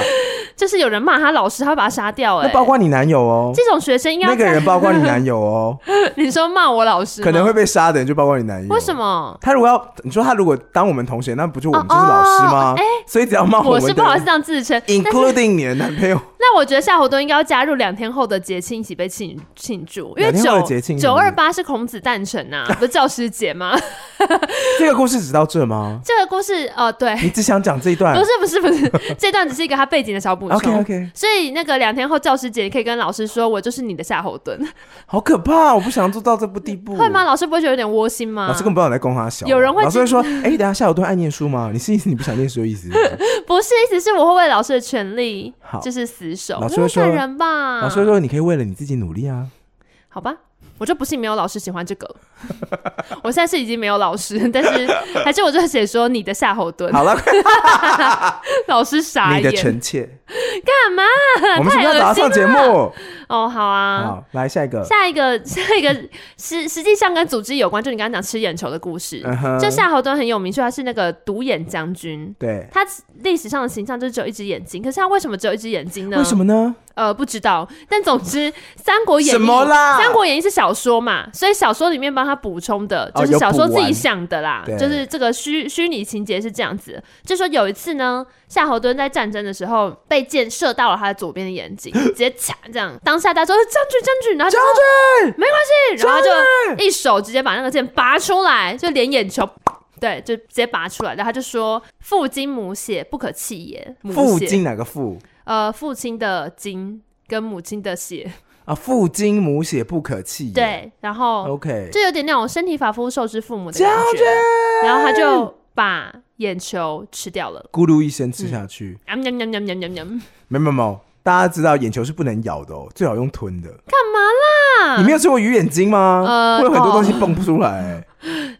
Speaker 3: 就是有人骂他老师，他会把他杀掉、
Speaker 2: 那
Speaker 3: 哎，
Speaker 2: 包括你男友哦，
Speaker 3: 这种学生应该
Speaker 2: 那
Speaker 3: 要
Speaker 2: 个
Speaker 3: 在
Speaker 2: 人包括你男友
Speaker 3: [LAUGHS]
Speaker 2: 哦，
Speaker 3: 你说骂我老师吗，
Speaker 2: 可能会被杀的人就包括你男友。
Speaker 3: 为什？么？
Speaker 2: 他如果要你说他如果当我们同学，那不就我们
Speaker 3: 哦
Speaker 2: 就是老师吗
Speaker 3: 哦哎？
Speaker 2: 所以只要骂
Speaker 3: 我
Speaker 2: 们
Speaker 3: 是不好意思
Speaker 2: 的
Speaker 3: 这样自称，但是
Speaker 2: ，including 你的男
Speaker 3: [LAUGHS]
Speaker 2: 朋友，
Speaker 3: 那我觉得夏侯惇应该要加入两天后的节庆一起被庆庆祝，因为
Speaker 2: 两天后的节
Speaker 3: 九
Speaker 2: 庆
Speaker 3: 九二八是孔子诞辰呐、不是教师节吗？
Speaker 2: 这个故事只到这吗？
Speaker 3: 这个故事哦、呃对，
Speaker 2: [LAUGHS] 你只想讲这一段
Speaker 3: 不是不是不是，这段只是一个他背景的
Speaker 2: [LAUGHS]
Speaker 3: 小补充。
Speaker 2: ？OK OK，
Speaker 3: 所以那个两天后教师节，你可以跟老师说，我就是你的夏侯
Speaker 2: [LAUGHS]
Speaker 3: 惇，
Speaker 2: 好可怕，我不想做到这步地步。
Speaker 3: 会吗？？老师不会觉得有点窝心吗？
Speaker 2: 哦老师根本不知道你在供他小。
Speaker 3: 有人会
Speaker 2: 老师会说：“哎，等一下夏侯惇爱念书吗？你是意思你不想念书的
Speaker 3: [LAUGHS]
Speaker 2: 意思？”
Speaker 3: [LAUGHS] 不是，意思是我会为老师的权利
Speaker 2: 好
Speaker 3: 就是死守，
Speaker 2: 老师会说
Speaker 3: 感人吧？
Speaker 2: 老师会说：“你可以为了你自己努力啊。
Speaker 3: 好吧，我就不信没有老师喜欢这个。 [LAUGHS] 我现在是已经没有老师，但是还是我就写说你的夏侯”惇，
Speaker 2: 好了，
Speaker 3: [LAUGHS] 老师傻
Speaker 2: 你的
Speaker 3: 眼。
Speaker 2: 臣
Speaker 3: [LAUGHS]
Speaker 2: 妾，
Speaker 3: 干嘛？
Speaker 2: 我们是不是要找他上节目？
Speaker 3: 哦，好啊。
Speaker 2: 好，来下一个。
Speaker 3: 下一个， [LAUGHS] 下一个实实际上跟组织有关，就你刚刚讲吃眼球的故事。
Speaker 2: 嗯哼
Speaker 3: 就夏侯惇很有名，说他是那个独眼将军。
Speaker 2: 对，
Speaker 3: 他历史上的形象就是只有一只眼睛，可是他为什么只有一只眼睛呢？
Speaker 2: 为什？么呢？
Speaker 3: 呃，不知道。但总之，《三国演义》
Speaker 2: 什么啦
Speaker 3: 三国演义》是小说嘛，所以小说里面帮他补充的，
Speaker 2: 哦
Speaker 3: 就是
Speaker 2: 有
Speaker 3: 小说
Speaker 2: 补
Speaker 3: 自
Speaker 2: 完
Speaker 3: 己想的啦，
Speaker 2: 对
Speaker 3: 就是这个虚虚拟情节是这样子。就说有一次呢，夏侯惇在战争的时候被箭射到了他的左边的眼
Speaker 2: [GASPS]
Speaker 3: 睛，直接掐这样。当下大家说将军将军，然后将
Speaker 2: 哎
Speaker 3: 军没关系，然后他就一手直接把那个箭拔出来，就连眼球。 [LAUGHS] 对，就直接拔出来，然后他就说：“父精母血，不可弃也。母
Speaker 2: 父
Speaker 3: 血
Speaker 2: 精哪个父
Speaker 3: 呃，父亲的精跟母亲的血，
Speaker 2: 啊？父精母血不可弃也。
Speaker 3: 对，然后
Speaker 2: ，OK。
Speaker 3: 就有点那种身体发肤受之父母的
Speaker 2: 将
Speaker 3: 感
Speaker 2: 军
Speaker 3: 觉，然后他就把眼球吃掉了，
Speaker 2: 咕噜一声吃下去，
Speaker 3: 啊喵喵喵喵喵喵，
Speaker 2: 没有没有没有，大家知道眼球是不能咬的哦，最好用吞的。你
Speaker 3: 干嘛
Speaker 2: 没
Speaker 3: 啦？
Speaker 2: 有吃过鱼眼睛吗？
Speaker 3: 呃
Speaker 2: 会有很多
Speaker 3: 哦
Speaker 2: 东西蹦不出来。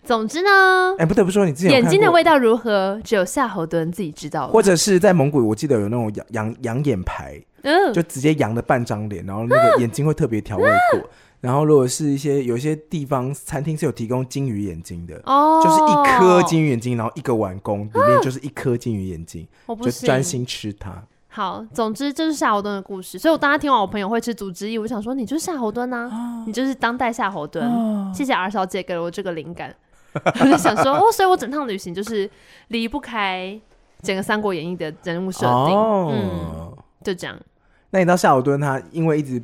Speaker 3: 总之呢，
Speaker 2: 哎，不得不说，你之前有
Speaker 3: 眼
Speaker 2: 看
Speaker 3: 睛的
Speaker 2: 过
Speaker 3: 味道如何，只有夏侯惇自己知道了。
Speaker 2: 或者是在蒙古，我记得有那种羊羊羊眼牌，
Speaker 3: 嗯，
Speaker 2: 就直接扬了半张脸，然后那个眼睛会特别调味
Speaker 3: [GASPS]
Speaker 2: 过。然后如果是一些有一些地方餐厅是有提供金鱼眼睛的，
Speaker 3: 哦，
Speaker 2: 就是一颗，金鱼眼睛，然后一个碗公里面就是一颗金鱼眼睛，
Speaker 3: 我哦不
Speaker 2: 就
Speaker 3: 信
Speaker 2: 专。心吃它。
Speaker 3: 好，总之这是夏侯惇的故事，所以我当他听完我朋友会吃组织一，我想说你就是夏侯惇呐、啊
Speaker 2: 啊
Speaker 3: 你就是当代夏侯惇。谢谢 R 小姐给了我这个灵感， [LAUGHS] 我就想说哦，所以我整趟旅行就是离不开整个《三国演义》的人物设定，嗯，
Speaker 2: 哦，
Speaker 3: 就这样。
Speaker 2: 那你到夏侯惇，他因为一直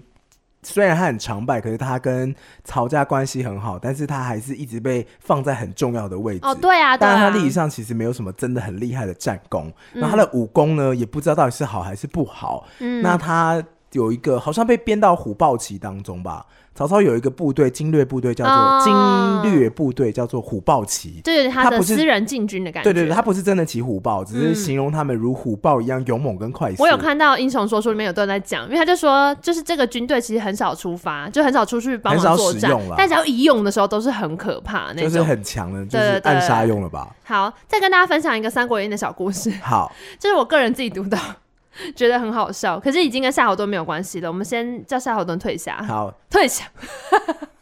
Speaker 2: 虽然他很常败，可是他跟曹家关系很好，但是他还是一直被放在很重要的位置。
Speaker 3: 哦，对啊，对
Speaker 2: 但他，
Speaker 3: 啊
Speaker 2: 历史上其实没有什么真的很厉害的战功，那、他的武功呢，也不知道到底是好还是不好。
Speaker 3: 嗯
Speaker 2: 那他有一个好像被编到虎豹骑当中吧。曹操有一个部队，经略部队叫做
Speaker 3: 哦
Speaker 2: 经略部队，叫做虎豹骑。
Speaker 3: 就有点他
Speaker 2: 他
Speaker 3: 的
Speaker 2: 不是
Speaker 3: 私人进军的感觉。嗯
Speaker 2: 对对对，他不是真的骑虎豹，只是形容他们如虎豹一样勇猛跟快速。
Speaker 3: 我有看到《英雄说书》里面有段在讲，因为他就说，就是这个军队其实很少出发，就很少出去帮
Speaker 2: 很少
Speaker 3: 忙作
Speaker 2: 使
Speaker 3: 战
Speaker 2: 用啦，
Speaker 3: 但只要一用的时候都是很可怕那
Speaker 2: 就是
Speaker 3: 种。
Speaker 2: 很强的，就
Speaker 3: 对
Speaker 2: 是
Speaker 3: 对对
Speaker 2: 暗杀用了吧？
Speaker 3: 好，再跟大家分享一个《三国演义》的小故事，
Speaker 2: [LAUGHS]
Speaker 3: [LAUGHS]
Speaker 2: 好，
Speaker 3: 这是我个人自己读到， [LAUGHS] 觉得很好笑，可是已经跟夏侯惇没有关系了。我们先叫夏侯惇退下，
Speaker 2: 好，
Speaker 3: 退下， [LAUGHS]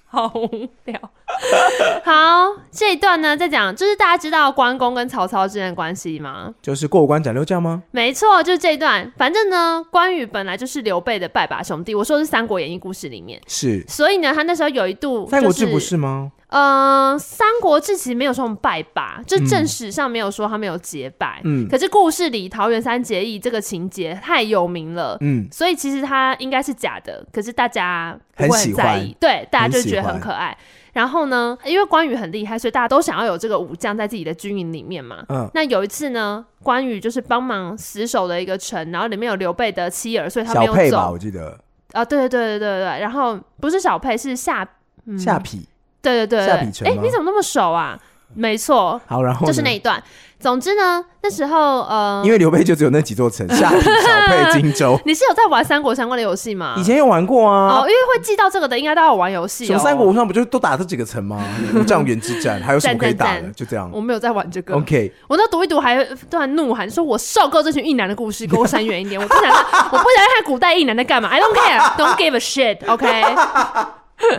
Speaker 3: 好无聊。
Speaker 2: [LAUGHS]
Speaker 3: 好，这一段呢，在讲就是大家知道关公跟曹操之间的关系吗？
Speaker 2: 就是过五关斩六将吗？
Speaker 3: 没错，就是这一段。反正呢，关羽本来就是刘备的拜把兄弟，我说的是《三国演义》故事里面，
Speaker 2: 是《
Speaker 3: 所以呢，他那时候有一度、就是，
Speaker 2: 三国志》不是吗？
Speaker 3: 嗯，《三国志》其实没有说拜把，就正史上没有说他们有结拜。
Speaker 2: 嗯
Speaker 3: 可是故事里桃园三结义这个情节太有名了。
Speaker 2: 嗯，
Speaker 3: 所以其实它应该是假的，可是大家不
Speaker 2: 很
Speaker 3: 会
Speaker 2: 喜
Speaker 3: 很在
Speaker 2: 欢
Speaker 3: 意，对，大家
Speaker 2: 很
Speaker 3: 就
Speaker 2: 喜
Speaker 3: 觉得
Speaker 2: 欢
Speaker 3: 很可爱。然后呢，因为关羽很厉害，所以大家都想要有这个武将在自己的军营里面嘛。
Speaker 2: 嗯
Speaker 3: 那有一次呢，关羽就是帮忙死守的一个城，然后里面有刘备的妻儿，所以他没
Speaker 2: 小
Speaker 3: 有
Speaker 2: 沛吧，
Speaker 3: 走。
Speaker 2: 我记得
Speaker 3: 啊，对对对对对对，然后不是小沛，是夏，嗯，
Speaker 2: 下邳。
Speaker 3: 对对对
Speaker 2: 夏
Speaker 3: 对
Speaker 2: 彼城
Speaker 3: 哎，
Speaker 2: 吗
Speaker 3: 你怎么那么熟啊？没错，
Speaker 2: 好，然后
Speaker 3: 就是
Speaker 2: 呢
Speaker 3: 那一段。总之呢，那时候呃
Speaker 2: 因，为刘备就只有那几座城，下邳、小沛、
Speaker 3: [LAUGHS]
Speaker 2: 荆州。
Speaker 3: 你是有在玩三国相关的游戏吗？
Speaker 2: 以前有玩过
Speaker 3: 哦，
Speaker 2: 啊，
Speaker 3: 因为会记到这个的，应该都要有玩游戏、哦。
Speaker 2: 什么三国无双不就都打这几个城吗？
Speaker 3: [LAUGHS]
Speaker 2: 五丈原之战还有什么可以打
Speaker 3: 赞
Speaker 2: 的？
Speaker 3: 赞
Speaker 2: 就这样。
Speaker 3: 我没有在玩这个
Speaker 2: OK，
Speaker 3: 我那读一读还突然怒喊说：“我受够这群硬男的故事，给我闪远一点！我不想 [LAUGHS] 看，我不想看古代硬男在干嘛。I don't care, don't give a shit. OK 。”
Speaker 2: [LAUGHS]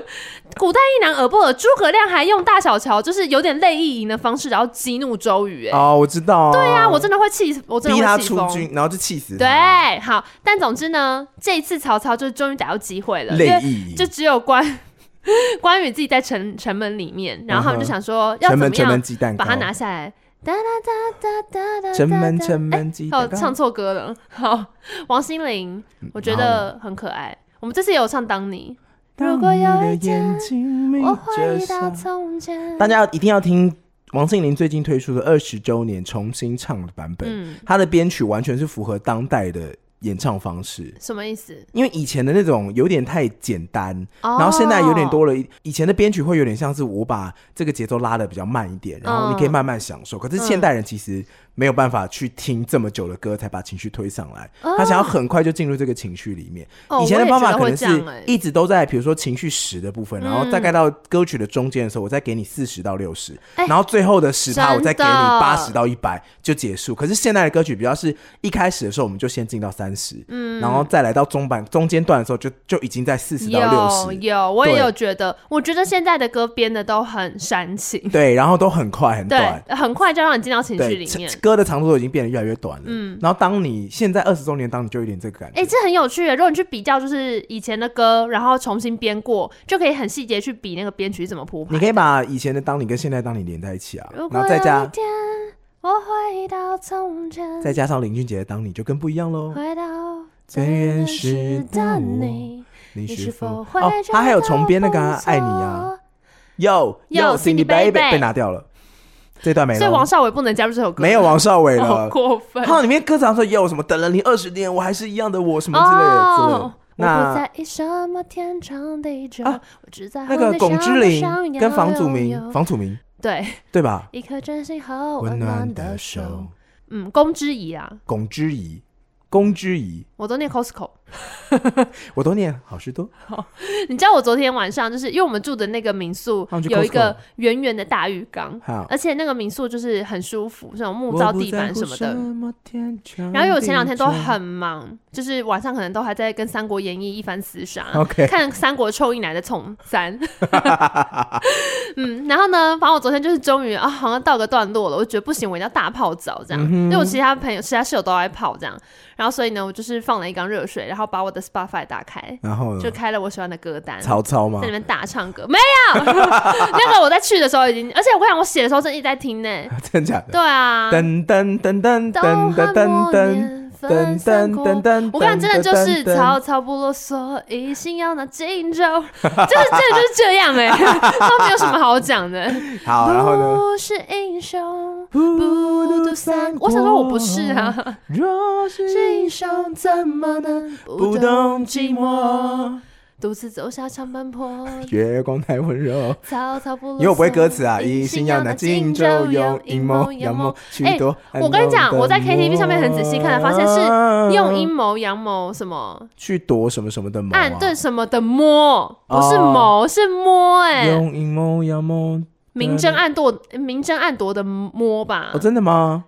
Speaker 3: 古代硬男耳不耳，诸葛亮还用大小乔就是有点类意淫的方式，然后激怒周瑜、哎、
Speaker 2: 哦，我知道啊。对
Speaker 3: 对啊，我真的会气，我真的
Speaker 2: 逼他
Speaker 3: 会气
Speaker 2: 出
Speaker 3: 疯。
Speaker 2: 军，然后就气死他。
Speaker 3: 对，好，但总之呢，这一次曹操就终于逮到机会了，因
Speaker 2: 类
Speaker 3: 为
Speaker 2: 意
Speaker 3: 就只有关 [LAUGHS] 关羽自己在城城门里面，然后他们就
Speaker 2: 嗯哼
Speaker 3: 想说要
Speaker 2: 城
Speaker 3: 怎么
Speaker 2: 门城
Speaker 3: 样
Speaker 2: 门鸡蛋糕，
Speaker 3: 把它拿下来。哒哒哒哒哒哒
Speaker 2: 城门
Speaker 3: 哒
Speaker 2: 城
Speaker 3: 哎
Speaker 2: 门鸡
Speaker 3: 哦
Speaker 2: 蛋，糕。
Speaker 3: 唱错歌了。好，王心凌，
Speaker 2: 嗯
Speaker 3: 我觉得很可爱。我们这次也有唱《当你如果有
Speaker 2: 当你
Speaker 3: 一天
Speaker 2: 的眼睛眯
Speaker 3: 我怀
Speaker 2: 着
Speaker 3: 疑到
Speaker 2: 上
Speaker 3: 从前》，
Speaker 2: 大家一定要听王心凌最近推出的二十周年重新唱的版本，
Speaker 3: 嗯，
Speaker 2: 她的编曲完全是符合当代的演唱方式。
Speaker 3: 什么意思？哦
Speaker 2: 因为以前的那种有点太简单，
Speaker 3: 然
Speaker 2: 然后现在有点多了。以前的编曲会有点像是我把这个节奏拉的比较慢一点，然后你可以慢慢享
Speaker 3: 嗯
Speaker 2: 受。可是现代人其实没有办法去听这么久的歌才把情绪推上来，他想要很快就进入这个情绪里面。
Speaker 3: 哦
Speaker 2: 以前的方法可能
Speaker 3: 我也
Speaker 2: 是
Speaker 3: 觉得会这样欸嗯
Speaker 2: 一直都在，比如说情绪十的部分，然后大概到歌曲的中间的时候，我再给你四十到六十，
Speaker 3: 哎
Speaker 2: 然后最后的十趴
Speaker 3: 真
Speaker 2: 我
Speaker 3: 的
Speaker 2: 再给你八十到一百就结束。可是现在的歌曲比较是一开始的时候我们就先进到三十，嗯，然后再来到中版中间段的时候就就已经在四十到六
Speaker 3: 有
Speaker 2: 十。
Speaker 3: 有，我也
Speaker 2: 对
Speaker 3: 有觉得，我觉得现在的歌编的都很煽情，
Speaker 2: 对，然后都很快很
Speaker 3: 对
Speaker 2: 短，，
Speaker 3: 很快就让你进到情绪
Speaker 2: 对
Speaker 3: 里，面。
Speaker 2: 歌的长度都已经变得越来越短了。嗯，然后当你现在二十周年，当你就有点这个感觉。
Speaker 3: 哎、这很有趣耶。如果你去比较，就是以前的歌，然后重新编过，就可以很细节去比那个编曲是怎么铺排
Speaker 2: 你。可以把以前的当你跟现在当你连在一起啊，然后再
Speaker 3: 有一
Speaker 2: 加
Speaker 3: 天我回到从前，
Speaker 2: 再加上林俊杰的当你就更不一样喽。
Speaker 3: 回到
Speaker 2: 最原始的你，你
Speaker 3: 你
Speaker 2: 是
Speaker 3: 是
Speaker 2: 否
Speaker 3: 否
Speaker 2: 会
Speaker 3: 会？
Speaker 2: 哦，他还有重编那个、啊《爱你》啊，Yo
Speaker 3: Yo，
Speaker 2: Cindy
Speaker 3: Cindy
Speaker 2: Baby
Speaker 3: Baby
Speaker 2: 被拿掉了，这段没了，哦
Speaker 3: 所以王少伟不能加入这首歌，
Speaker 2: 没有王少伟
Speaker 3: 好
Speaker 2: 了。
Speaker 3: 过分
Speaker 2: 还有里面歌词上说 Yo 什么等了你二十年，我还是一样的我什么之类的之类的
Speaker 3: 哦。。我不
Speaker 2: 那
Speaker 3: 在意什么天长地久，
Speaker 2: 啊
Speaker 3: 我只在乎
Speaker 2: 那个
Speaker 3: 你
Speaker 2: 龚
Speaker 3: 想
Speaker 2: 之
Speaker 3: 不
Speaker 2: 琳
Speaker 3: 想要
Speaker 2: 跟房祖
Speaker 3: 拥
Speaker 2: 名，
Speaker 3: 有
Speaker 2: 房祖名
Speaker 3: 对
Speaker 2: 对吧？
Speaker 3: 一颗真心和
Speaker 2: 温
Speaker 3: 哦温
Speaker 2: 暖
Speaker 3: 暖
Speaker 2: 的
Speaker 3: 的
Speaker 2: 手
Speaker 3: 手，，嗯，龚之怡啊，
Speaker 2: 龚之怡，龚之怡，
Speaker 3: 我都念 Costco。 [LAUGHS]
Speaker 2: 我都念好事多。
Speaker 3: 你知道我昨天晚上就是因为我们住的那个民宿
Speaker 2: 他们哦去
Speaker 3: 有一
Speaker 2: Costco 啊
Speaker 3: 个圆圆的大浴缸，
Speaker 2: 好，
Speaker 3: 而且那个民宿就是很舒服，这种木造地板什么的。
Speaker 2: 么的
Speaker 3: 然后因为我前两天都很忙，就是晚上可能都还在跟《三国演义》一番厮杀
Speaker 2: OK
Speaker 3: 看《三国臭一男》的重三。 [LAUGHS] 嗯，然后呢，反正我昨天就是终于啊，好像到个段落了，我就觉得不行，我一定要大泡澡这样，
Speaker 2: 嗯
Speaker 3: 因为我其他朋友、其他室友都爱泡这样。然后所以呢，我就是放了一缸热水，然后把我的 Spotify 打开，
Speaker 2: 然后呢
Speaker 3: 就开了我喜欢的歌单。
Speaker 2: 曹操吗
Speaker 3: 在？里面大唱歌，没有。 [LAUGHS] 那个我在去的时候已经，而且我跟你讲，我
Speaker 2: [LAUGHS]
Speaker 3: 写的时候正一直在听呢。
Speaker 2: 真假的？
Speaker 3: 对啊，
Speaker 2: 噔噔噔噔
Speaker 3: 都
Speaker 2: 噔噔
Speaker 3: 幻
Speaker 2: 噔
Speaker 3: 默
Speaker 2: 噔
Speaker 3: 念分散过。
Speaker 2: 噔
Speaker 3: 我感觉真的就是
Speaker 2: 噔噔
Speaker 3: 曹操不啰嗦，一心要拿荆州， [LAUGHS] 就是真的就是这样 [LAUGHS] 哎、都没有什么好讲的。
Speaker 2: 好，然后呢？
Speaker 3: 不是英雄不渡三国，我想说我不是啊， [LAUGHS]
Speaker 2: 若是英雄怎么能不懂寂寞？
Speaker 3: 独自走下长
Speaker 2: [LAUGHS]
Speaker 3: 坂坡。
Speaker 2: 月光太温柔。
Speaker 3: 曹操不，
Speaker 2: 因为我不会歌词啊，一心要拿荆州，用阴谋阳谋许多。
Speaker 3: 哎我跟你讲，我在 KTV 上面很仔细看，发现是
Speaker 2: 嗯
Speaker 3: 用阴谋阳谋什么
Speaker 2: 啊去躲什么什么的谋啊、
Speaker 3: 暗对什么的摸，不是谋是摸哎，
Speaker 2: 哦
Speaker 3: 啊
Speaker 2: 用阴谋阳谋。
Speaker 3: 明争暗夺明争暗夺的摸吧
Speaker 2: 哦，。真的吗？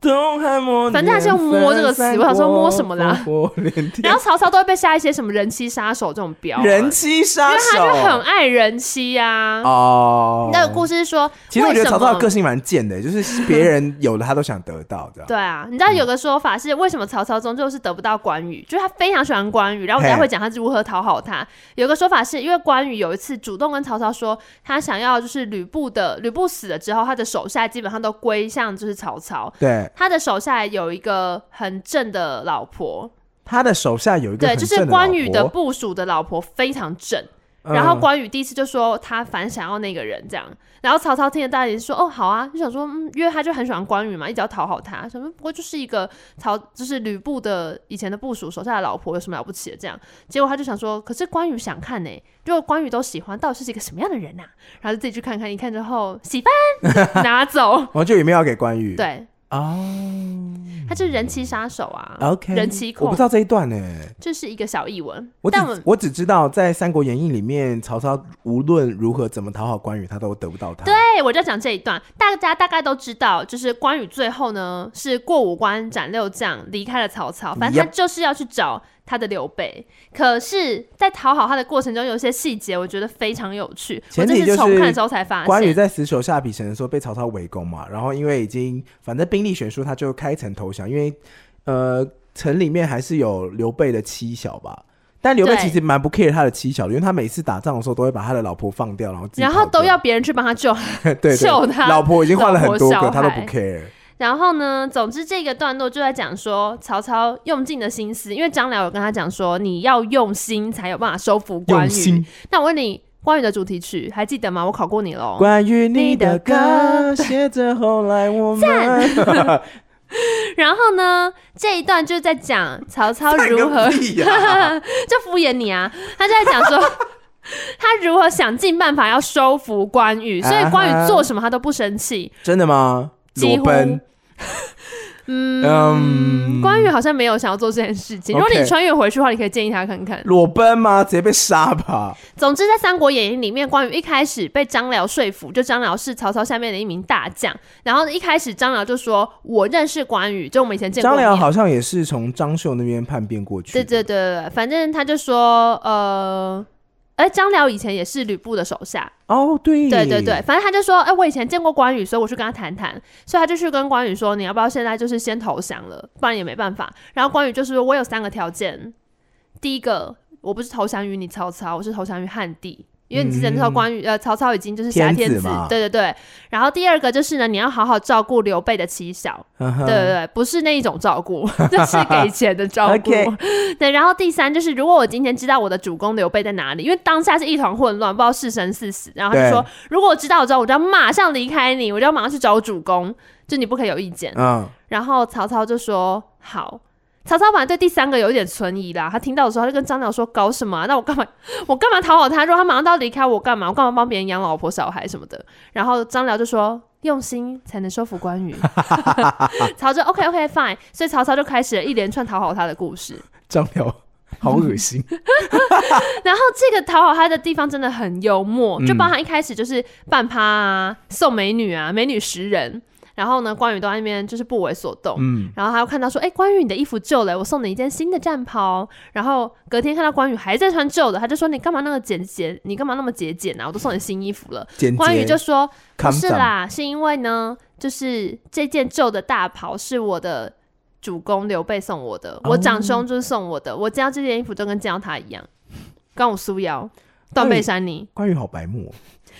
Speaker 2: 东汉末年，
Speaker 3: 反正还是用摸这个词我想说摸什么啦
Speaker 2: 烽火连天
Speaker 3: 然后曹操都会被下一些什么人妻杀手这种标啊，
Speaker 2: 人妻哦杀
Speaker 3: 因为他就很
Speaker 2: 手
Speaker 3: 爱人妻呀。
Speaker 2: 哦。
Speaker 3: 那个故事是说，
Speaker 2: 其实我觉得曹操的个
Speaker 3: 为什么
Speaker 2: 性蛮贱的，就是别人有的他都想得到，这样。
Speaker 3: [LAUGHS] 对啊，你知道有个说法是为什么曹操终究是得不到关羽，就是他非常喜欢关羽，然后我等一下
Speaker 2: 嘿
Speaker 3: 会讲他如何讨好他。有个说法是因为关羽有一次主动跟曹操说，他想要就是吕布的吕布死了之后，他的手下基本上都归向就是曹操，
Speaker 2: 对，
Speaker 3: 他的手下有一个很正的老婆，
Speaker 2: 他的手下有一个
Speaker 3: 对，
Speaker 2: 很
Speaker 3: 就
Speaker 2: 正
Speaker 3: 是
Speaker 2: 老
Speaker 3: 关羽的
Speaker 2: 婆，
Speaker 3: 部属的老婆非常正。
Speaker 2: 嗯
Speaker 3: 然后关羽第一次就说他反想要那个人这样，然后曹操听了大家也说哦好啊，就想说嗯，因为他就很喜欢关羽嘛，一直要讨好他，什么不过就是一个曹就是吕布的以前的部属手下的老婆有什么了不起的这样，结果他就想说，可是关羽想看呢、如果关羽都喜欢，到底是一个什么样的人呐、啊然后就自己去看看，一看之后喜欢 [LAUGHS] 拿走，
Speaker 2: 然后哦就有没有要给关羽？
Speaker 3: 对，
Speaker 2: 哦
Speaker 3: 他就是人妻杀手啊
Speaker 2: ，OK，
Speaker 3: 人妻
Speaker 2: 我
Speaker 3: 控
Speaker 2: 不知，道这一段呢，欸
Speaker 3: 这是一个小译文，
Speaker 2: 我只
Speaker 3: 但我
Speaker 2: 我只知道在《三国演义》里面，曹操无论如何怎么讨好关羽，他都得不到他。对，
Speaker 3: 对，我就讲这一段，大家大概都知道，就是关羽最后呢是过五关斩六将离开了曹操，反正他
Speaker 2: Yep
Speaker 3: 就是要去找他的刘备。可是，在讨好他的过程中，有一些细节我觉得非常有趣，我
Speaker 2: 前
Speaker 3: 这
Speaker 2: 提
Speaker 3: 是
Speaker 2: 就是
Speaker 3: 重看的时候才发现。
Speaker 2: 关羽在死守下邳城的时候被曹操围攻嘛，然后因为已经反正兵力悬殊，他就开城投降，因为呃城里面还是有刘备的妻小吧。但刘备
Speaker 3: 对
Speaker 2: 其实蛮不 care 他的妻小的，因为他每次打仗的时候都会把他的老婆放掉，然后自己
Speaker 3: 然后
Speaker 2: 跑掉
Speaker 3: 都要别人去帮他救。
Speaker 2: [LAUGHS] 对对
Speaker 3: 救他
Speaker 2: 老婆已经换了很多
Speaker 3: 老
Speaker 2: 个，
Speaker 3: 婆小
Speaker 2: 他都不
Speaker 3: 孩
Speaker 2: care。
Speaker 3: 然后呢，总之这个段落就在讲说曹操用尽的心思，因为张辽有跟他讲说，你要用心才有办法收服关
Speaker 2: 用
Speaker 3: 羽
Speaker 2: 心。
Speaker 3: 那我问你，关羽的主题曲还记得吗？我考过你喽。
Speaker 2: 关于你的
Speaker 3: 的歌
Speaker 2: 歌，写着后来我们
Speaker 3: [LAUGHS] 然后呢，这一段就是在讲曹操
Speaker 2: 干
Speaker 3: 如何
Speaker 2: 个屁呀
Speaker 3: [LAUGHS] 就敷衍你啊，他就在讲
Speaker 2: [LAUGHS]
Speaker 3: 说他如何想尽办法要收服关羽，所
Speaker 2: 啊
Speaker 3: 以关羽做什么他都不生气。
Speaker 2: 真的吗？裸
Speaker 3: 几乎
Speaker 2: 奔，
Speaker 3: 嗯，关羽好像没有想要做这件事情。如果你
Speaker 2: OK
Speaker 3: 穿越回去的话，你可以建议他看看。
Speaker 2: 裸奔吗？直接被杀吧！
Speaker 3: 总之，在《三国演义》里面，关羽一开始被张辽说服，就张辽是曹操下面的一名大将。然后一开始张辽就说：“我认识关羽，就我们以前见过
Speaker 2: 张
Speaker 3: 面。”
Speaker 2: 辽好像也是从张绣那边叛变过去
Speaker 3: 对
Speaker 2: 的。
Speaker 3: 对对对，对反正他就说，呃，哎，张辽以前也是吕布的手下，
Speaker 2: 哦，对
Speaker 3: 对对对，，反正他就说，哎、我以前见过关羽，所以我去跟他谈谈，所以他就去跟关羽说，你要不要现在就是先投降了，不然也没办法。然后关羽就是说我有三个条件，第一个，我不是投降于你曹操，我是投降于汉帝。因为你之前知道关羽、呃曹操已经就是挟
Speaker 2: 嗯天
Speaker 3: 天
Speaker 2: 子
Speaker 3: 子，
Speaker 2: 嘛
Speaker 3: 对对对。然后第二个就是呢，你要好好照顾刘备的妻小，
Speaker 2: 嗯哼
Speaker 3: 对对对，不是那一种照顾， [LAUGHS] 就是给钱的照顾。
Speaker 2: [LAUGHS] OK
Speaker 3: 对，然后第三就是，如果我今天知道我的主公刘备在哪里，因为当下是一团混乱，不知道是生是死，然后他就
Speaker 2: 对
Speaker 3: 说，如果我知道我知道，我就要马上离开你，我就要马上去找我主公，就你不可以有意见。
Speaker 2: 嗯，
Speaker 3: 然后曹操就说好。曹操本来对第三个有一点存疑啦，他听到的时候，他就跟张辽说：“搞什么啊、那我干嘛？ [LAUGHS] 我干嘛讨好他？如果他马上都要离开我，干嘛？我干嘛帮别人养老婆小孩什么的？”然后张辽就说：“用心才能收服关羽。” [LAUGHS] 曹操就 OK OK fine，所以曹操就开始了一连串讨好他的故事。
Speaker 2: 张辽好恶
Speaker 3: [LAUGHS]
Speaker 2: 心。
Speaker 3: 然后这个讨好他的地方真的很幽默，
Speaker 2: 嗯
Speaker 3: 就包含一开始就是半趴啊、送美女啊、美女识人，然后呢，关羽都在那边就是不为所动。
Speaker 2: 嗯，
Speaker 3: 然后他又看到说，哎、关羽你的衣服旧了，我送你一件新的战袍。然后隔天看到关羽还在穿旧的，他就说你干嘛那个节俭，你干嘛那么节俭啊？我都送你新衣服了。
Speaker 2: 简洁
Speaker 3: 关羽就说不
Speaker 2: 康
Speaker 3: 是
Speaker 2: 长
Speaker 3: 啦，是因为呢，就是这件旧的大袍是我的主公刘备送我的，我长兄就是送我的，我见到这件衣服就跟见到他一样，关我苏瑶。断背山泥，
Speaker 2: 关羽好白目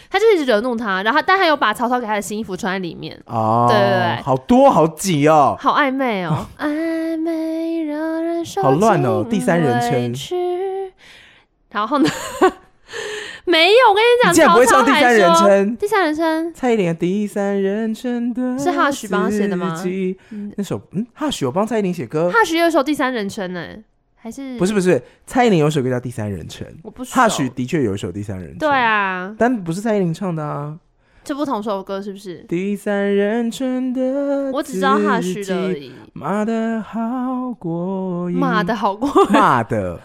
Speaker 3: 他就一直惹怒他，然后他但他有把曹操给他的新衣服穿在里面，
Speaker 2: 哦，
Speaker 3: 对对对
Speaker 2: 好多好挤哦，
Speaker 3: 好暧
Speaker 2: [LAUGHS]
Speaker 3: 昧哦，暧昧让人受
Speaker 2: 好乱哦
Speaker 3: 尽
Speaker 2: 第三人称
Speaker 3: 委屈。然后呢？ [LAUGHS] 没有，我跟你
Speaker 2: 你竟然
Speaker 3: 讲，
Speaker 2: 不
Speaker 3: 曹
Speaker 2: 会唱
Speaker 3: 操
Speaker 2: 第
Speaker 3: 还
Speaker 2: 三人
Speaker 3: 说
Speaker 2: 称。
Speaker 3: 第三人称，
Speaker 2: 蔡依林的第三人称的
Speaker 3: 是哈许帮她写的吗
Speaker 2: 自己那首嗯，哈许有帮蔡依林写歌，
Speaker 3: 哈许有一首第三人称呢，还是
Speaker 2: 不是？不是，蔡依林有首歌叫《第三人称》，
Speaker 3: 我不熟
Speaker 2: 哈许的确有一首《第三人称》，
Speaker 3: 对，啊，
Speaker 2: 但不是蔡依林唱的啊，
Speaker 3: 这不同首歌是不是？
Speaker 2: 《第三人称的自己》
Speaker 3: 我只知道哈许的而已，
Speaker 2: 骂的好过瘾，
Speaker 3: 骂的好过。
Speaker 2: [LAUGHS] 骂的。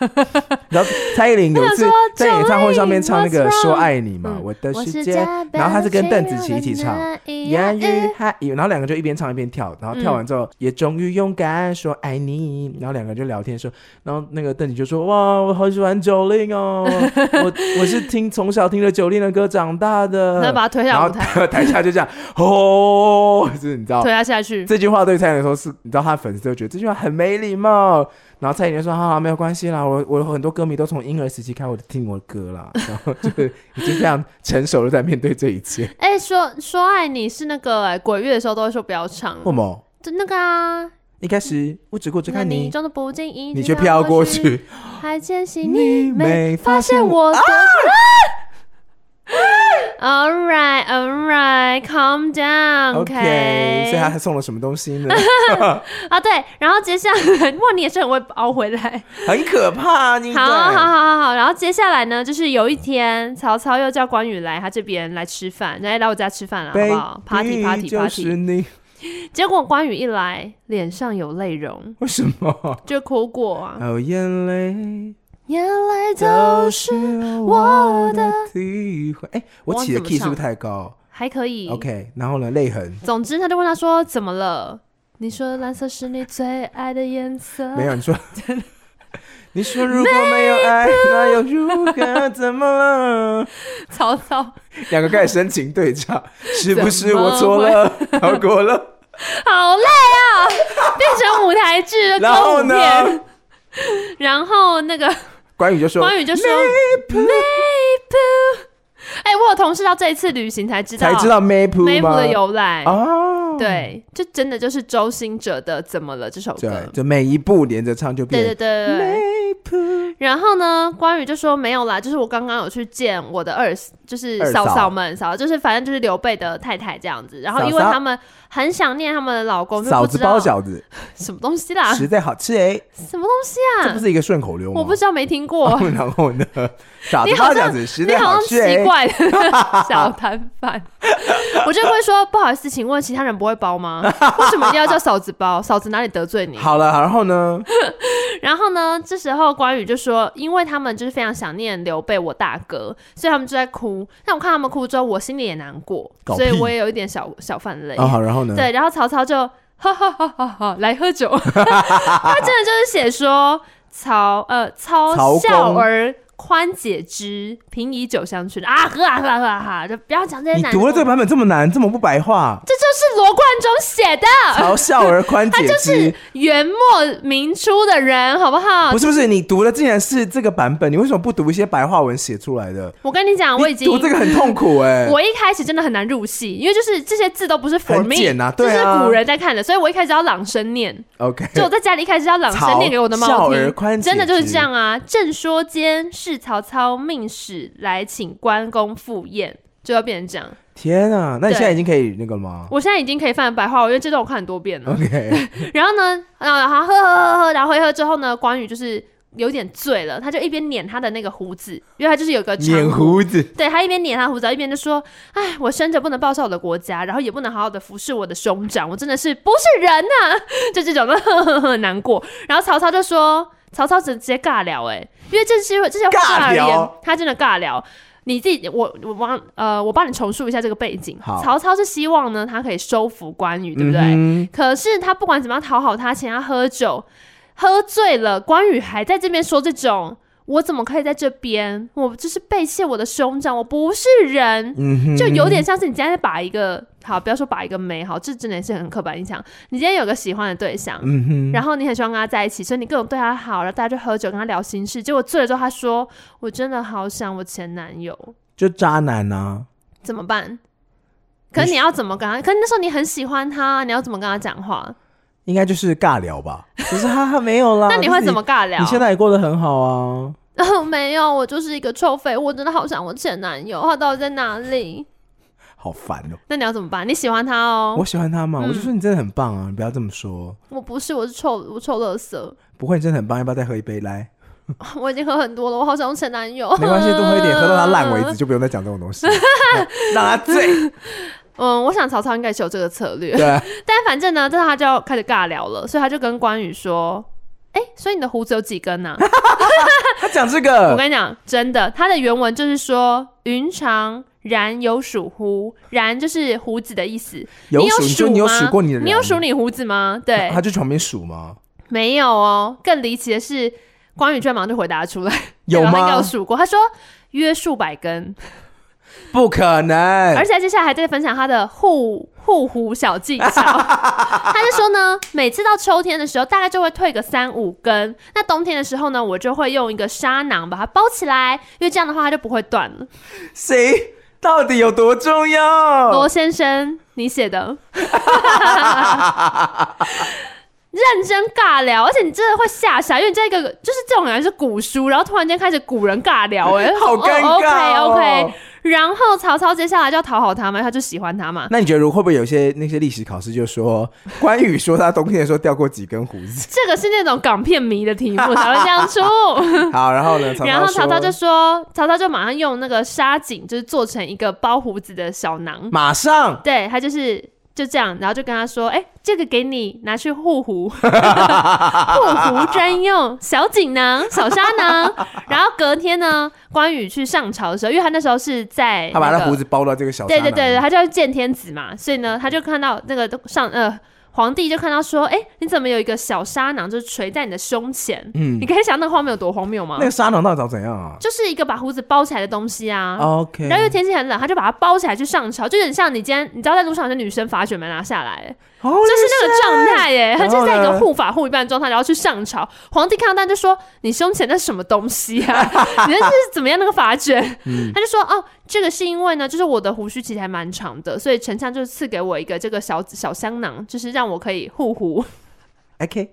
Speaker 2: 然后蔡依林有一次
Speaker 3: [LAUGHS] 我想说
Speaker 2: 在演唱会上面唱那个
Speaker 3: Joey，
Speaker 2: 《说爱你》嘛，
Speaker 3: 嗯
Speaker 2: 我的
Speaker 3: 我
Speaker 2: 世
Speaker 3: 是
Speaker 2: 界，
Speaker 3: 加班
Speaker 2: 然后他是跟邓紫棋一起唱。
Speaker 3: 谁
Speaker 2: 呀
Speaker 3: 让人难
Speaker 2: 呀
Speaker 3: 以
Speaker 2: 哈！然后两个就一边唱一边跳，然后
Speaker 3: 嗯
Speaker 2: 跳完之后、也终于勇敢说爱你，然后两个人就聊天说，然后那个邓紫就说哇，我好喜欢九令
Speaker 3: [LAUGHS]
Speaker 2: 哦，我我是听从小听着九令的歌长大的，
Speaker 3: 然后把他推
Speaker 2: 呃然
Speaker 3: 下
Speaker 2: 后
Speaker 3: 舞
Speaker 2: [LAUGHS]
Speaker 3: 台，
Speaker 2: 台下就这样哦，就是你知道
Speaker 3: 推他下去。
Speaker 2: 这句话对蔡依林来说是，你知道他的粉丝就觉得这句话很没礼貌，然后蔡依林就说哈、啊、没有关系啦，我我有很多歌迷都从婴儿时期开始我就听我的歌啦，然后就是已经非常成熟的在面对这一
Speaker 3: [LAUGHS]
Speaker 2: 切，
Speaker 3: 哎、说说爱你是那个哎、鬼月的时候都会说不要唱，
Speaker 2: 为什么？
Speaker 3: 就那个啊，
Speaker 2: 一开始我只顾着
Speaker 3: 那
Speaker 2: 看
Speaker 3: 你
Speaker 2: 你，
Speaker 3: 装的不经意，
Speaker 2: 你却飘过，去，
Speaker 3: 还坚信你没发
Speaker 2: 发
Speaker 3: 现
Speaker 2: 我。
Speaker 3: 我的。All [LAUGHS] right, all right, calm down,
Speaker 2: OK，所以他还送了什么东西呢？
Speaker 3: 啊，对，然后接下来，哇，你也是很会熬回来。
Speaker 2: 很可怕，你
Speaker 3: 好，好，好，好，好。然后接下来呢，就是有一天，曹操又叫关羽来他这边来吃饭，来来我家吃饭了，好
Speaker 2: 对
Speaker 3: 不好？Party, party,
Speaker 2: 就
Speaker 3: party。
Speaker 2: 是你，
Speaker 3: 结果关羽一来，脸上有泪容，
Speaker 2: 为什么？
Speaker 3: 就哭过啊，
Speaker 2: 哦，眼泪
Speaker 3: 眼泪
Speaker 2: 都
Speaker 3: 都
Speaker 2: 是
Speaker 3: 是
Speaker 2: 我的体会。哎，我起的
Speaker 3: 我忘了
Speaker 2: key
Speaker 3: 怎么
Speaker 2: 是不是太高
Speaker 3: 还可以。
Speaker 2: ？OK，然后呢，泪痕
Speaker 3: 总之，他就问他说怎么了？你说蓝色是你最爱的颜色，
Speaker 2: 没有，你说。你说如果没有爱，那又如何？怎么了？
Speaker 3: 曹操，
Speaker 2: 两个开始深情对
Speaker 3: [LAUGHS]
Speaker 2: 唱，是不是
Speaker 3: 怎么
Speaker 2: 我错了？ [LAUGHS] 好过了。
Speaker 3: [LAUGHS] 好累
Speaker 2: [LAUGHS]
Speaker 3: 啊，变成舞台剧了，
Speaker 2: 然后呢
Speaker 3: 歌舞片？然后那个
Speaker 2: 关羽就说，
Speaker 3: 关羽就说 Maple，哎、我有同事到这一次旅行才知道
Speaker 2: 才知道 Maple 吗？
Speaker 3: Maple 的由来。
Speaker 2: 哦，，
Speaker 3: 对，就真的就是周兴哲的《怎么了》这首歌。
Speaker 2: 对，就每一步连着唱就
Speaker 3: 对对
Speaker 2: 变
Speaker 3: 对对对。
Speaker 2: Maple，
Speaker 3: 然后呢，关羽就说没有啦，就是我刚刚有去见我的二，就是
Speaker 2: 二嫂
Speaker 3: 嫂嫂们，嫂就是反正就是刘备的太太这样子。然后因为
Speaker 2: 嫂嫂
Speaker 3: 他们很想念他们的老公，就
Speaker 2: 嫂
Speaker 3: 不
Speaker 2: 子
Speaker 3: 知
Speaker 2: 包
Speaker 3: 道
Speaker 2: 饺子，
Speaker 3: 什么东西啦，
Speaker 2: 实在好吃哎，
Speaker 3: 什么东西
Speaker 2: 这不
Speaker 3: 啊？
Speaker 2: 是一个顺口溜吗？哦
Speaker 3: 我不知道，没听过。
Speaker 2: 道。 [LAUGHS] 然
Speaker 3: [LAUGHS]
Speaker 2: 后呢，嫂子
Speaker 3: 你
Speaker 2: 包
Speaker 3: 好像
Speaker 2: 饺子实
Speaker 3: 你
Speaker 2: 在
Speaker 3: 好像
Speaker 2: 吃哎
Speaker 3: 奇。怪的
Speaker 2: [LAUGHS]
Speaker 3: 小摊贩，我就会说不好意思，请问其他人不会包吗？为什么一定要叫嫂子包？嫂子哪里得罪你？
Speaker 2: 好了，然后呢？
Speaker 3: 然后呢，这时候关羽就说，因为他们就是非常想念刘备我大哥，所以他们就在哭。但我看他们哭之后，我心里也难过，
Speaker 2: 搞
Speaker 3: 所以
Speaker 2: 屁
Speaker 3: 我也有一点小小犯泪。
Speaker 2: 啊，好，然后呢？
Speaker 3: 对，然后曹操就哈哈哈哈哈来喝酒， [LAUGHS] 他真的就是写说曹呃
Speaker 2: 曹
Speaker 3: 操
Speaker 2: 公
Speaker 3: 笑而宽解之，平以酒相劝啊，喝啊喝啊喝啊，喝啊就不要讲这些
Speaker 2: 你
Speaker 3: 难。
Speaker 2: 读了这个版本这么难，这么不白
Speaker 3: [LAUGHS]
Speaker 2: 话，
Speaker 3: 这就是罗贯中写的，
Speaker 2: 嘲笑而宽
Speaker 3: 他
Speaker 2: 解
Speaker 3: 就是
Speaker 2: 之。
Speaker 3: 元末明初的人，好不好
Speaker 2: 不？是不是，你读的竟然是这个版本，你为什么不读一些白话文写出来的？
Speaker 3: 我跟你讲，啊我已
Speaker 2: 你
Speaker 3: 经
Speaker 2: 读这个很痛苦哎。
Speaker 3: [LAUGHS] 我一开始真的很难入戏，因为就是这些字都不是 for
Speaker 2: 很
Speaker 3: me，
Speaker 2: 简啊
Speaker 3: 这
Speaker 2: 对啊
Speaker 3: 是古人在看的，所以我一开始要朗声念，
Speaker 2: OK，
Speaker 3: 就我在家里一开始要朗声念给我的猫
Speaker 2: 曹笑而宽
Speaker 3: 听，
Speaker 2: 解之
Speaker 3: 真的就是这样啊。正说间，是曹操命使来请关公赴宴，就要变成这样。
Speaker 2: 天啊，那你
Speaker 3: 对
Speaker 2: 现在已经可以那个了吗
Speaker 3: 我现在已经可以翻白话，因为这段我看很多遍了。
Speaker 2: ？OK，
Speaker 3: 然后呢，啊，好喝喝喝喝，然后喝一喝之后呢，关羽就是有点醉了，他就一边捻他的那个胡子，因为他就是有个长
Speaker 2: 捻胡子， [LAUGHS]
Speaker 3: 对他一边捻他胡子，一边就说：“哎，我生着不能报效我的国家，然后也不能好好的服侍我的兄长，我真的是不是人呐、 [LAUGHS] 就这种的呵呵呵难过。然后曹操就说：“曹操直直接尬聊、欸，哎，因为这些这些话
Speaker 2: 尬
Speaker 3: 而
Speaker 2: 聊
Speaker 3: 言，他真的尬聊。”你自己，我我帮呃，我帮你重述一下这个背景
Speaker 2: 好。
Speaker 3: 曹操是希望呢，他可以收服关羽，对不对？
Speaker 2: 嗯哼
Speaker 3: 可是他不管怎么样讨好他，请他喝酒，喝醉了，关羽还在这边说这种。我怎么可以在这边？我就是背弃我的兄长，我不是人。
Speaker 2: 嗯哼，
Speaker 3: 就有点像是你今天把一个好，不要说把一个美好，这真的是很刻板印象。你今天有个喜欢的对象，
Speaker 2: 嗯哼，
Speaker 3: 然后你很喜欢跟他在一起，所以你各种对他好，然后大家就喝酒跟他聊心事。结果醉了之后，他说：“我真的好想我前男友，
Speaker 2: 就渣男啊，
Speaker 3: 怎么办？”可是你要怎么跟他？可是那时候你很喜欢他，你要怎么跟他讲话？
Speaker 2: 应该就是尬聊
Speaker 3: [LAUGHS]
Speaker 2: 吧，就是哈哈没有啦。
Speaker 3: 那你
Speaker 2: 啊就
Speaker 3: 会
Speaker 2: 是
Speaker 3: 怎么？尬聊？哦
Speaker 2: 你
Speaker 3: [LAUGHS]
Speaker 2: 现在也过得很好啊，
Speaker 3: 没有，我就是一个臭废物，我真的好想我前男友，他到底在哪里？
Speaker 2: 好烦哦、
Speaker 3: 那你要怎么办？你喜欢他哦，
Speaker 2: 我喜欢他嘛，
Speaker 3: 嗯
Speaker 2: 我就说你真的很棒啊，你不要这么说。
Speaker 3: 我不是，我是臭，我臭垃圾。 [LAUGHS]
Speaker 2: 不会，你真的很棒，要不要再喝一杯？来，
Speaker 3: 我已经喝很多了，我好想用前男友。
Speaker 2: [LAUGHS] 没关系，多喝一点，喝到他烂为止，。就不用再讲这种东
Speaker 3: [LAUGHS]
Speaker 2: 西，让他醉。
Speaker 3: 嗯，我想曹操应该是有这个策略， [LAUGHS]
Speaker 2: 对，
Speaker 3: 但反正呢，这他就要开始尬聊了，所以他就跟关羽说：“哎、所以你的胡子有几根呢、啊
Speaker 2: 他讲这
Speaker 3: [LAUGHS] 我
Speaker 2: 个，
Speaker 3: 跟你讲，真的，他的原文就是说“云长然有数乎”，然就是胡子的意思。
Speaker 2: [LAUGHS] 有
Speaker 3: 你有
Speaker 2: 数，你就
Speaker 3: 数
Speaker 2: 你有
Speaker 3: 吗
Speaker 2: 数过你的人，
Speaker 3: 你有数你胡子吗？对
Speaker 2: 他，他就旁边数吗？
Speaker 3: 没有哦。更离奇的是，关羽居然马上就回答出来，
Speaker 2: [LAUGHS] 有
Speaker 3: 然后他应该
Speaker 2: 吗
Speaker 3: 有？数过，他说约数百根。
Speaker 2: 不可能，
Speaker 3: 而且他接下来还在分享他的护护胡小技
Speaker 2: [LAUGHS]
Speaker 3: 巧。他就说呢，每次到秋天的时候，大概就会退个三五根；那冬天的时候呢，我就会用一个纱囊把它包起来，因为这样的话它就不会断了。
Speaker 2: 谁到底有多重
Speaker 3: 罗、
Speaker 2: 要？
Speaker 3: 先生，你写的。认真尬聊，而且你真的会吓傻，因为你在一个就是这种人是古书，然后突然间开始古人尬聊、哎，
Speaker 2: 好尴尬哦
Speaker 3: o k OK，然后曹操接下来就要讨好他嘛，因为他就喜欢他嘛，
Speaker 2: 那你觉得如会不会有一些那些历史考试就说关羽说他冬天的时候掉过几根胡
Speaker 3: [LAUGHS]
Speaker 2: 子？
Speaker 3: 这个是那种港片迷的题目才会这
Speaker 2: [LAUGHS]
Speaker 3: 样出。
Speaker 2: 好，然后呢？曹操
Speaker 3: 然后曹
Speaker 2: 说
Speaker 3: 操就说，曹操就马上用那个纱巾，就是做成一个包胡子的小囊，
Speaker 2: 马上
Speaker 3: 对他就是。就这样，然后就跟他说：“哎、这个给你拿去护 [LAUGHS] 胡，护胡专用小锦囊、小纱囊。” [LAUGHS] 然后隔天呢，关羽去上朝的时候，因为他那时候是在、那
Speaker 2: 他把
Speaker 3: 个
Speaker 2: 那胡子包到这个小
Speaker 3: 对
Speaker 2: 沙
Speaker 3: 对
Speaker 2: 囊
Speaker 3: 对对，
Speaker 2: 里
Speaker 3: 他叫见天子嘛，所以呢，他就看到那个都上呃皇帝就看到说，哎、你怎么有一个小沙囊，就是垂在你的胸前？
Speaker 2: 嗯
Speaker 3: 你可以想那个画面有多荒谬吗？
Speaker 2: 那个沙囊到底长怎样啊
Speaker 3: 就是一个把胡子包起来的东西啊。
Speaker 2: ？OK，
Speaker 3: 然后因为天气很冷，他就把它包起来去上朝，就有点像你今天你知道在路上有些女生发卷没拿下来，
Speaker 2: 哦
Speaker 3: 就是那个状态耶，他
Speaker 2: 然
Speaker 3: 就
Speaker 2: 后
Speaker 3: 是在一个
Speaker 2: 呢
Speaker 3: 护法护一半的状态，然后去上朝。皇帝看到他就说：“你胸前那是什么东西啊？ [LAUGHS] 你那是怎么样那个法
Speaker 2: [LAUGHS]
Speaker 3: 卷？”
Speaker 2: 嗯
Speaker 3: 他就说：“哦，这个是因为呢，就是我的胡须其实还蛮长的，所以丞相就赐给我一个这个小小香囊，就是让我可以护胡。
Speaker 2: OK，”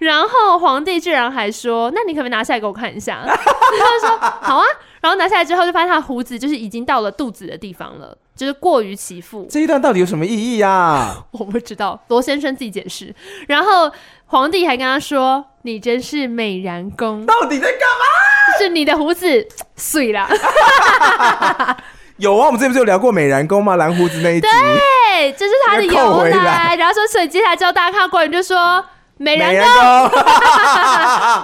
Speaker 3: 然后皇帝居然还说：“那你可不可以拿下来给我看一下？” [LAUGHS] 他就说：“好啊。”然后拿下来之后，就发现他的胡子就是已经到了肚子的地方了，就是过于其腹。
Speaker 2: 这一段到底有什么意义啊？
Speaker 3: [LAUGHS] 我不知道，罗先生自己解释。然后皇帝还跟他说：“你真是美髯公，
Speaker 2: 到底在干嘛？
Speaker 3: 就是你的胡子碎 [LAUGHS] 啦。
Speaker 2: 有啊，我们之前不是有聊过美髯公吗？蓝胡子那一集，”
Speaker 3: 对，哎这是他的
Speaker 2: 要扣
Speaker 3: 由
Speaker 2: 回
Speaker 3: 来。
Speaker 2: 来
Speaker 3: 然后说，所以接下来之后大家看到官员就说：“美髯公，
Speaker 2: 美
Speaker 3: 这
Speaker 2: 髯公，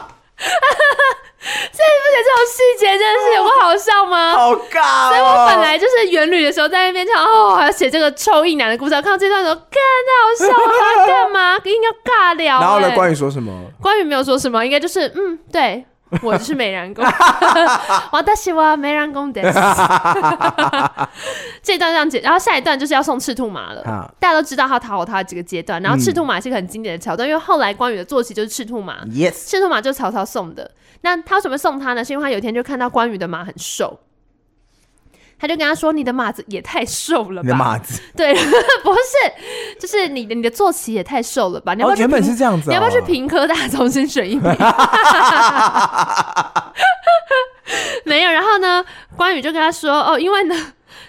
Speaker 3: 种细节真的是有不好笑吗？”
Speaker 2: [LAUGHS] 好尬哦。
Speaker 3: 所以我本来就是元旅的时候在那边唱，哦，还要写这个臭一男的故事。看到这段的时候，干太好笑了，还要干嘛？ [LAUGHS] 硬要尬聊、
Speaker 2: 然后呢，
Speaker 3: 哎
Speaker 2: 关羽说什么？
Speaker 3: 关羽没有说什么，应该就是嗯，对我就是
Speaker 2: [LAUGHS]
Speaker 3: 美髯公，我的喜欢美髯公的。 [LAUGHS] 这段这样解，然后下一段就是要送赤兔马了
Speaker 2: 啊。
Speaker 3: 大家都知道他讨好他的几个阶段，
Speaker 2: 嗯
Speaker 3: 然后赤兔马是一个很经典的桥段，因为后来关羽的坐骑就是赤兔马，
Speaker 2: Yes，
Speaker 3: 赤兔马就是曹操送的。那他为什么送他呢？是因为他有一天就看到关羽的马很瘦。他就跟他说：“你的马子也太瘦了
Speaker 2: 你的
Speaker 3: 吧？
Speaker 2: 马子
Speaker 3: 对， [LAUGHS] 不是，就是你的你的坐骑也太瘦了吧？你要不
Speaker 2: 哦
Speaker 3: 要，去
Speaker 2: 原本
Speaker 3: 评
Speaker 2: 是这样子哦，
Speaker 3: 你要不要去平科大重新选一遍？ [LAUGHS] 没有，然后呢，关羽就跟他说：“哦，因为呢，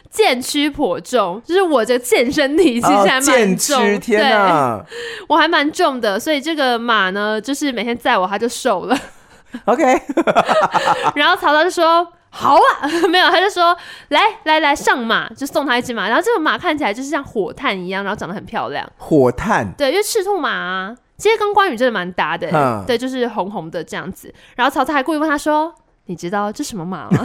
Speaker 3: 剑躯颇重，就是我这个健身体其实
Speaker 2: 哦？
Speaker 3: 还蛮
Speaker 2: 剑
Speaker 3: 重，
Speaker 2: 痴，天
Speaker 3: 对，
Speaker 2: 哪
Speaker 3: 我还蛮重的，所以这个马呢，就是每天载我，它就瘦了。
Speaker 2: ！OK，
Speaker 3: 然后曹操就说。”好啊， [LAUGHS] 没有，他就说来来来上马，就送他一只马。然后这个马看起来就是像火炭一样，然后长得很漂亮。
Speaker 2: 火炭
Speaker 3: 对，因为赤兔马、啊、其实跟关羽真的蛮搭的、
Speaker 2: 嗯
Speaker 3: 对，就是红红的这样子。然后曹操还故意问他说：“你知道这什么马吗？”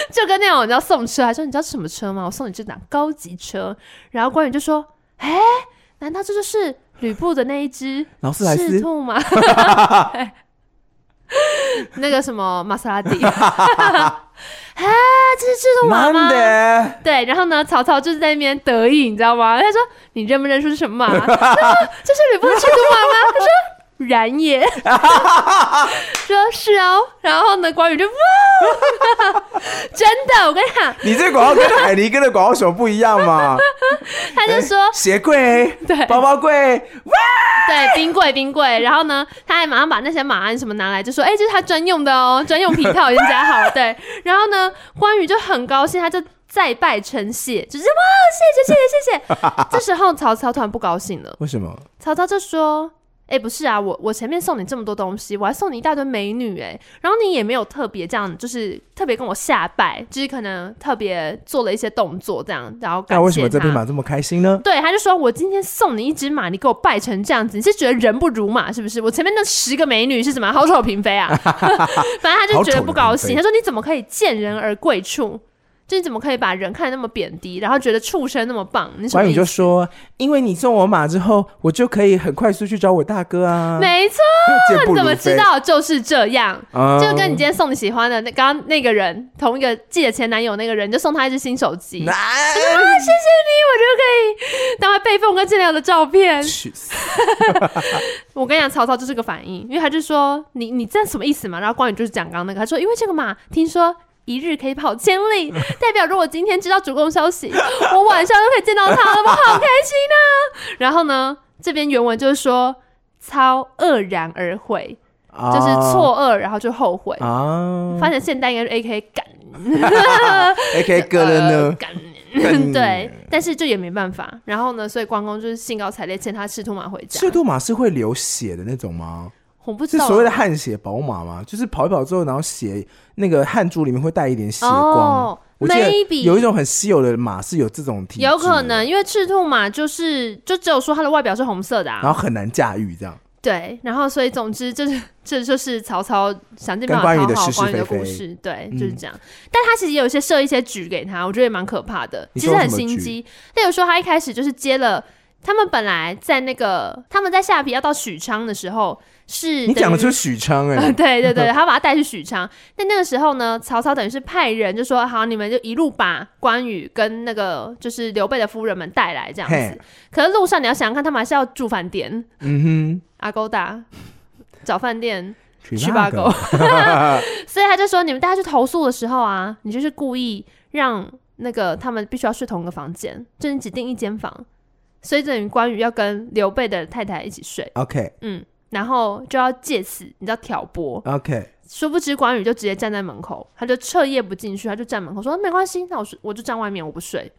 Speaker 3: [LAUGHS] 就跟那种你知道送车，还说你知道这什么车吗？我送你这辆高级车。然后关羽就说：“哎、难道这就是吕布的那一只
Speaker 2: 劳斯莱
Speaker 3: 赤
Speaker 2: 斯
Speaker 3: 兔马？” [LAUGHS] 那个什么玛莎拉 [LAUGHS] 蒂，啊，这是自动娃
Speaker 2: 难
Speaker 3: 吗？
Speaker 2: 得，
Speaker 3: 对，然后呢，曹操就是在那边得意，你知道吗？他说：“你认不认出是什么马？”他 [LAUGHS] 说：“这是吕布的赤兔马吗？”他说：“然也。” [LAUGHS] 说：“是哦。”然后呢，关羽就哇， [LAUGHS] 真的，我跟你讲，
Speaker 2: 你这广告跟海尼根的广告手不一样
Speaker 3: [LAUGHS]
Speaker 2: 嘛？
Speaker 3: 他就说
Speaker 2: 鞋柜、
Speaker 3: 对
Speaker 2: 包包柜，
Speaker 3: 对，冰柜冰柜。然后呢，他还马上把那些马鞍什么拿来，就说：“哎、这是他专用的哦，专用皮套已经夹好了。”对，然后呢，关羽就很高兴，他就再拜称谢，就是哇，谢谢谢谢谢谢。这时候曹操突然不高兴了，
Speaker 2: 为什么？
Speaker 3: 曹操就说。哎、不是啊，我我前面送你这么多东西，我还送你一大堆美女哎、然后你也没有特别这样，就是特别跟我下拜，就是可能特别做了一些动作这样，然后感谢
Speaker 2: 那
Speaker 3: 他。
Speaker 2: 为什么这匹马这么开心呢？
Speaker 3: 对，他就说：“我今天送你一只马，你给我拜成这样子，你是觉得人不如马是不是？我前面那十个美女是怎么好丑嫔
Speaker 2: [LAUGHS]
Speaker 3: 妃啊？反正他就觉得不高兴，
Speaker 2: 好丑的嫔妃
Speaker 3: 他说：你怎么可以见人而贵畜？就你怎么可以把人看得那么贬低，然后觉得畜生那么棒？你什么
Speaker 2: 关羽
Speaker 3: 意
Speaker 2: 就
Speaker 3: 思？
Speaker 2: 说：“因为你送我马之后，我就可以很快速去找我大哥啊。” [LAUGHS]
Speaker 3: 没错，
Speaker 2: 见不
Speaker 3: 你怎
Speaker 2: 如
Speaker 3: 么知
Speaker 2: 飞？
Speaker 3: 道就是这样？”
Speaker 2: 嗯
Speaker 3: 就跟你今天送你喜欢的那刚刚那个人同一个自己的前男友那个人，你就送他一只新手机，啊因为
Speaker 2: 难
Speaker 3: 我就可以当他备份我跟建良的照片。
Speaker 2: 去死！
Speaker 3: 我跟你讲，曹操就是个反应，因为他就说你你这样什么意思嘛？然后关羽就是讲刚刚那个，他说因为这个马听说一日可以跑千里，代表如果今天知道主公
Speaker 2: [LAUGHS]
Speaker 3: 消息，我晚上就可以见到他了，我好开心啊！然后呢，这边原文就是说操愕然而悔，
Speaker 2: 就
Speaker 3: 就是错愕，然后就后悔。
Speaker 2: 啊
Speaker 3: 发现现代应该是 A K 干
Speaker 2: ，A K 个人
Speaker 3: [LAUGHS] 呃
Speaker 2: 呢？
Speaker 3: 干
Speaker 2: 干
Speaker 3: 对，但是就也没办法。然后呢，所以关公就是兴高采烈牵他赤兔马回家。
Speaker 2: 赤兔马是会流血的那种吗？
Speaker 3: 我不知
Speaker 2: 是
Speaker 3: 道啊
Speaker 2: 所谓的汗血宝马吗？就是跑一跑之后，然后血那个汗珠里面会带一点血光。
Speaker 3: 哦
Speaker 2: 我记得
Speaker 3: ，maybe
Speaker 2: 有一种很稀有的马是有这种体质的，
Speaker 3: 有可能，因为赤兔马就是就只有说它的外表是红色的
Speaker 2: 然后
Speaker 3: 啊，
Speaker 2: 很难驾驭这样。
Speaker 3: 对，然后所以总之这是 [LAUGHS] 这就是曹操想尽办法
Speaker 2: 跟关羽
Speaker 3: 讨
Speaker 2: 的
Speaker 3: 好
Speaker 2: 是是
Speaker 3: 关羽的
Speaker 2: 非非
Speaker 3: 故事，对，
Speaker 2: 嗯
Speaker 3: 就是这样。但他其实也有一些设一些局给他，我觉得也蛮可怕的，
Speaker 2: 你
Speaker 3: 其
Speaker 2: 说
Speaker 3: 实很
Speaker 2: 什么
Speaker 3: 心
Speaker 2: 局
Speaker 3: 机。例如说，他一开始就是接了。他们本来在那个，他们在下邳要到许昌的时候是
Speaker 2: 你
Speaker 3: 等
Speaker 2: 讲的
Speaker 3: 于
Speaker 2: 就是许昌哎、
Speaker 3: 啊嗯 [LAUGHS] 对对对，他把他带去许昌。但那个时候呢，曹操等于是派人就说：“好，你们就一路把关羽跟那个就是刘备的夫人们带来这样子
Speaker 2: 嘿。”
Speaker 3: 可是路上你要想想看，他们还是要住饭店、
Speaker 2: 嗯
Speaker 3: 阿勾达、找饭店、
Speaker 2: 哼，
Speaker 3: 去吧狗。 [LAUGHS] 所以他就说：“你们大家去投诉的时候啊，你就是故意让那个他们必须要睡同一个房间，就是你只订一间房，所以等于关羽要跟刘备的太太一起睡，
Speaker 2: OK
Speaker 3: 嗯，然后就要借此你知道挑拨，
Speaker 2: OK，
Speaker 3: 殊不知关羽就直接站在门口，他就彻夜不进去，他就站门口说没关系，那我睡我就站外面，我不睡。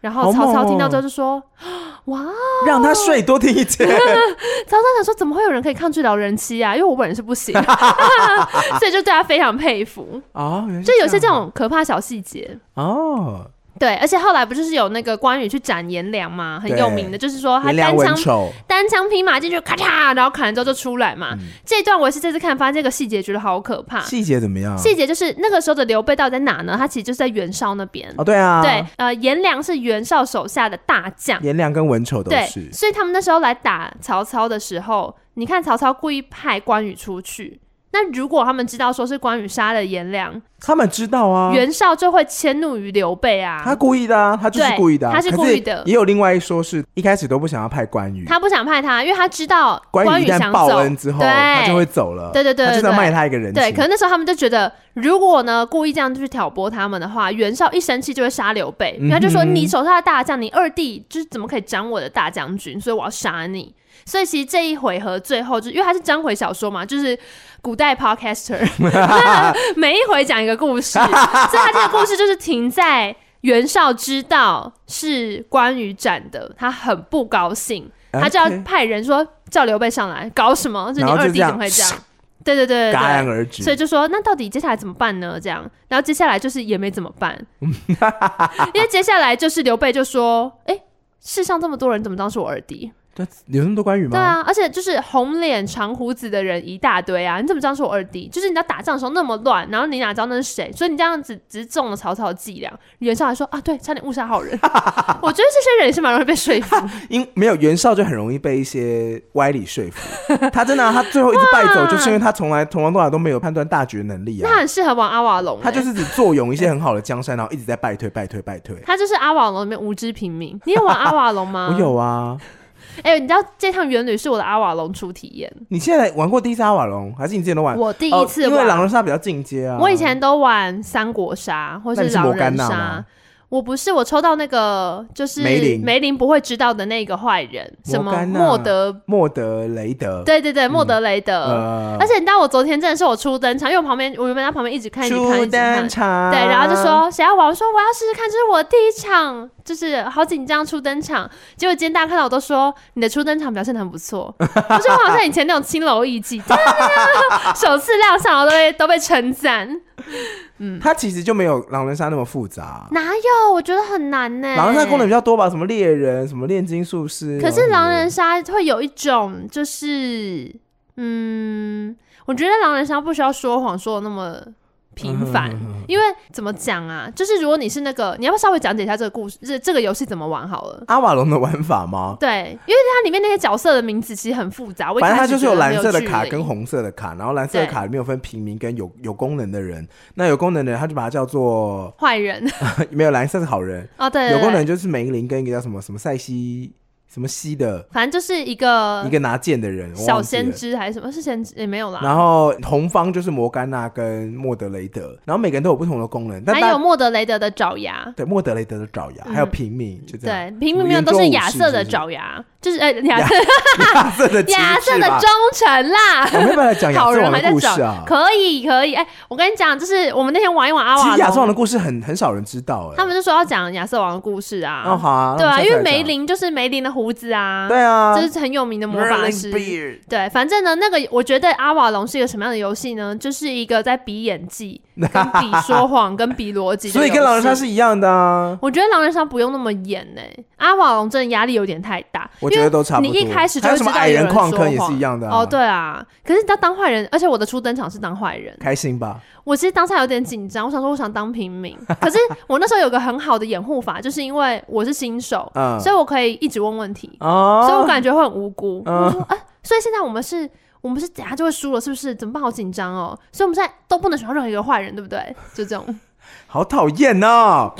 Speaker 3: 然
Speaker 2: 好
Speaker 3: 后
Speaker 2: 猛
Speaker 3: 曹操听到
Speaker 2: 哦
Speaker 3: 之后就说：“哇！”
Speaker 2: 让他睡多听一
Speaker 3: [LAUGHS]
Speaker 2: 点。
Speaker 3: 曹操想说，怎么会有人可以抗拒老人妻啊？因为我本人是不行， [LAUGHS] 所以就对他非常佩服。
Speaker 2: 哦，原来是
Speaker 3: 就有些这
Speaker 2: 样
Speaker 3: 种可怕小细节，
Speaker 2: 哦，
Speaker 3: 对。而且后来不就是有那个关羽去斩颜良嘛，很有名的，就是说他
Speaker 2: 颜良
Speaker 3: 单
Speaker 2: 文
Speaker 3: 枪
Speaker 2: 丑，
Speaker 3: 单枪匹马进去，咔嚓，然后砍了之后就出来嘛。
Speaker 2: 嗯
Speaker 3: 这一段我也是这次看，发现这个细节觉得好可怕。
Speaker 2: 细节怎么样？
Speaker 3: 啊细节就是那个时候的刘备到底在哪呢？他其实就是在袁绍那边。
Speaker 2: 哦，对啊，嗯
Speaker 3: 对，，呃，颜良是袁绍手下的大将，
Speaker 2: 颜良跟文丑都
Speaker 3: 对
Speaker 2: 是，，
Speaker 3: 所以他们那时候来打曹操的时候，你看曹操故意派关羽出去。那如果他们知道说是关羽杀了颜良，
Speaker 2: 他们知道啊，
Speaker 3: 袁绍就会迁怒于刘备啊。
Speaker 2: 他故意的啊，他就是
Speaker 3: 对
Speaker 2: 故意的啊，
Speaker 3: 他是
Speaker 2: 可
Speaker 3: 故意的
Speaker 2: 也有另外一说是，一开始都不想要派关羽，
Speaker 3: 他不想派他，因为他知道
Speaker 2: 关
Speaker 3: 羽
Speaker 2: 一旦
Speaker 3: 想走
Speaker 2: 报。恩之后，
Speaker 3: 对
Speaker 2: 他就会走了，
Speaker 3: 对对对
Speaker 2: 他
Speaker 3: 对
Speaker 2: 就能卖
Speaker 3: 对。
Speaker 2: 他一个人情。
Speaker 3: 对，可是那时候他们就觉得，如果呢故意这样去挑拨他们的话，袁绍一生气就会杀刘备，
Speaker 2: 嗯哼
Speaker 3: 他就说你手下的大将，你二弟就是怎么可以斩我的大将军，所以我要杀你。所以其实这一回合最后就，因为他是章回小说嘛，就是古
Speaker 2: [LAUGHS]
Speaker 3: 代 podcaster，每一回讲一个故事，所以他这个故事就是停在袁绍知道是关羽斩的，他很不高兴，他就要
Speaker 2: OK
Speaker 3: 派人说叫刘备上来，搞什么？就你
Speaker 2: 然后就
Speaker 3: 二
Speaker 2: 这
Speaker 3: 弟怎
Speaker 2: 样
Speaker 3: 么会这样？对对对对
Speaker 2: 戛然
Speaker 3: 对，
Speaker 2: 而止
Speaker 3: 所以。就说那到底接下来怎么办呢？这样，然后接下来就是也没怎么
Speaker 2: [LAUGHS]
Speaker 3: 办，因为接下来就是刘备就说：“哎、世上这么多人，怎么当是我二弟？”
Speaker 2: 那有那么多关羽吗？
Speaker 3: 对啊，而且就是红脸长胡子的人一大堆啊，你怎么知道是我二弟？就是你在打仗的时候那么乱，然后你哪知道那是谁？所以你这样子只中了曹操的伎俩。袁绍还说啊，对，差点误
Speaker 2: [LAUGHS]
Speaker 3: 杀好人。我觉得这些人也是蛮容易被说服。
Speaker 2: 因没有袁绍就很容易被一些歪理说
Speaker 3: [LAUGHS]
Speaker 2: 服。他真的啊、他最后一直败走，就是因为他从来从头到尾都没有判断大局的能力啊
Speaker 3: 那。很适合玩阿瓦隆欸、
Speaker 2: 他就是只坐拥一些很好的江山，然后一直在败退、败退、败退。
Speaker 3: 他就是阿瓦隆里面无知平民。你有玩阿瓦隆吗？
Speaker 2: [LAUGHS] 我。有啊，
Speaker 3: 哎、你知道这趟远旅是我的阿瓦隆初体验，
Speaker 2: 你现在玩过第一次阿瓦隆，还是你之前都玩？
Speaker 3: 我第
Speaker 2: 第
Speaker 3: 一次
Speaker 2: 哦因为
Speaker 3: 玩。
Speaker 2: 狼人杀比较进阶啊。
Speaker 3: 我以前都玩三国杀或
Speaker 2: 那你是
Speaker 3: 狼
Speaker 2: 摩甘
Speaker 3: 人
Speaker 2: 娜
Speaker 3: 杀
Speaker 2: 吗。
Speaker 3: 我不是，我抽到那个就是
Speaker 2: 梅林
Speaker 3: 梅林不会知道的那个坏人，什
Speaker 2: 摩
Speaker 3: 么
Speaker 2: 甘娜
Speaker 3: 莫德，
Speaker 2: 莫德雷德，
Speaker 3: 对对对，
Speaker 2: 嗯
Speaker 3: 莫德雷德。
Speaker 2: 呃
Speaker 3: 而且你知道我昨天真的是我初登场，因为我旁边我原本在旁边一直看一直看一
Speaker 2: 出
Speaker 3: 直
Speaker 2: 单
Speaker 3: 看，
Speaker 2: 场，
Speaker 3: 对，然后就说谁要玩，我说我要试试看，这是我第一场，就是好紧张初登场。结果今天大家看到我都说你的初登场表现的很
Speaker 2: [LAUGHS]
Speaker 3: 不错，我说我好像以前那种青楼艺妓，真的啊 [LAUGHS] 首次亮相然后都被都被称赞，
Speaker 2: 他其实就没有狼人杀那么复杂。
Speaker 3: 哪有？我觉得很难呢、
Speaker 2: 狼人杀功能比较多吧，什么猎人、什么炼金术师。
Speaker 3: 嗯可
Speaker 2: 然
Speaker 3: 是
Speaker 2: 后
Speaker 3: 狼人杀会有一种就是，嗯，我觉得狼人杀不需要说谎说的那么频
Speaker 2: 嗯
Speaker 3: 繁，因为怎么讲啊？就是如果你是那个，你要不要稍微讲解一下这个故事，这这个游戏怎么玩好了？
Speaker 2: 阿瓦隆的玩法吗？
Speaker 3: 对，因为它里面那些角色的名字其实很复杂，我一
Speaker 2: 反正
Speaker 3: 开
Speaker 2: 它
Speaker 3: 始
Speaker 2: 就是
Speaker 3: 觉
Speaker 2: 有
Speaker 3: 得没
Speaker 2: 蓝色的
Speaker 3: 距
Speaker 2: 卡
Speaker 3: 离
Speaker 2: 跟红色的卡，然后蓝色的
Speaker 3: 对
Speaker 2: 卡里面有分平民跟有有功能的人。那有功能的人，他就把它叫做
Speaker 3: 坏人
Speaker 2: 没有蓝色是好人，
Speaker 3: 哦，对对
Speaker 2: 有功
Speaker 3: 对，
Speaker 2: 能就是梅林跟一个叫什么什么塞西什么西的
Speaker 3: 反正就是一个
Speaker 2: 一个拿剑的人，我
Speaker 3: 呃小
Speaker 2: 忘记
Speaker 3: 先
Speaker 2: 了。
Speaker 3: 知还是什么？是先知也没有啦，
Speaker 2: 然后红方就是摩甘娜跟莫德雷德，然后每个人都有不同的功能，但
Speaker 3: 还
Speaker 2: 大
Speaker 3: 有莫德雷德的爪牙。
Speaker 2: 对莫德雷德的爪牙，
Speaker 3: 嗯
Speaker 2: 还有平民，就这样。
Speaker 3: 对，平民没有都是亚瑟的爪牙，就是呃亚瑟
Speaker 2: 亚瑟的骑士吧
Speaker 3: [LAUGHS] 亚瑟的忠诚啦，
Speaker 2: 我们要不要来讲亚
Speaker 3: 好
Speaker 2: 瑟
Speaker 3: 人
Speaker 2: 王
Speaker 3: 还
Speaker 2: 的
Speaker 3: 在
Speaker 2: 故
Speaker 3: 找
Speaker 2: 事啊，？
Speaker 3: 可以可以，哎、我跟你讲，就是我们那天玩一玩阿
Speaker 2: 其
Speaker 3: 瓦
Speaker 2: 实亚瑟王的
Speaker 3: 隆，
Speaker 2: 故事很很少人知道哎。
Speaker 3: 他们就说要讲亚瑟王的故事啊，
Speaker 2: 哦好啊，
Speaker 3: 对
Speaker 2: 那我
Speaker 3: 啊，
Speaker 2: 们
Speaker 3: 因
Speaker 2: 下次来
Speaker 3: 为梅
Speaker 2: 讲
Speaker 3: 林就是梅林的胡子啊，
Speaker 2: 对啊，
Speaker 3: 这是很有名的魔法
Speaker 2: Merlin
Speaker 3: 师。
Speaker 2: Beard
Speaker 3: 对，反正呢，那个我觉得阿瓦隆是一个什么样的游戏呢？就是一个在比
Speaker 2: [LAUGHS]
Speaker 3: 演技、跟比说谎、跟比逻辑的游戏，
Speaker 2: 所以跟狼人杀是一样的啊，
Speaker 3: 我觉得狼人杀不用那么演呢、阿瓦隆真的压力有点太大，
Speaker 2: 我觉得都差不多。
Speaker 3: 因为你一开始就
Speaker 2: 还
Speaker 3: 会
Speaker 2: 有
Speaker 3: 知
Speaker 2: 什么
Speaker 3: 道有
Speaker 2: 矮人
Speaker 3: 人
Speaker 2: 矿
Speaker 3: 说
Speaker 2: 坑也
Speaker 3: 谎
Speaker 2: 是一样的啊
Speaker 3: 哦，，对啊，可是你知道当坏人，而且我的初登场是当坏人，
Speaker 2: 开心吧？
Speaker 3: 我其实当下有点紧张，我想说我想当
Speaker 2: [LAUGHS]
Speaker 3: 平民，可是我那时候有个很好的掩护法，就是因为我是新手，
Speaker 2: 嗯
Speaker 3: 所以我可以一直问问题，
Speaker 2: 哦，
Speaker 3: 所以我感觉会很无辜。
Speaker 2: 嗯
Speaker 3: 我说，哎、所以现在我们是。我们是等下就会输了，是不是？怎么办？好紧张哦！所以我们现在都不能选到任何一个坏人，对不对？就
Speaker 2: [LAUGHS]
Speaker 3: 这种，
Speaker 2: 好讨厌
Speaker 3: [LAUGHS]
Speaker 2: 哦，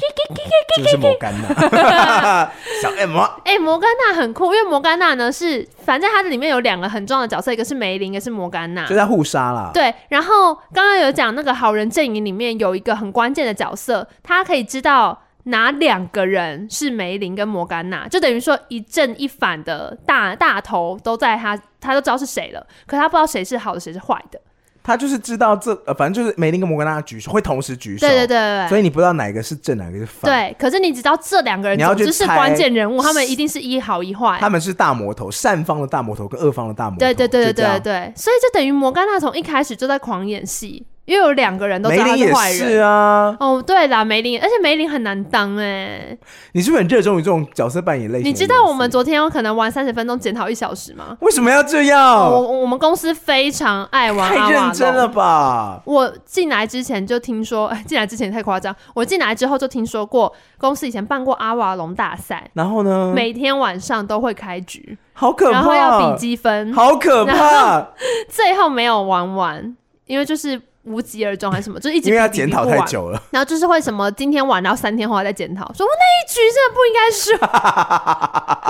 Speaker 2: 真是摩甘呐， [LAUGHS] 小 M 啊
Speaker 3: 哎、摩甘娜很酷，因为摩甘娜呢是，反正它里面有两个很重要的角色，一个是梅林，一个是摩甘娜。
Speaker 2: 就在互杀啦。
Speaker 3: 啊对，然后刚刚有讲那个好人阵营里面有一个很关键的角色，他可以知道哪两个人是梅林跟摩甘娜，就等于说一正一反的大大头都在他，他都知道是谁了，可他不知道谁是好的，谁是坏的。
Speaker 2: 他就是知道这，呃，反正就是梅林跟摩根娜举手会同时举手，
Speaker 3: 对对对对
Speaker 2: 所
Speaker 3: 对。
Speaker 2: 以你不知道哪个是正，哪个是反。，
Speaker 3: 对，可是你只知道这两个人
Speaker 2: 你要
Speaker 3: 总
Speaker 2: 去
Speaker 3: 之是
Speaker 2: 猜
Speaker 3: 关键人物，他们一定是一好一坏。
Speaker 2: 他们是大魔头，善方的大魔头跟恶方的大魔头。
Speaker 3: 对对对
Speaker 2: 就
Speaker 3: 对
Speaker 2: 这样
Speaker 3: 对对，所以就等于摩甘娜从一开始就在狂演戏，因为有两个人都知道
Speaker 2: 梅
Speaker 3: 他
Speaker 2: 林也
Speaker 3: 坏
Speaker 2: 是
Speaker 3: 人。
Speaker 2: 啊，
Speaker 3: 哦，对啦，梅林，而且梅林很难当哎、
Speaker 2: 你是不是很热衷于这种角色扮演类型的
Speaker 3: 你
Speaker 2: 游戏？
Speaker 3: 知道我们昨天有可能玩三十分钟检讨一小时吗？
Speaker 2: 为什么要这样？
Speaker 3: 我我们公司非常爱玩阿
Speaker 2: 哦太
Speaker 3: 瓦
Speaker 2: 认真了
Speaker 3: 隆。
Speaker 2: 吧？
Speaker 3: 我进来之前就听说，哎，进来之前太夸张。我进来之后就听说过，公司以前办过阿瓦隆大赛，
Speaker 2: 然后呢？
Speaker 3: 每天晚上都会开局，
Speaker 2: 好可怕，
Speaker 3: 然后要比积分，
Speaker 2: 好可怕，
Speaker 3: 最后没有玩完，因为就是无疾而终还是什么，就是一直
Speaker 2: 因为要
Speaker 3: 比比
Speaker 2: 检讨
Speaker 3: 不
Speaker 2: 太
Speaker 3: 完
Speaker 2: 久了。
Speaker 3: 然后就是会什么今天玩，然后三天后还在检讨，说我那一局真的不应该
Speaker 2: [LAUGHS]
Speaker 3: 输。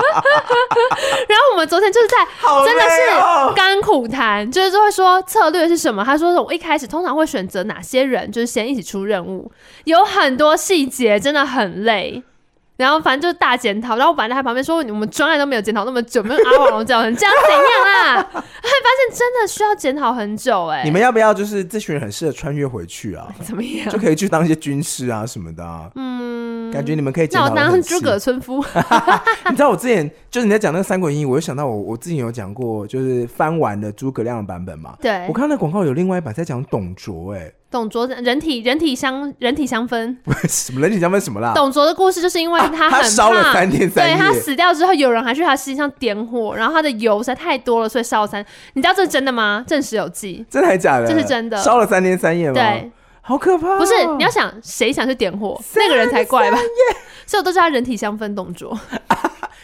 Speaker 3: 然后我们昨天就是在
Speaker 2: 好
Speaker 3: 真的
Speaker 2: 累哦
Speaker 3: 是甘苦谈， [LAUGHS] 就是会说策略是什么。他说我一开始通常会选择哪些人，就是先一起出任务，有很多细节真的很累。然后反正就是大检讨，然后我本来在旁边说我们专案都没有检讨那么久，没有阿瓦隆教人这样怎样啊？ [LAUGHS] 后来发现真的需要检讨很久哎、
Speaker 2: 你们要不要就是这群人很适合穿越回去啊？
Speaker 3: 怎么样？
Speaker 2: 就可以去当一些军师啊什么的啊。感觉你们可以检
Speaker 3: 嗯那
Speaker 2: 讨
Speaker 3: 我
Speaker 2: 得
Speaker 3: 当
Speaker 2: 很
Speaker 3: 诸
Speaker 2: 细
Speaker 3: 葛村
Speaker 2: [LAUGHS]
Speaker 3: 夫，
Speaker 2: 你知道我之前就是你在讲那个《三国演义》，我就想到我我之前有讲过，就是翻完的诸葛亮的版本嘛。
Speaker 3: 对
Speaker 2: 我，看到那广告有另外一版在讲董卓、欸，
Speaker 3: 董卓人体人体相人体相分。
Speaker 2: 哎， [LAUGHS] 什么人体相分什么啦？
Speaker 3: 董卓的故事就是因为
Speaker 2: 啊
Speaker 3: 很
Speaker 2: 他烧了
Speaker 3: 怕
Speaker 2: 三天三
Speaker 3: 对他
Speaker 2: 夜，
Speaker 3: 死掉之后，有人还去他尸体上点火，然后他的油实在太多了，所以烧了三。你知道这是真的吗？证实有记。
Speaker 2: 真的还假的？
Speaker 3: 这是真的
Speaker 2: 烧了三天三夜吗？
Speaker 3: 对，，
Speaker 2: 好可怕哦、
Speaker 3: 不是你要想谁想去点火，那个人才怪吧？ [LAUGHS] 所以我都叫他人体香氛董卓。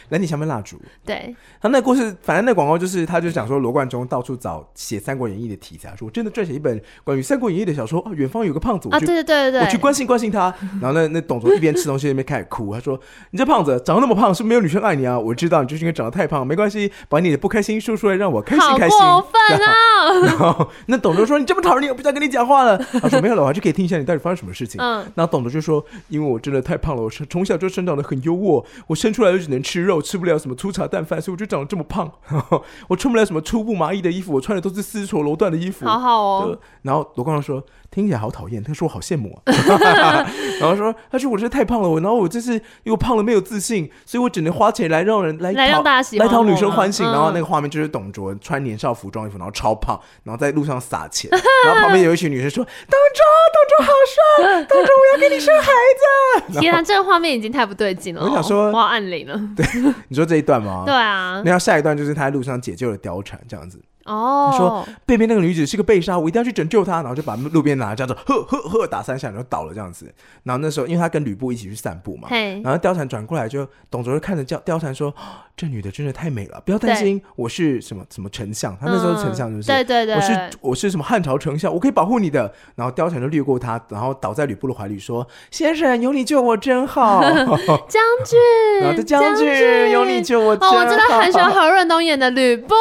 Speaker 2: 人体相分蜡烛。
Speaker 3: 对，
Speaker 2: 他那故事，反正那广告就是，他就讲说罗贯中到处找写《三国演义》的题材，说我真的撰写一本关于《三国演义》的小说。哦，远方有个胖子，我
Speaker 3: 啊，
Speaker 2: 去、
Speaker 3: 对对对对
Speaker 2: 我去
Speaker 3: 对，
Speaker 2: 关心关心他。然后那那董卓一边吃东西一边开始哭，他说：“你这胖子长得那么胖，是没有女生爱你啊！我知道你就是因为长得太胖，没关系，把你的不开心说出来，让我开心
Speaker 3: 好
Speaker 2: 开心。”
Speaker 3: 过
Speaker 2: [LAUGHS]
Speaker 3: 分啊！
Speaker 2: 然后那董卓说：“你这么讨人厌，我不想跟你讲话了。”他说：“没有了，我还是可以听一下你到底发生什么事情。”
Speaker 3: 嗯，
Speaker 2: 然后董卓就说：“因为我真的太胖了，我是从小就生长的很优渥，我生出来就只能吃肉，吃不了什么粗茶淡饭，所以我就长得这么胖。我穿不了什么粗布麻衣的衣服，我穿的都是丝绸楼缎的衣服。
Speaker 3: 好好哦
Speaker 2: 对，然后罗贯中说：“听起来好讨厌。”他说：“我好羡慕、啊。” [LAUGHS] 然后说：“他说我真的太胖了，我然后我就是因为我胖了没有自信，所以我只能花钱来让人来
Speaker 3: 来
Speaker 2: 讨
Speaker 3: 让大家喜
Speaker 2: 来
Speaker 3: 欢
Speaker 2: 讨女
Speaker 3: 我
Speaker 2: 生
Speaker 3: 嘛
Speaker 2: 欢心。
Speaker 3: 嗯
Speaker 2: 然后那个画面就是董卓穿年少服装衣服，然后超胖，然后在路上撒钱，然后旁边有一群女生说：‘董卓，董卓好帅，董卓我要跟你生
Speaker 3: [LAUGHS]
Speaker 2: 孩子。’
Speaker 3: 天啊，这个画面已经太不对劲了哦。
Speaker 2: 我想说
Speaker 3: 我要按铃了。
Speaker 2: 你说这一段吗？
Speaker 3: 对。啊，
Speaker 2: 那要下一段就是他在路上解救了貂蝉，这样子。他
Speaker 3: 哦
Speaker 2: 说，背面那个女子是个被杀，我一定要去拯救她，然后就把路边拿着
Speaker 3: [LAUGHS]
Speaker 2: 这样子，呵呵呵打三下，然后倒了这样子。然后那时候因为他跟吕布一起去散步嘛，
Speaker 3: 嘿，
Speaker 2: 然后貂蝉转过来就，董卓就看着貂貂蝉说：“这女的真的太美了，不要担心，我是什么什么丞相，他那时候是丞相是不是？
Speaker 3: 嗯对对对，
Speaker 2: 我是我是什么汉朝丞相，我可以保护你的。”然后貂蝉就掠过他，然后倒在吕布的怀里说：“先生，有你救我真
Speaker 3: [LAUGHS]
Speaker 2: 好。”
Speaker 3: 将
Speaker 2: [LAUGHS]
Speaker 3: 军
Speaker 2: 然后这，将军有你救我真
Speaker 3: 哦，
Speaker 2: 好。
Speaker 3: 我真的很喜欢何润东演的吕布。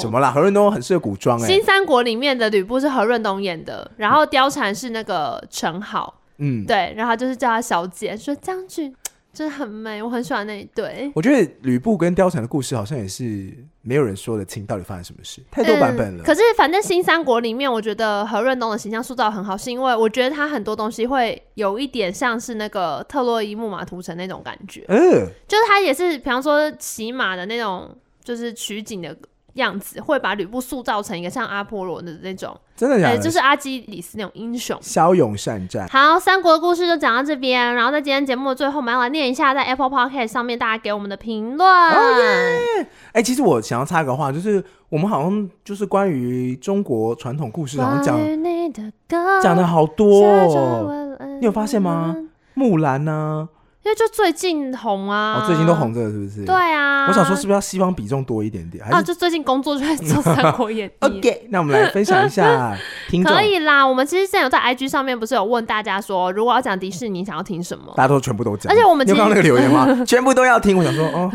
Speaker 2: 什么啦？何润东很适合古装哎、
Speaker 3: 新三国里面的吕布是何润东演的，然后貂蝉是那个陈好，
Speaker 2: 嗯，
Speaker 3: 对，然后就是叫她小姐，说将军真的很美，我很喜欢那一对。
Speaker 2: 我觉得吕布跟貂蝉的故事好像也是没有人说得清到底发生什么事，太多版本了。
Speaker 3: 嗯可是反正新三国里面，我觉得何润东的形象塑造得很好，是因为我觉得他很多东西会有一点像是那个特洛伊木马屠城那种感觉，
Speaker 2: 嗯、
Speaker 3: 就是他也是，比方说骑马的那种，就是取景的样子，会把吕布塑造成一个像阿波罗的那种，
Speaker 2: 真的假
Speaker 3: 呃，
Speaker 2: 的？
Speaker 3: 就是阿基里斯那种英雄。
Speaker 2: 骁勇善战。
Speaker 3: 好，三国的故事就讲到这边，然后在今天节目的最后，我们要来念一下在 Apple Podcast 上面大家给我们的评论。
Speaker 2: 哦哎、其实我想要插个话，就是我们好像就是关于中国传统故事，好像
Speaker 3: 关
Speaker 2: 讲
Speaker 3: 于你的歌
Speaker 2: 讲的好多、哦，
Speaker 3: 哦
Speaker 2: 你有发现吗？木兰呢、
Speaker 3: 因为就最近红
Speaker 2: 我、
Speaker 3: 啊，
Speaker 2: 哦最近都。红着了，是不是？
Speaker 3: 对。啊，
Speaker 2: 我想说，是不是要西方比重多一点点？还
Speaker 3: 啊，
Speaker 2: 是、啊
Speaker 3: 就最近工作就在做《三
Speaker 2: [LAUGHS]
Speaker 3: 国演义》
Speaker 2: OK？那我们来分享一
Speaker 3: [LAUGHS]
Speaker 2: 下听众，
Speaker 3: 可以啦，我们其实之前有在 IG 上面不是有问大家说，如果要讲迪士尼，想要听什么？
Speaker 2: 大家都全部都讲。
Speaker 3: 哦而且我们
Speaker 2: 你有
Speaker 3: 其实
Speaker 2: 看到那个留言吗？ [LAUGHS] 全部都要听。我想说，哦，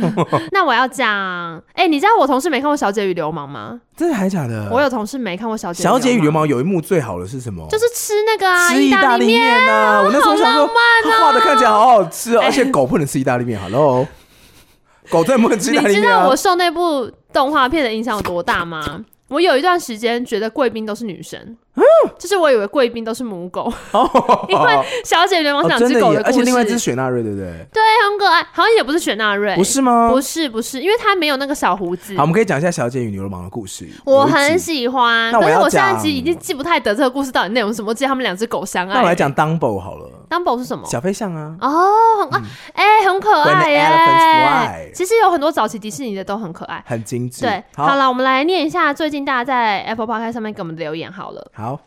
Speaker 3: 那我要讲，哎、你知道我同事没看过《小姐与流氓》吗？
Speaker 2: 真的还假
Speaker 3: [LAUGHS]
Speaker 2: 的？
Speaker 3: 我有同事没看过《小姐
Speaker 2: 呃小姐与流
Speaker 3: 氓
Speaker 2: 氓有一幕最好的是什么？》，
Speaker 3: 就是吃那个啊，
Speaker 2: 吃意大利
Speaker 3: 面。
Speaker 2: 面呐、我那时候想说
Speaker 3: 好浪，漫哦哎
Speaker 2: 它画的看起来好好吃哦，而且狗不能吃意大利面。Hello，狗真的不能吃意大
Speaker 3: 你
Speaker 2: 利
Speaker 3: 知
Speaker 2: 面、
Speaker 3: 道
Speaker 2: 啊
Speaker 3: 我。受那部动画片的影响有多大吗？我有一段时间觉得贵宾都是女生，
Speaker 2: 啊
Speaker 3: 就是我以为贵宾都是母狗，因为小姐与流氓
Speaker 2: 哦，
Speaker 3: 是两
Speaker 2: 真
Speaker 3: 只
Speaker 2: 的
Speaker 3: 狗
Speaker 2: 耶！
Speaker 3: 故
Speaker 2: 而
Speaker 3: 事，哎
Speaker 2: 且另外一只是雪纳瑞，对不对？
Speaker 3: 对很可爱，哎好像也不是雪纳瑞，
Speaker 2: 不是吗？
Speaker 3: 不是不是，因为它没有那个小胡子
Speaker 2: 好，我。们可以讲一下《小姐与牛郎》的故事。
Speaker 3: 我
Speaker 2: 有一集
Speaker 3: 很喜欢，
Speaker 2: 那我
Speaker 3: 可是
Speaker 2: 要
Speaker 3: 我上一
Speaker 2: 讲
Speaker 3: 集已经记不太得这个故事到底内容是什么，我记得他们两只狗相爱。
Speaker 2: 那我来讲 Dumbo 好了，
Speaker 3: Dumbo 是什么？
Speaker 2: 小飞象啊，
Speaker 3: 哦，很啊，哎、很可
Speaker 2: When the
Speaker 3: 爱耶、
Speaker 2: elephants fly
Speaker 3: 其实有很多早期迪士尼的都很可爱。
Speaker 2: 很精致。
Speaker 3: 对，
Speaker 2: 好，
Speaker 3: 好了，我们来念一下最近大家在 Apple Podcast 上面给我们的留言好了。
Speaker 2: 好，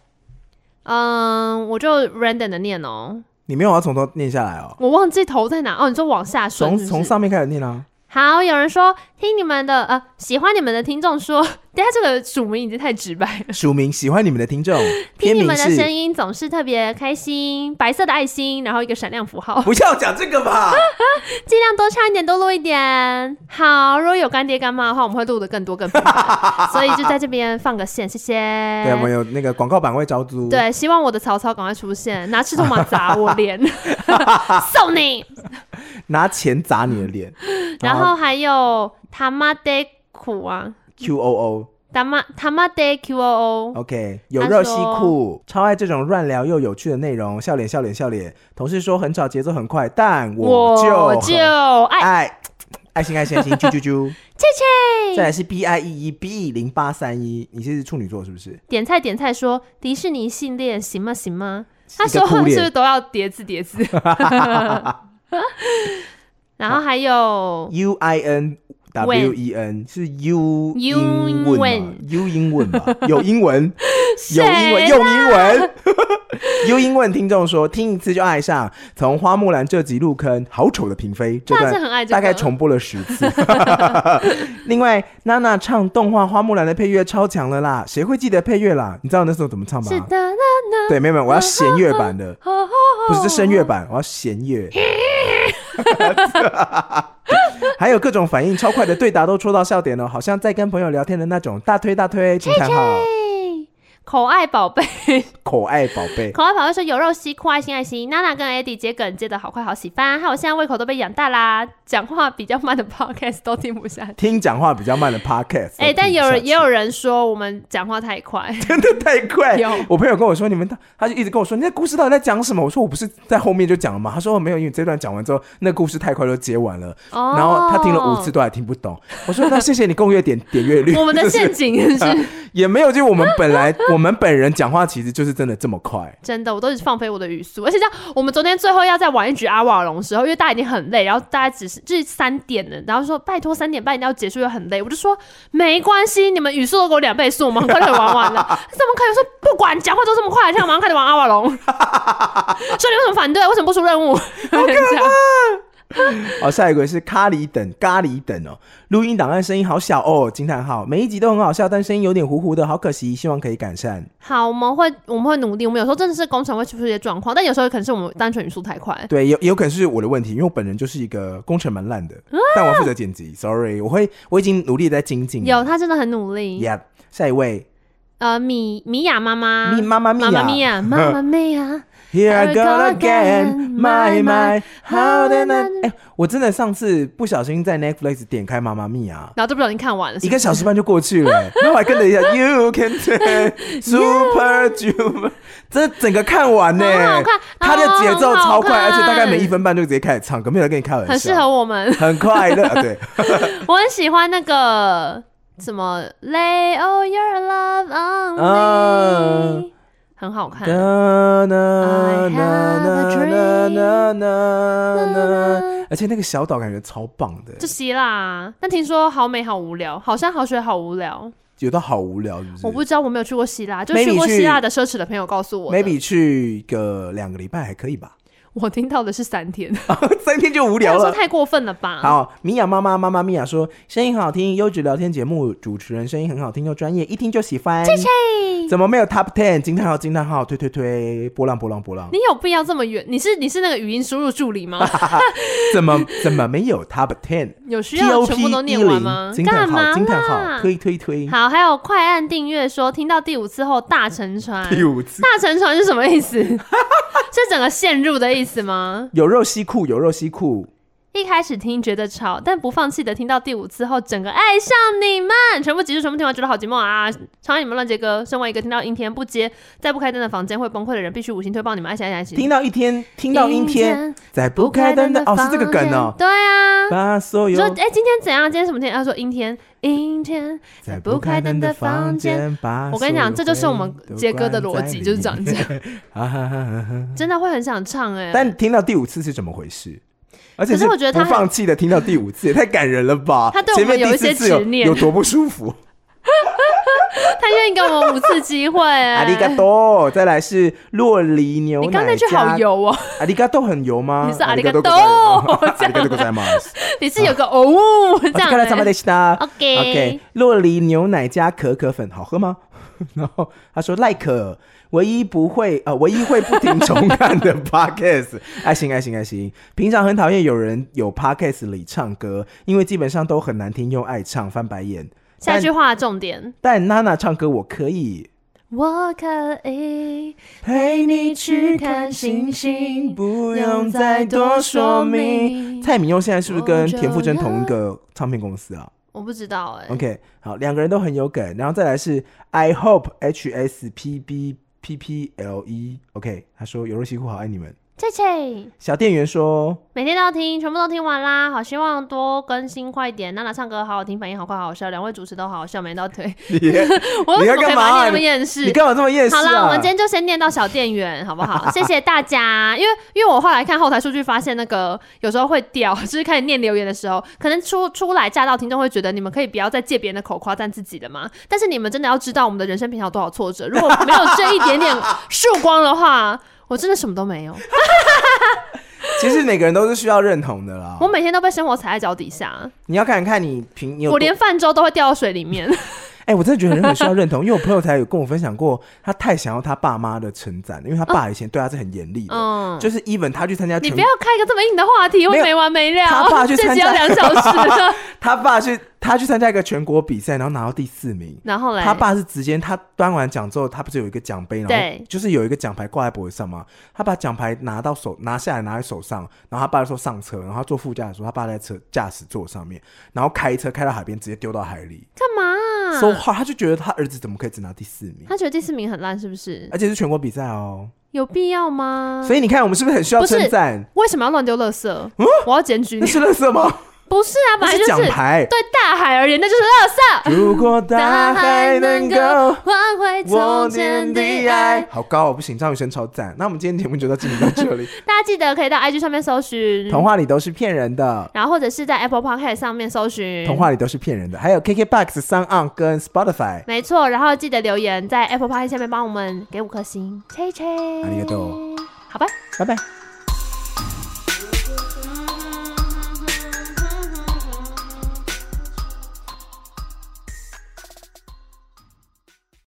Speaker 3: 嗯，我就 random 的念哦，
Speaker 2: 你没有要从头念下来哦，
Speaker 3: 我忘记头在哪哦。你说往下顺
Speaker 2: 从
Speaker 3: 是不是
Speaker 2: 从上面开始念
Speaker 3: [LAUGHS]
Speaker 2: 啊。
Speaker 3: 好，有人说听你们的呃，喜欢你们的听众说， [LAUGHS] 大家这个署名已经太直白了。
Speaker 2: 署名喜欢你们的听众，
Speaker 3: 听
Speaker 2: [LAUGHS] 片
Speaker 3: 你
Speaker 2: 名
Speaker 3: 们的
Speaker 2: 是
Speaker 3: 声音总是特别开心，白色的爱心，然后一个闪亮符号， [LAUGHS]
Speaker 2: 不要讲这个吧。
Speaker 3: 哎尽量多唱一点，多录一点。好，如果有干爹干妈的话，我们会录的更多更
Speaker 2: [LAUGHS]
Speaker 3: 频繁，所以就在这边放个线，谢谢。
Speaker 2: 对，我们有那个广告版会招租。
Speaker 3: 对希望我的曹操赶快出现，拿赤兔马砸我脸， [LAUGHS] 送你。
Speaker 2: 拿钱
Speaker 3: [LAUGHS]，
Speaker 2: 砸你的脸
Speaker 3: 然后还有他妈的苦啊，
Speaker 2: Q O O
Speaker 3: 他妈他妈的 Q O O，
Speaker 2: OK，有
Speaker 3: 他
Speaker 2: 热西
Speaker 3: 说
Speaker 2: 裤，超爱这种乱聊又有趣的内容，笑脸笑脸笑脸。同事说很吵，节奏很快，但我就
Speaker 3: 我
Speaker 2: 很 [LAUGHS]
Speaker 3: 就哎爱
Speaker 2: 爱 [LAUGHS] 爱心爱心爱心，啾啾啾。
Speaker 3: [LAUGHS] 切
Speaker 2: 再
Speaker 3: 切。
Speaker 2: 来是 B I E E B 零八三一，你是处女座是不是？
Speaker 3: 点菜点菜说迪士尼系列行吗行吗？他
Speaker 2: 一个
Speaker 3: 说
Speaker 2: 哭
Speaker 3: 话是不是
Speaker 2: 脸
Speaker 3: 都要叠字叠字？ [LAUGHS] 然后还
Speaker 2: [LAUGHS]
Speaker 3: 有
Speaker 2: U I N W E N 是 U 英文吗 U 英文
Speaker 3: [LAUGHS]
Speaker 2: 吧？有英文，有英文，
Speaker 3: 谁
Speaker 2: 用英文。U 英文听众说，听一次就爱上。从花木兰这集入坑，好丑的嫔妃这
Speaker 3: 那是很爱
Speaker 2: 段
Speaker 3: 这个
Speaker 2: 大概重播了十
Speaker 3: [LAUGHS]
Speaker 2: 次。另外，娜娜唱动画《花木兰》的配乐超强了啦，谁会记得配乐啦？你知道那时候怎么唱吧
Speaker 3: 是？的那
Speaker 2: 对，没有没有，我要弦乐版的，
Speaker 3: 哦
Speaker 2: 不是这声乐版，我要弦乐。 [LAUGHS] 还有各种反应超快的对答都戳到笑点哦，好像在跟朋友聊天的那种大推大推，惊叹号，
Speaker 3: 嘿口爱宝贝，
Speaker 2: 可爱宝贝。
Speaker 3: 口爱宝贝说有肉西哭爱心爱心，娜娜跟 Eddie 接梗接的好快好喜欢，害我现在胃口都被养大啦，讲话比较慢的 [LAUGHS] podcast 都听不下去。
Speaker 2: 听讲话比较慢的 podcast，
Speaker 3: 哎、但有人也
Speaker 2: 有
Speaker 3: 有人说我们讲话太快，
Speaker 2: 真的太快
Speaker 3: 有。
Speaker 2: 我朋友跟我说，你们他他就一直跟我说，你那故事到底在讲什么？我说我不是在后面就讲了吗？他说、哦、没有，因为这段讲完之后，那故事太快就接完了，
Speaker 3: 哦
Speaker 2: 然后他听了五次。都还听不懂。我说那谢谢你共阅点点阅率，
Speaker 3: 我们的
Speaker 2: 就是
Speaker 3: 陷阱是
Speaker 2: 也没有，就我们本来 [LAUGHS] 我们本人讲话其实就是真的这么快。
Speaker 3: 真的，我都是放飞我的语速，而且像我们昨天最后要再玩一局阿瓦隆的时候，因为大家已经很累，然后大家只是就是三点了，然后说拜托三点半一定要结束，又很累，我就说没关系，你们语速都给我两倍速，我们很快就玩完了。他怎么可以说不管讲话都这么快，这样马上开始玩阿瓦隆？说你为什么反对？为什么不出任务？这样
Speaker 2: 好，哦下一个是咖喱等咖喱等哦，录音档案声音好小哦，惊叹号，每一集都很好笑，但声音有点糊糊的，好可惜，希望可以改善。
Speaker 3: 好，我们会我们会努力，我们有时候真的是工程会出现一些状况，但有时候可能是我们单纯语速太快。
Speaker 2: 对，有有可能是我的问题，因为我本人就是一个工程蛮烂的，但我负责剪辑，sorry，我会我已经努力在精进了。
Speaker 3: 有，他真的很努力。
Speaker 2: ，Yep，下一位
Speaker 3: 呃，米米娅妈妈，
Speaker 2: 米妈妈咪呀
Speaker 3: 妈妈咪呀，妈妈咪呀，
Speaker 2: ，Here I
Speaker 3: I
Speaker 2: go
Speaker 3: go
Speaker 2: again,
Speaker 3: again,
Speaker 2: my
Speaker 3: my,
Speaker 2: my,
Speaker 3: my,
Speaker 2: how did I？
Speaker 3: how did
Speaker 2: 哎、我真的上次不小心在 Netflix 点开《妈妈咪啊呀》，
Speaker 3: 然后都不小心看完
Speaker 2: [LAUGHS]
Speaker 3: 了。
Speaker 2: 一个小时半就过去了、
Speaker 3: [LAUGHS]
Speaker 2: 欸，然后我还跟了一下 You Can Take Super
Speaker 3: [LAUGHS]
Speaker 2: Junior，这整个看完呢、
Speaker 3: 很好看
Speaker 2: 它的节奏超快，
Speaker 3: 很好
Speaker 2: 而
Speaker 3: 看
Speaker 2: 且大概每一分半就直接开始唱歌，没有人跟你开玩笑，
Speaker 3: 很适合我们， [LAUGHS]
Speaker 2: 很快乐。啊对，
Speaker 3: 我很喜欢那个什么 Lay all your love on
Speaker 2: 嗯
Speaker 3: me，很好看。
Speaker 2: 哒啦
Speaker 3: I
Speaker 2: 啦
Speaker 3: have a
Speaker 2: 啦
Speaker 3: dream
Speaker 2: 啦啦啦啦，而且那个小岛感觉超棒的、
Speaker 3: 就希腊，但听说好美好无聊，好像好学好无聊。
Speaker 2: 有到好无聊，是不是？
Speaker 3: 我不知道，我没有去过希腊，就
Speaker 2: Maybe
Speaker 3: 去过
Speaker 2: 去
Speaker 3: 希腊的奢侈的朋友告诉我的。
Speaker 2: maybe 去个两个礼拜还可以吧， [LAUGHS]
Speaker 3: 我听到的是三天，
Speaker 2: 三天就无
Speaker 3: 这
Speaker 2: 聊
Speaker 3: 样
Speaker 2: 了
Speaker 3: 说。太过分了吧？
Speaker 2: 好，米娅妈妈妈妈咪娅说，声音很好听，优质聊天节目主持人声音很好听又专业，一听就喜欢。
Speaker 3: 嘿，
Speaker 2: 怎么没有 Top Ten？惊叹号惊叹号，推推推，波浪波浪波浪，
Speaker 3: 你有必要这么远？你是你是那个语音输入助
Speaker 2: [LAUGHS]
Speaker 3: 理吗？
Speaker 2: 怎么怎么没有 Top
Speaker 3: [LAUGHS]
Speaker 2: Ten？
Speaker 3: 有需
Speaker 2: T
Speaker 3: 要
Speaker 2: O
Speaker 3: 全
Speaker 2: P
Speaker 3: 部都
Speaker 2: 一
Speaker 3: 念完吗
Speaker 2: 零，？惊
Speaker 3: 干
Speaker 2: 叹
Speaker 3: 嘛
Speaker 2: 号惊叹号，
Speaker 3: 啦
Speaker 2: 推推推，
Speaker 3: 好，还有快按订阅说，听到第五次后大沉船，
Speaker 2: 第五次
Speaker 3: 大沉船是什么意思？ [LAUGHS] 是整个陷入的意思吗？
Speaker 2: 有肉西裤，有肉西裤，
Speaker 3: 一开始听觉得吵，但不放弃的听到第五次后，整个爱上你们，全部集数全部听完，觉得好寂寞啊！常爱你们乱杰哥，身为一个听到阴天不接，在不开灯的房间会崩溃的人，必须五星推爆你们，爱心爱心爱心。
Speaker 2: 听到一天，听到阴天，在不
Speaker 3: 不
Speaker 2: 开
Speaker 3: 开
Speaker 2: 灯的
Speaker 3: 灯的
Speaker 2: 哦，是这个梗
Speaker 3: 房
Speaker 2: 哦
Speaker 3: 间，对啊。
Speaker 2: 把所
Speaker 3: 你说
Speaker 2: 有
Speaker 3: 哎、今天怎样？今天什么天？他说阴天，阴天。
Speaker 2: 在不开灯的房间，把
Speaker 3: 我跟你讲，这就是我们
Speaker 2: 杰
Speaker 3: 杰哥
Speaker 2: 哥
Speaker 3: 的逻辑，就是长这样，
Speaker 2: [LAUGHS] 样。
Speaker 3: 真的会很想唱哎、
Speaker 2: 但听到第五次是怎么回事？而且
Speaker 3: 可是我觉得他
Speaker 2: 不放弃的，听到第五次也太感人了吧？
Speaker 3: [LAUGHS] 他对我们
Speaker 2: 前面
Speaker 3: 有
Speaker 2: 第
Speaker 3: 一
Speaker 2: 四
Speaker 3: 些
Speaker 2: 次有
Speaker 3: 执念
Speaker 2: 有多不舒
Speaker 3: [LAUGHS]
Speaker 2: 服？
Speaker 3: 他愿意给我们五次机会、欸。
Speaker 2: 阿里嘎多，再来是洛梨牛奶
Speaker 3: 你刚那句好
Speaker 2: 加，[LAUGHS]
Speaker 3: 油哦，
Speaker 2: 阿里嘎多很油吗？
Speaker 3: 你是阿里嘎
Speaker 2: 多，
Speaker 3: 多
Speaker 2: 阿里嘎多ございます。
Speaker 3: 你是有个哦 [LAUGHS] 这样、
Speaker 2: お疲れ様で
Speaker 3: 欸。
Speaker 2: した。
Speaker 3: OK
Speaker 2: OK，洛梨牛奶加可可粉好喝吗？ [LAUGHS] 然后他说赖可，唯一不会呃，唯一会不停重看
Speaker 3: [LAUGHS]
Speaker 2: 的 podcast，爱心爱心爱心。平常很讨厌有人有 podcast 里唱歌，因为基本上都很难听又爱唱，翻白眼。
Speaker 3: 下一
Speaker 2: 但
Speaker 3: 句话的重点，
Speaker 2: 但娜娜唱歌我可以
Speaker 3: 我可以。
Speaker 2: 陪你
Speaker 3: 去看星星
Speaker 2: 不
Speaker 3: 用再多说明
Speaker 2: 蔡明佑现在是不是跟
Speaker 3: 我就
Speaker 2: 田馥甄同一个唱片公司啊？
Speaker 3: 我不知道哎、
Speaker 2: OK，好，两个人都很有梗，然后再来是 I hope H S P B P P L E。OK，他说有肉西裤好爱你们。
Speaker 3: 切切，
Speaker 2: 小店员说
Speaker 3: [LAUGHS] 每天都要听，全部都听完啦，好希望多更新快一点。娜娜唱歌好好听，反应好快，好好笑，两位主持都好好笑，每天都要推。 [LAUGHS]
Speaker 2: 你
Speaker 3: 我
Speaker 2: 你
Speaker 3: 怎
Speaker 2: 要
Speaker 3: 么可以
Speaker 2: 干嘛
Speaker 3: 把
Speaker 2: 啊
Speaker 3: 你们厌世
Speaker 2: 你？干嘛这么厌世
Speaker 3: 好
Speaker 2: 啊？
Speaker 3: 啦，我们今天就先念到小店员，好
Speaker 2: [LAUGHS]
Speaker 3: 不好？谢谢大家，因为因为我后来看后台数据发现，那个有时候会掉，就是开始念留言的时候，可能初初来乍到听众会觉得你们可以不要再借别人的口夸赞自己的嘛。但是你们真的要知道，我们的人生平常有多少挫折，如果没有这一点点曙光的话。我真的什么
Speaker 2: [LAUGHS]
Speaker 3: 都没有，
Speaker 2: 其实每个人都是需要认同的啦
Speaker 3: 我。每天都被生活踩在脚底下，
Speaker 2: 你要看看你平你有
Speaker 3: 我
Speaker 2: 多
Speaker 3: 连泛舟都会掉到水
Speaker 2: [LAUGHS]
Speaker 3: 里面。
Speaker 2: 哎、我真的觉得人很需要认同，因为我朋友才有跟我分享过，他太想要他爸妈的称赞，因为他爸以前对他是很严厉的，
Speaker 3: 嗯，
Speaker 2: 就是 even 他去参加
Speaker 3: 你
Speaker 2: 全
Speaker 3: 不要开一个这么硬的话题，会
Speaker 2: 没有
Speaker 3: 没完没
Speaker 2: 他
Speaker 3: 了。
Speaker 2: 爸去
Speaker 3: [LAUGHS] 这集
Speaker 2: 参
Speaker 3: 要
Speaker 2: 加
Speaker 3: 两
Speaker 2: [LAUGHS]
Speaker 3: 小时，
Speaker 2: 他爸去他去参加一个全国比赛，然后拿到第四名。
Speaker 3: 然后嘞，
Speaker 2: 他爸是直接他端完奖之后，他不是有一个奖杯，然
Speaker 3: 对
Speaker 2: 后就是有一个奖牌挂在脖子上吗？他把奖牌拿到手拿下来拿在手上，然后他爸说上车，然后他坐副驾驶，他爸在车驾驶座上面，然后开车开到海边，直接丢到海里。
Speaker 3: 干嘛啊？
Speaker 2: so hard，他就觉得他儿子怎么可以只拿第四名，
Speaker 3: 他觉得第四名很烂，是不是？
Speaker 2: 而且是全国比赛哦。
Speaker 3: 有必要吗？
Speaker 2: 哎所以你看，我们是不是很需要
Speaker 3: 嗯不是
Speaker 2: 称赞？
Speaker 3: 为什么要乱丢垃圾？我要检举
Speaker 2: 那
Speaker 3: 你！
Speaker 2: 是乐色吗？
Speaker 3: 不是啊， [LAUGHS] 本
Speaker 2: 那
Speaker 3: 来就是
Speaker 2: 奖
Speaker 3: 是
Speaker 2: 牌。
Speaker 3: 对大海而言，那就是垃圾。
Speaker 2: 如果大海能够
Speaker 3: 换回从
Speaker 2: 我
Speaker 3: 前
Speaker 2: 念
Speaker 3: 的
Speaker 2: 的
Speaker 3: 爱
Speaker 2: 爱，，好高哦！不行，张雨生超赞。那我们今天节目就到进行到这里。
Speaker 3: 大家记得可以到 IG 上面搜寻，
Speaker 2: 童话里都是骗人的，
Speaker 3: 然后或者是在 Apple Podcast 上面搜寻
Speaker 2: 童。话里都是骗人的。还有 KKBox、s o n On 跟 Spotify。
Speaker 3: 没错，然后记得留言在 Apple Podcast 下面帮我们给五颗星，吹吹
Speaker 2: ありがとう，
Speaker 3: 好吧。
Speaker 2: 拜拜。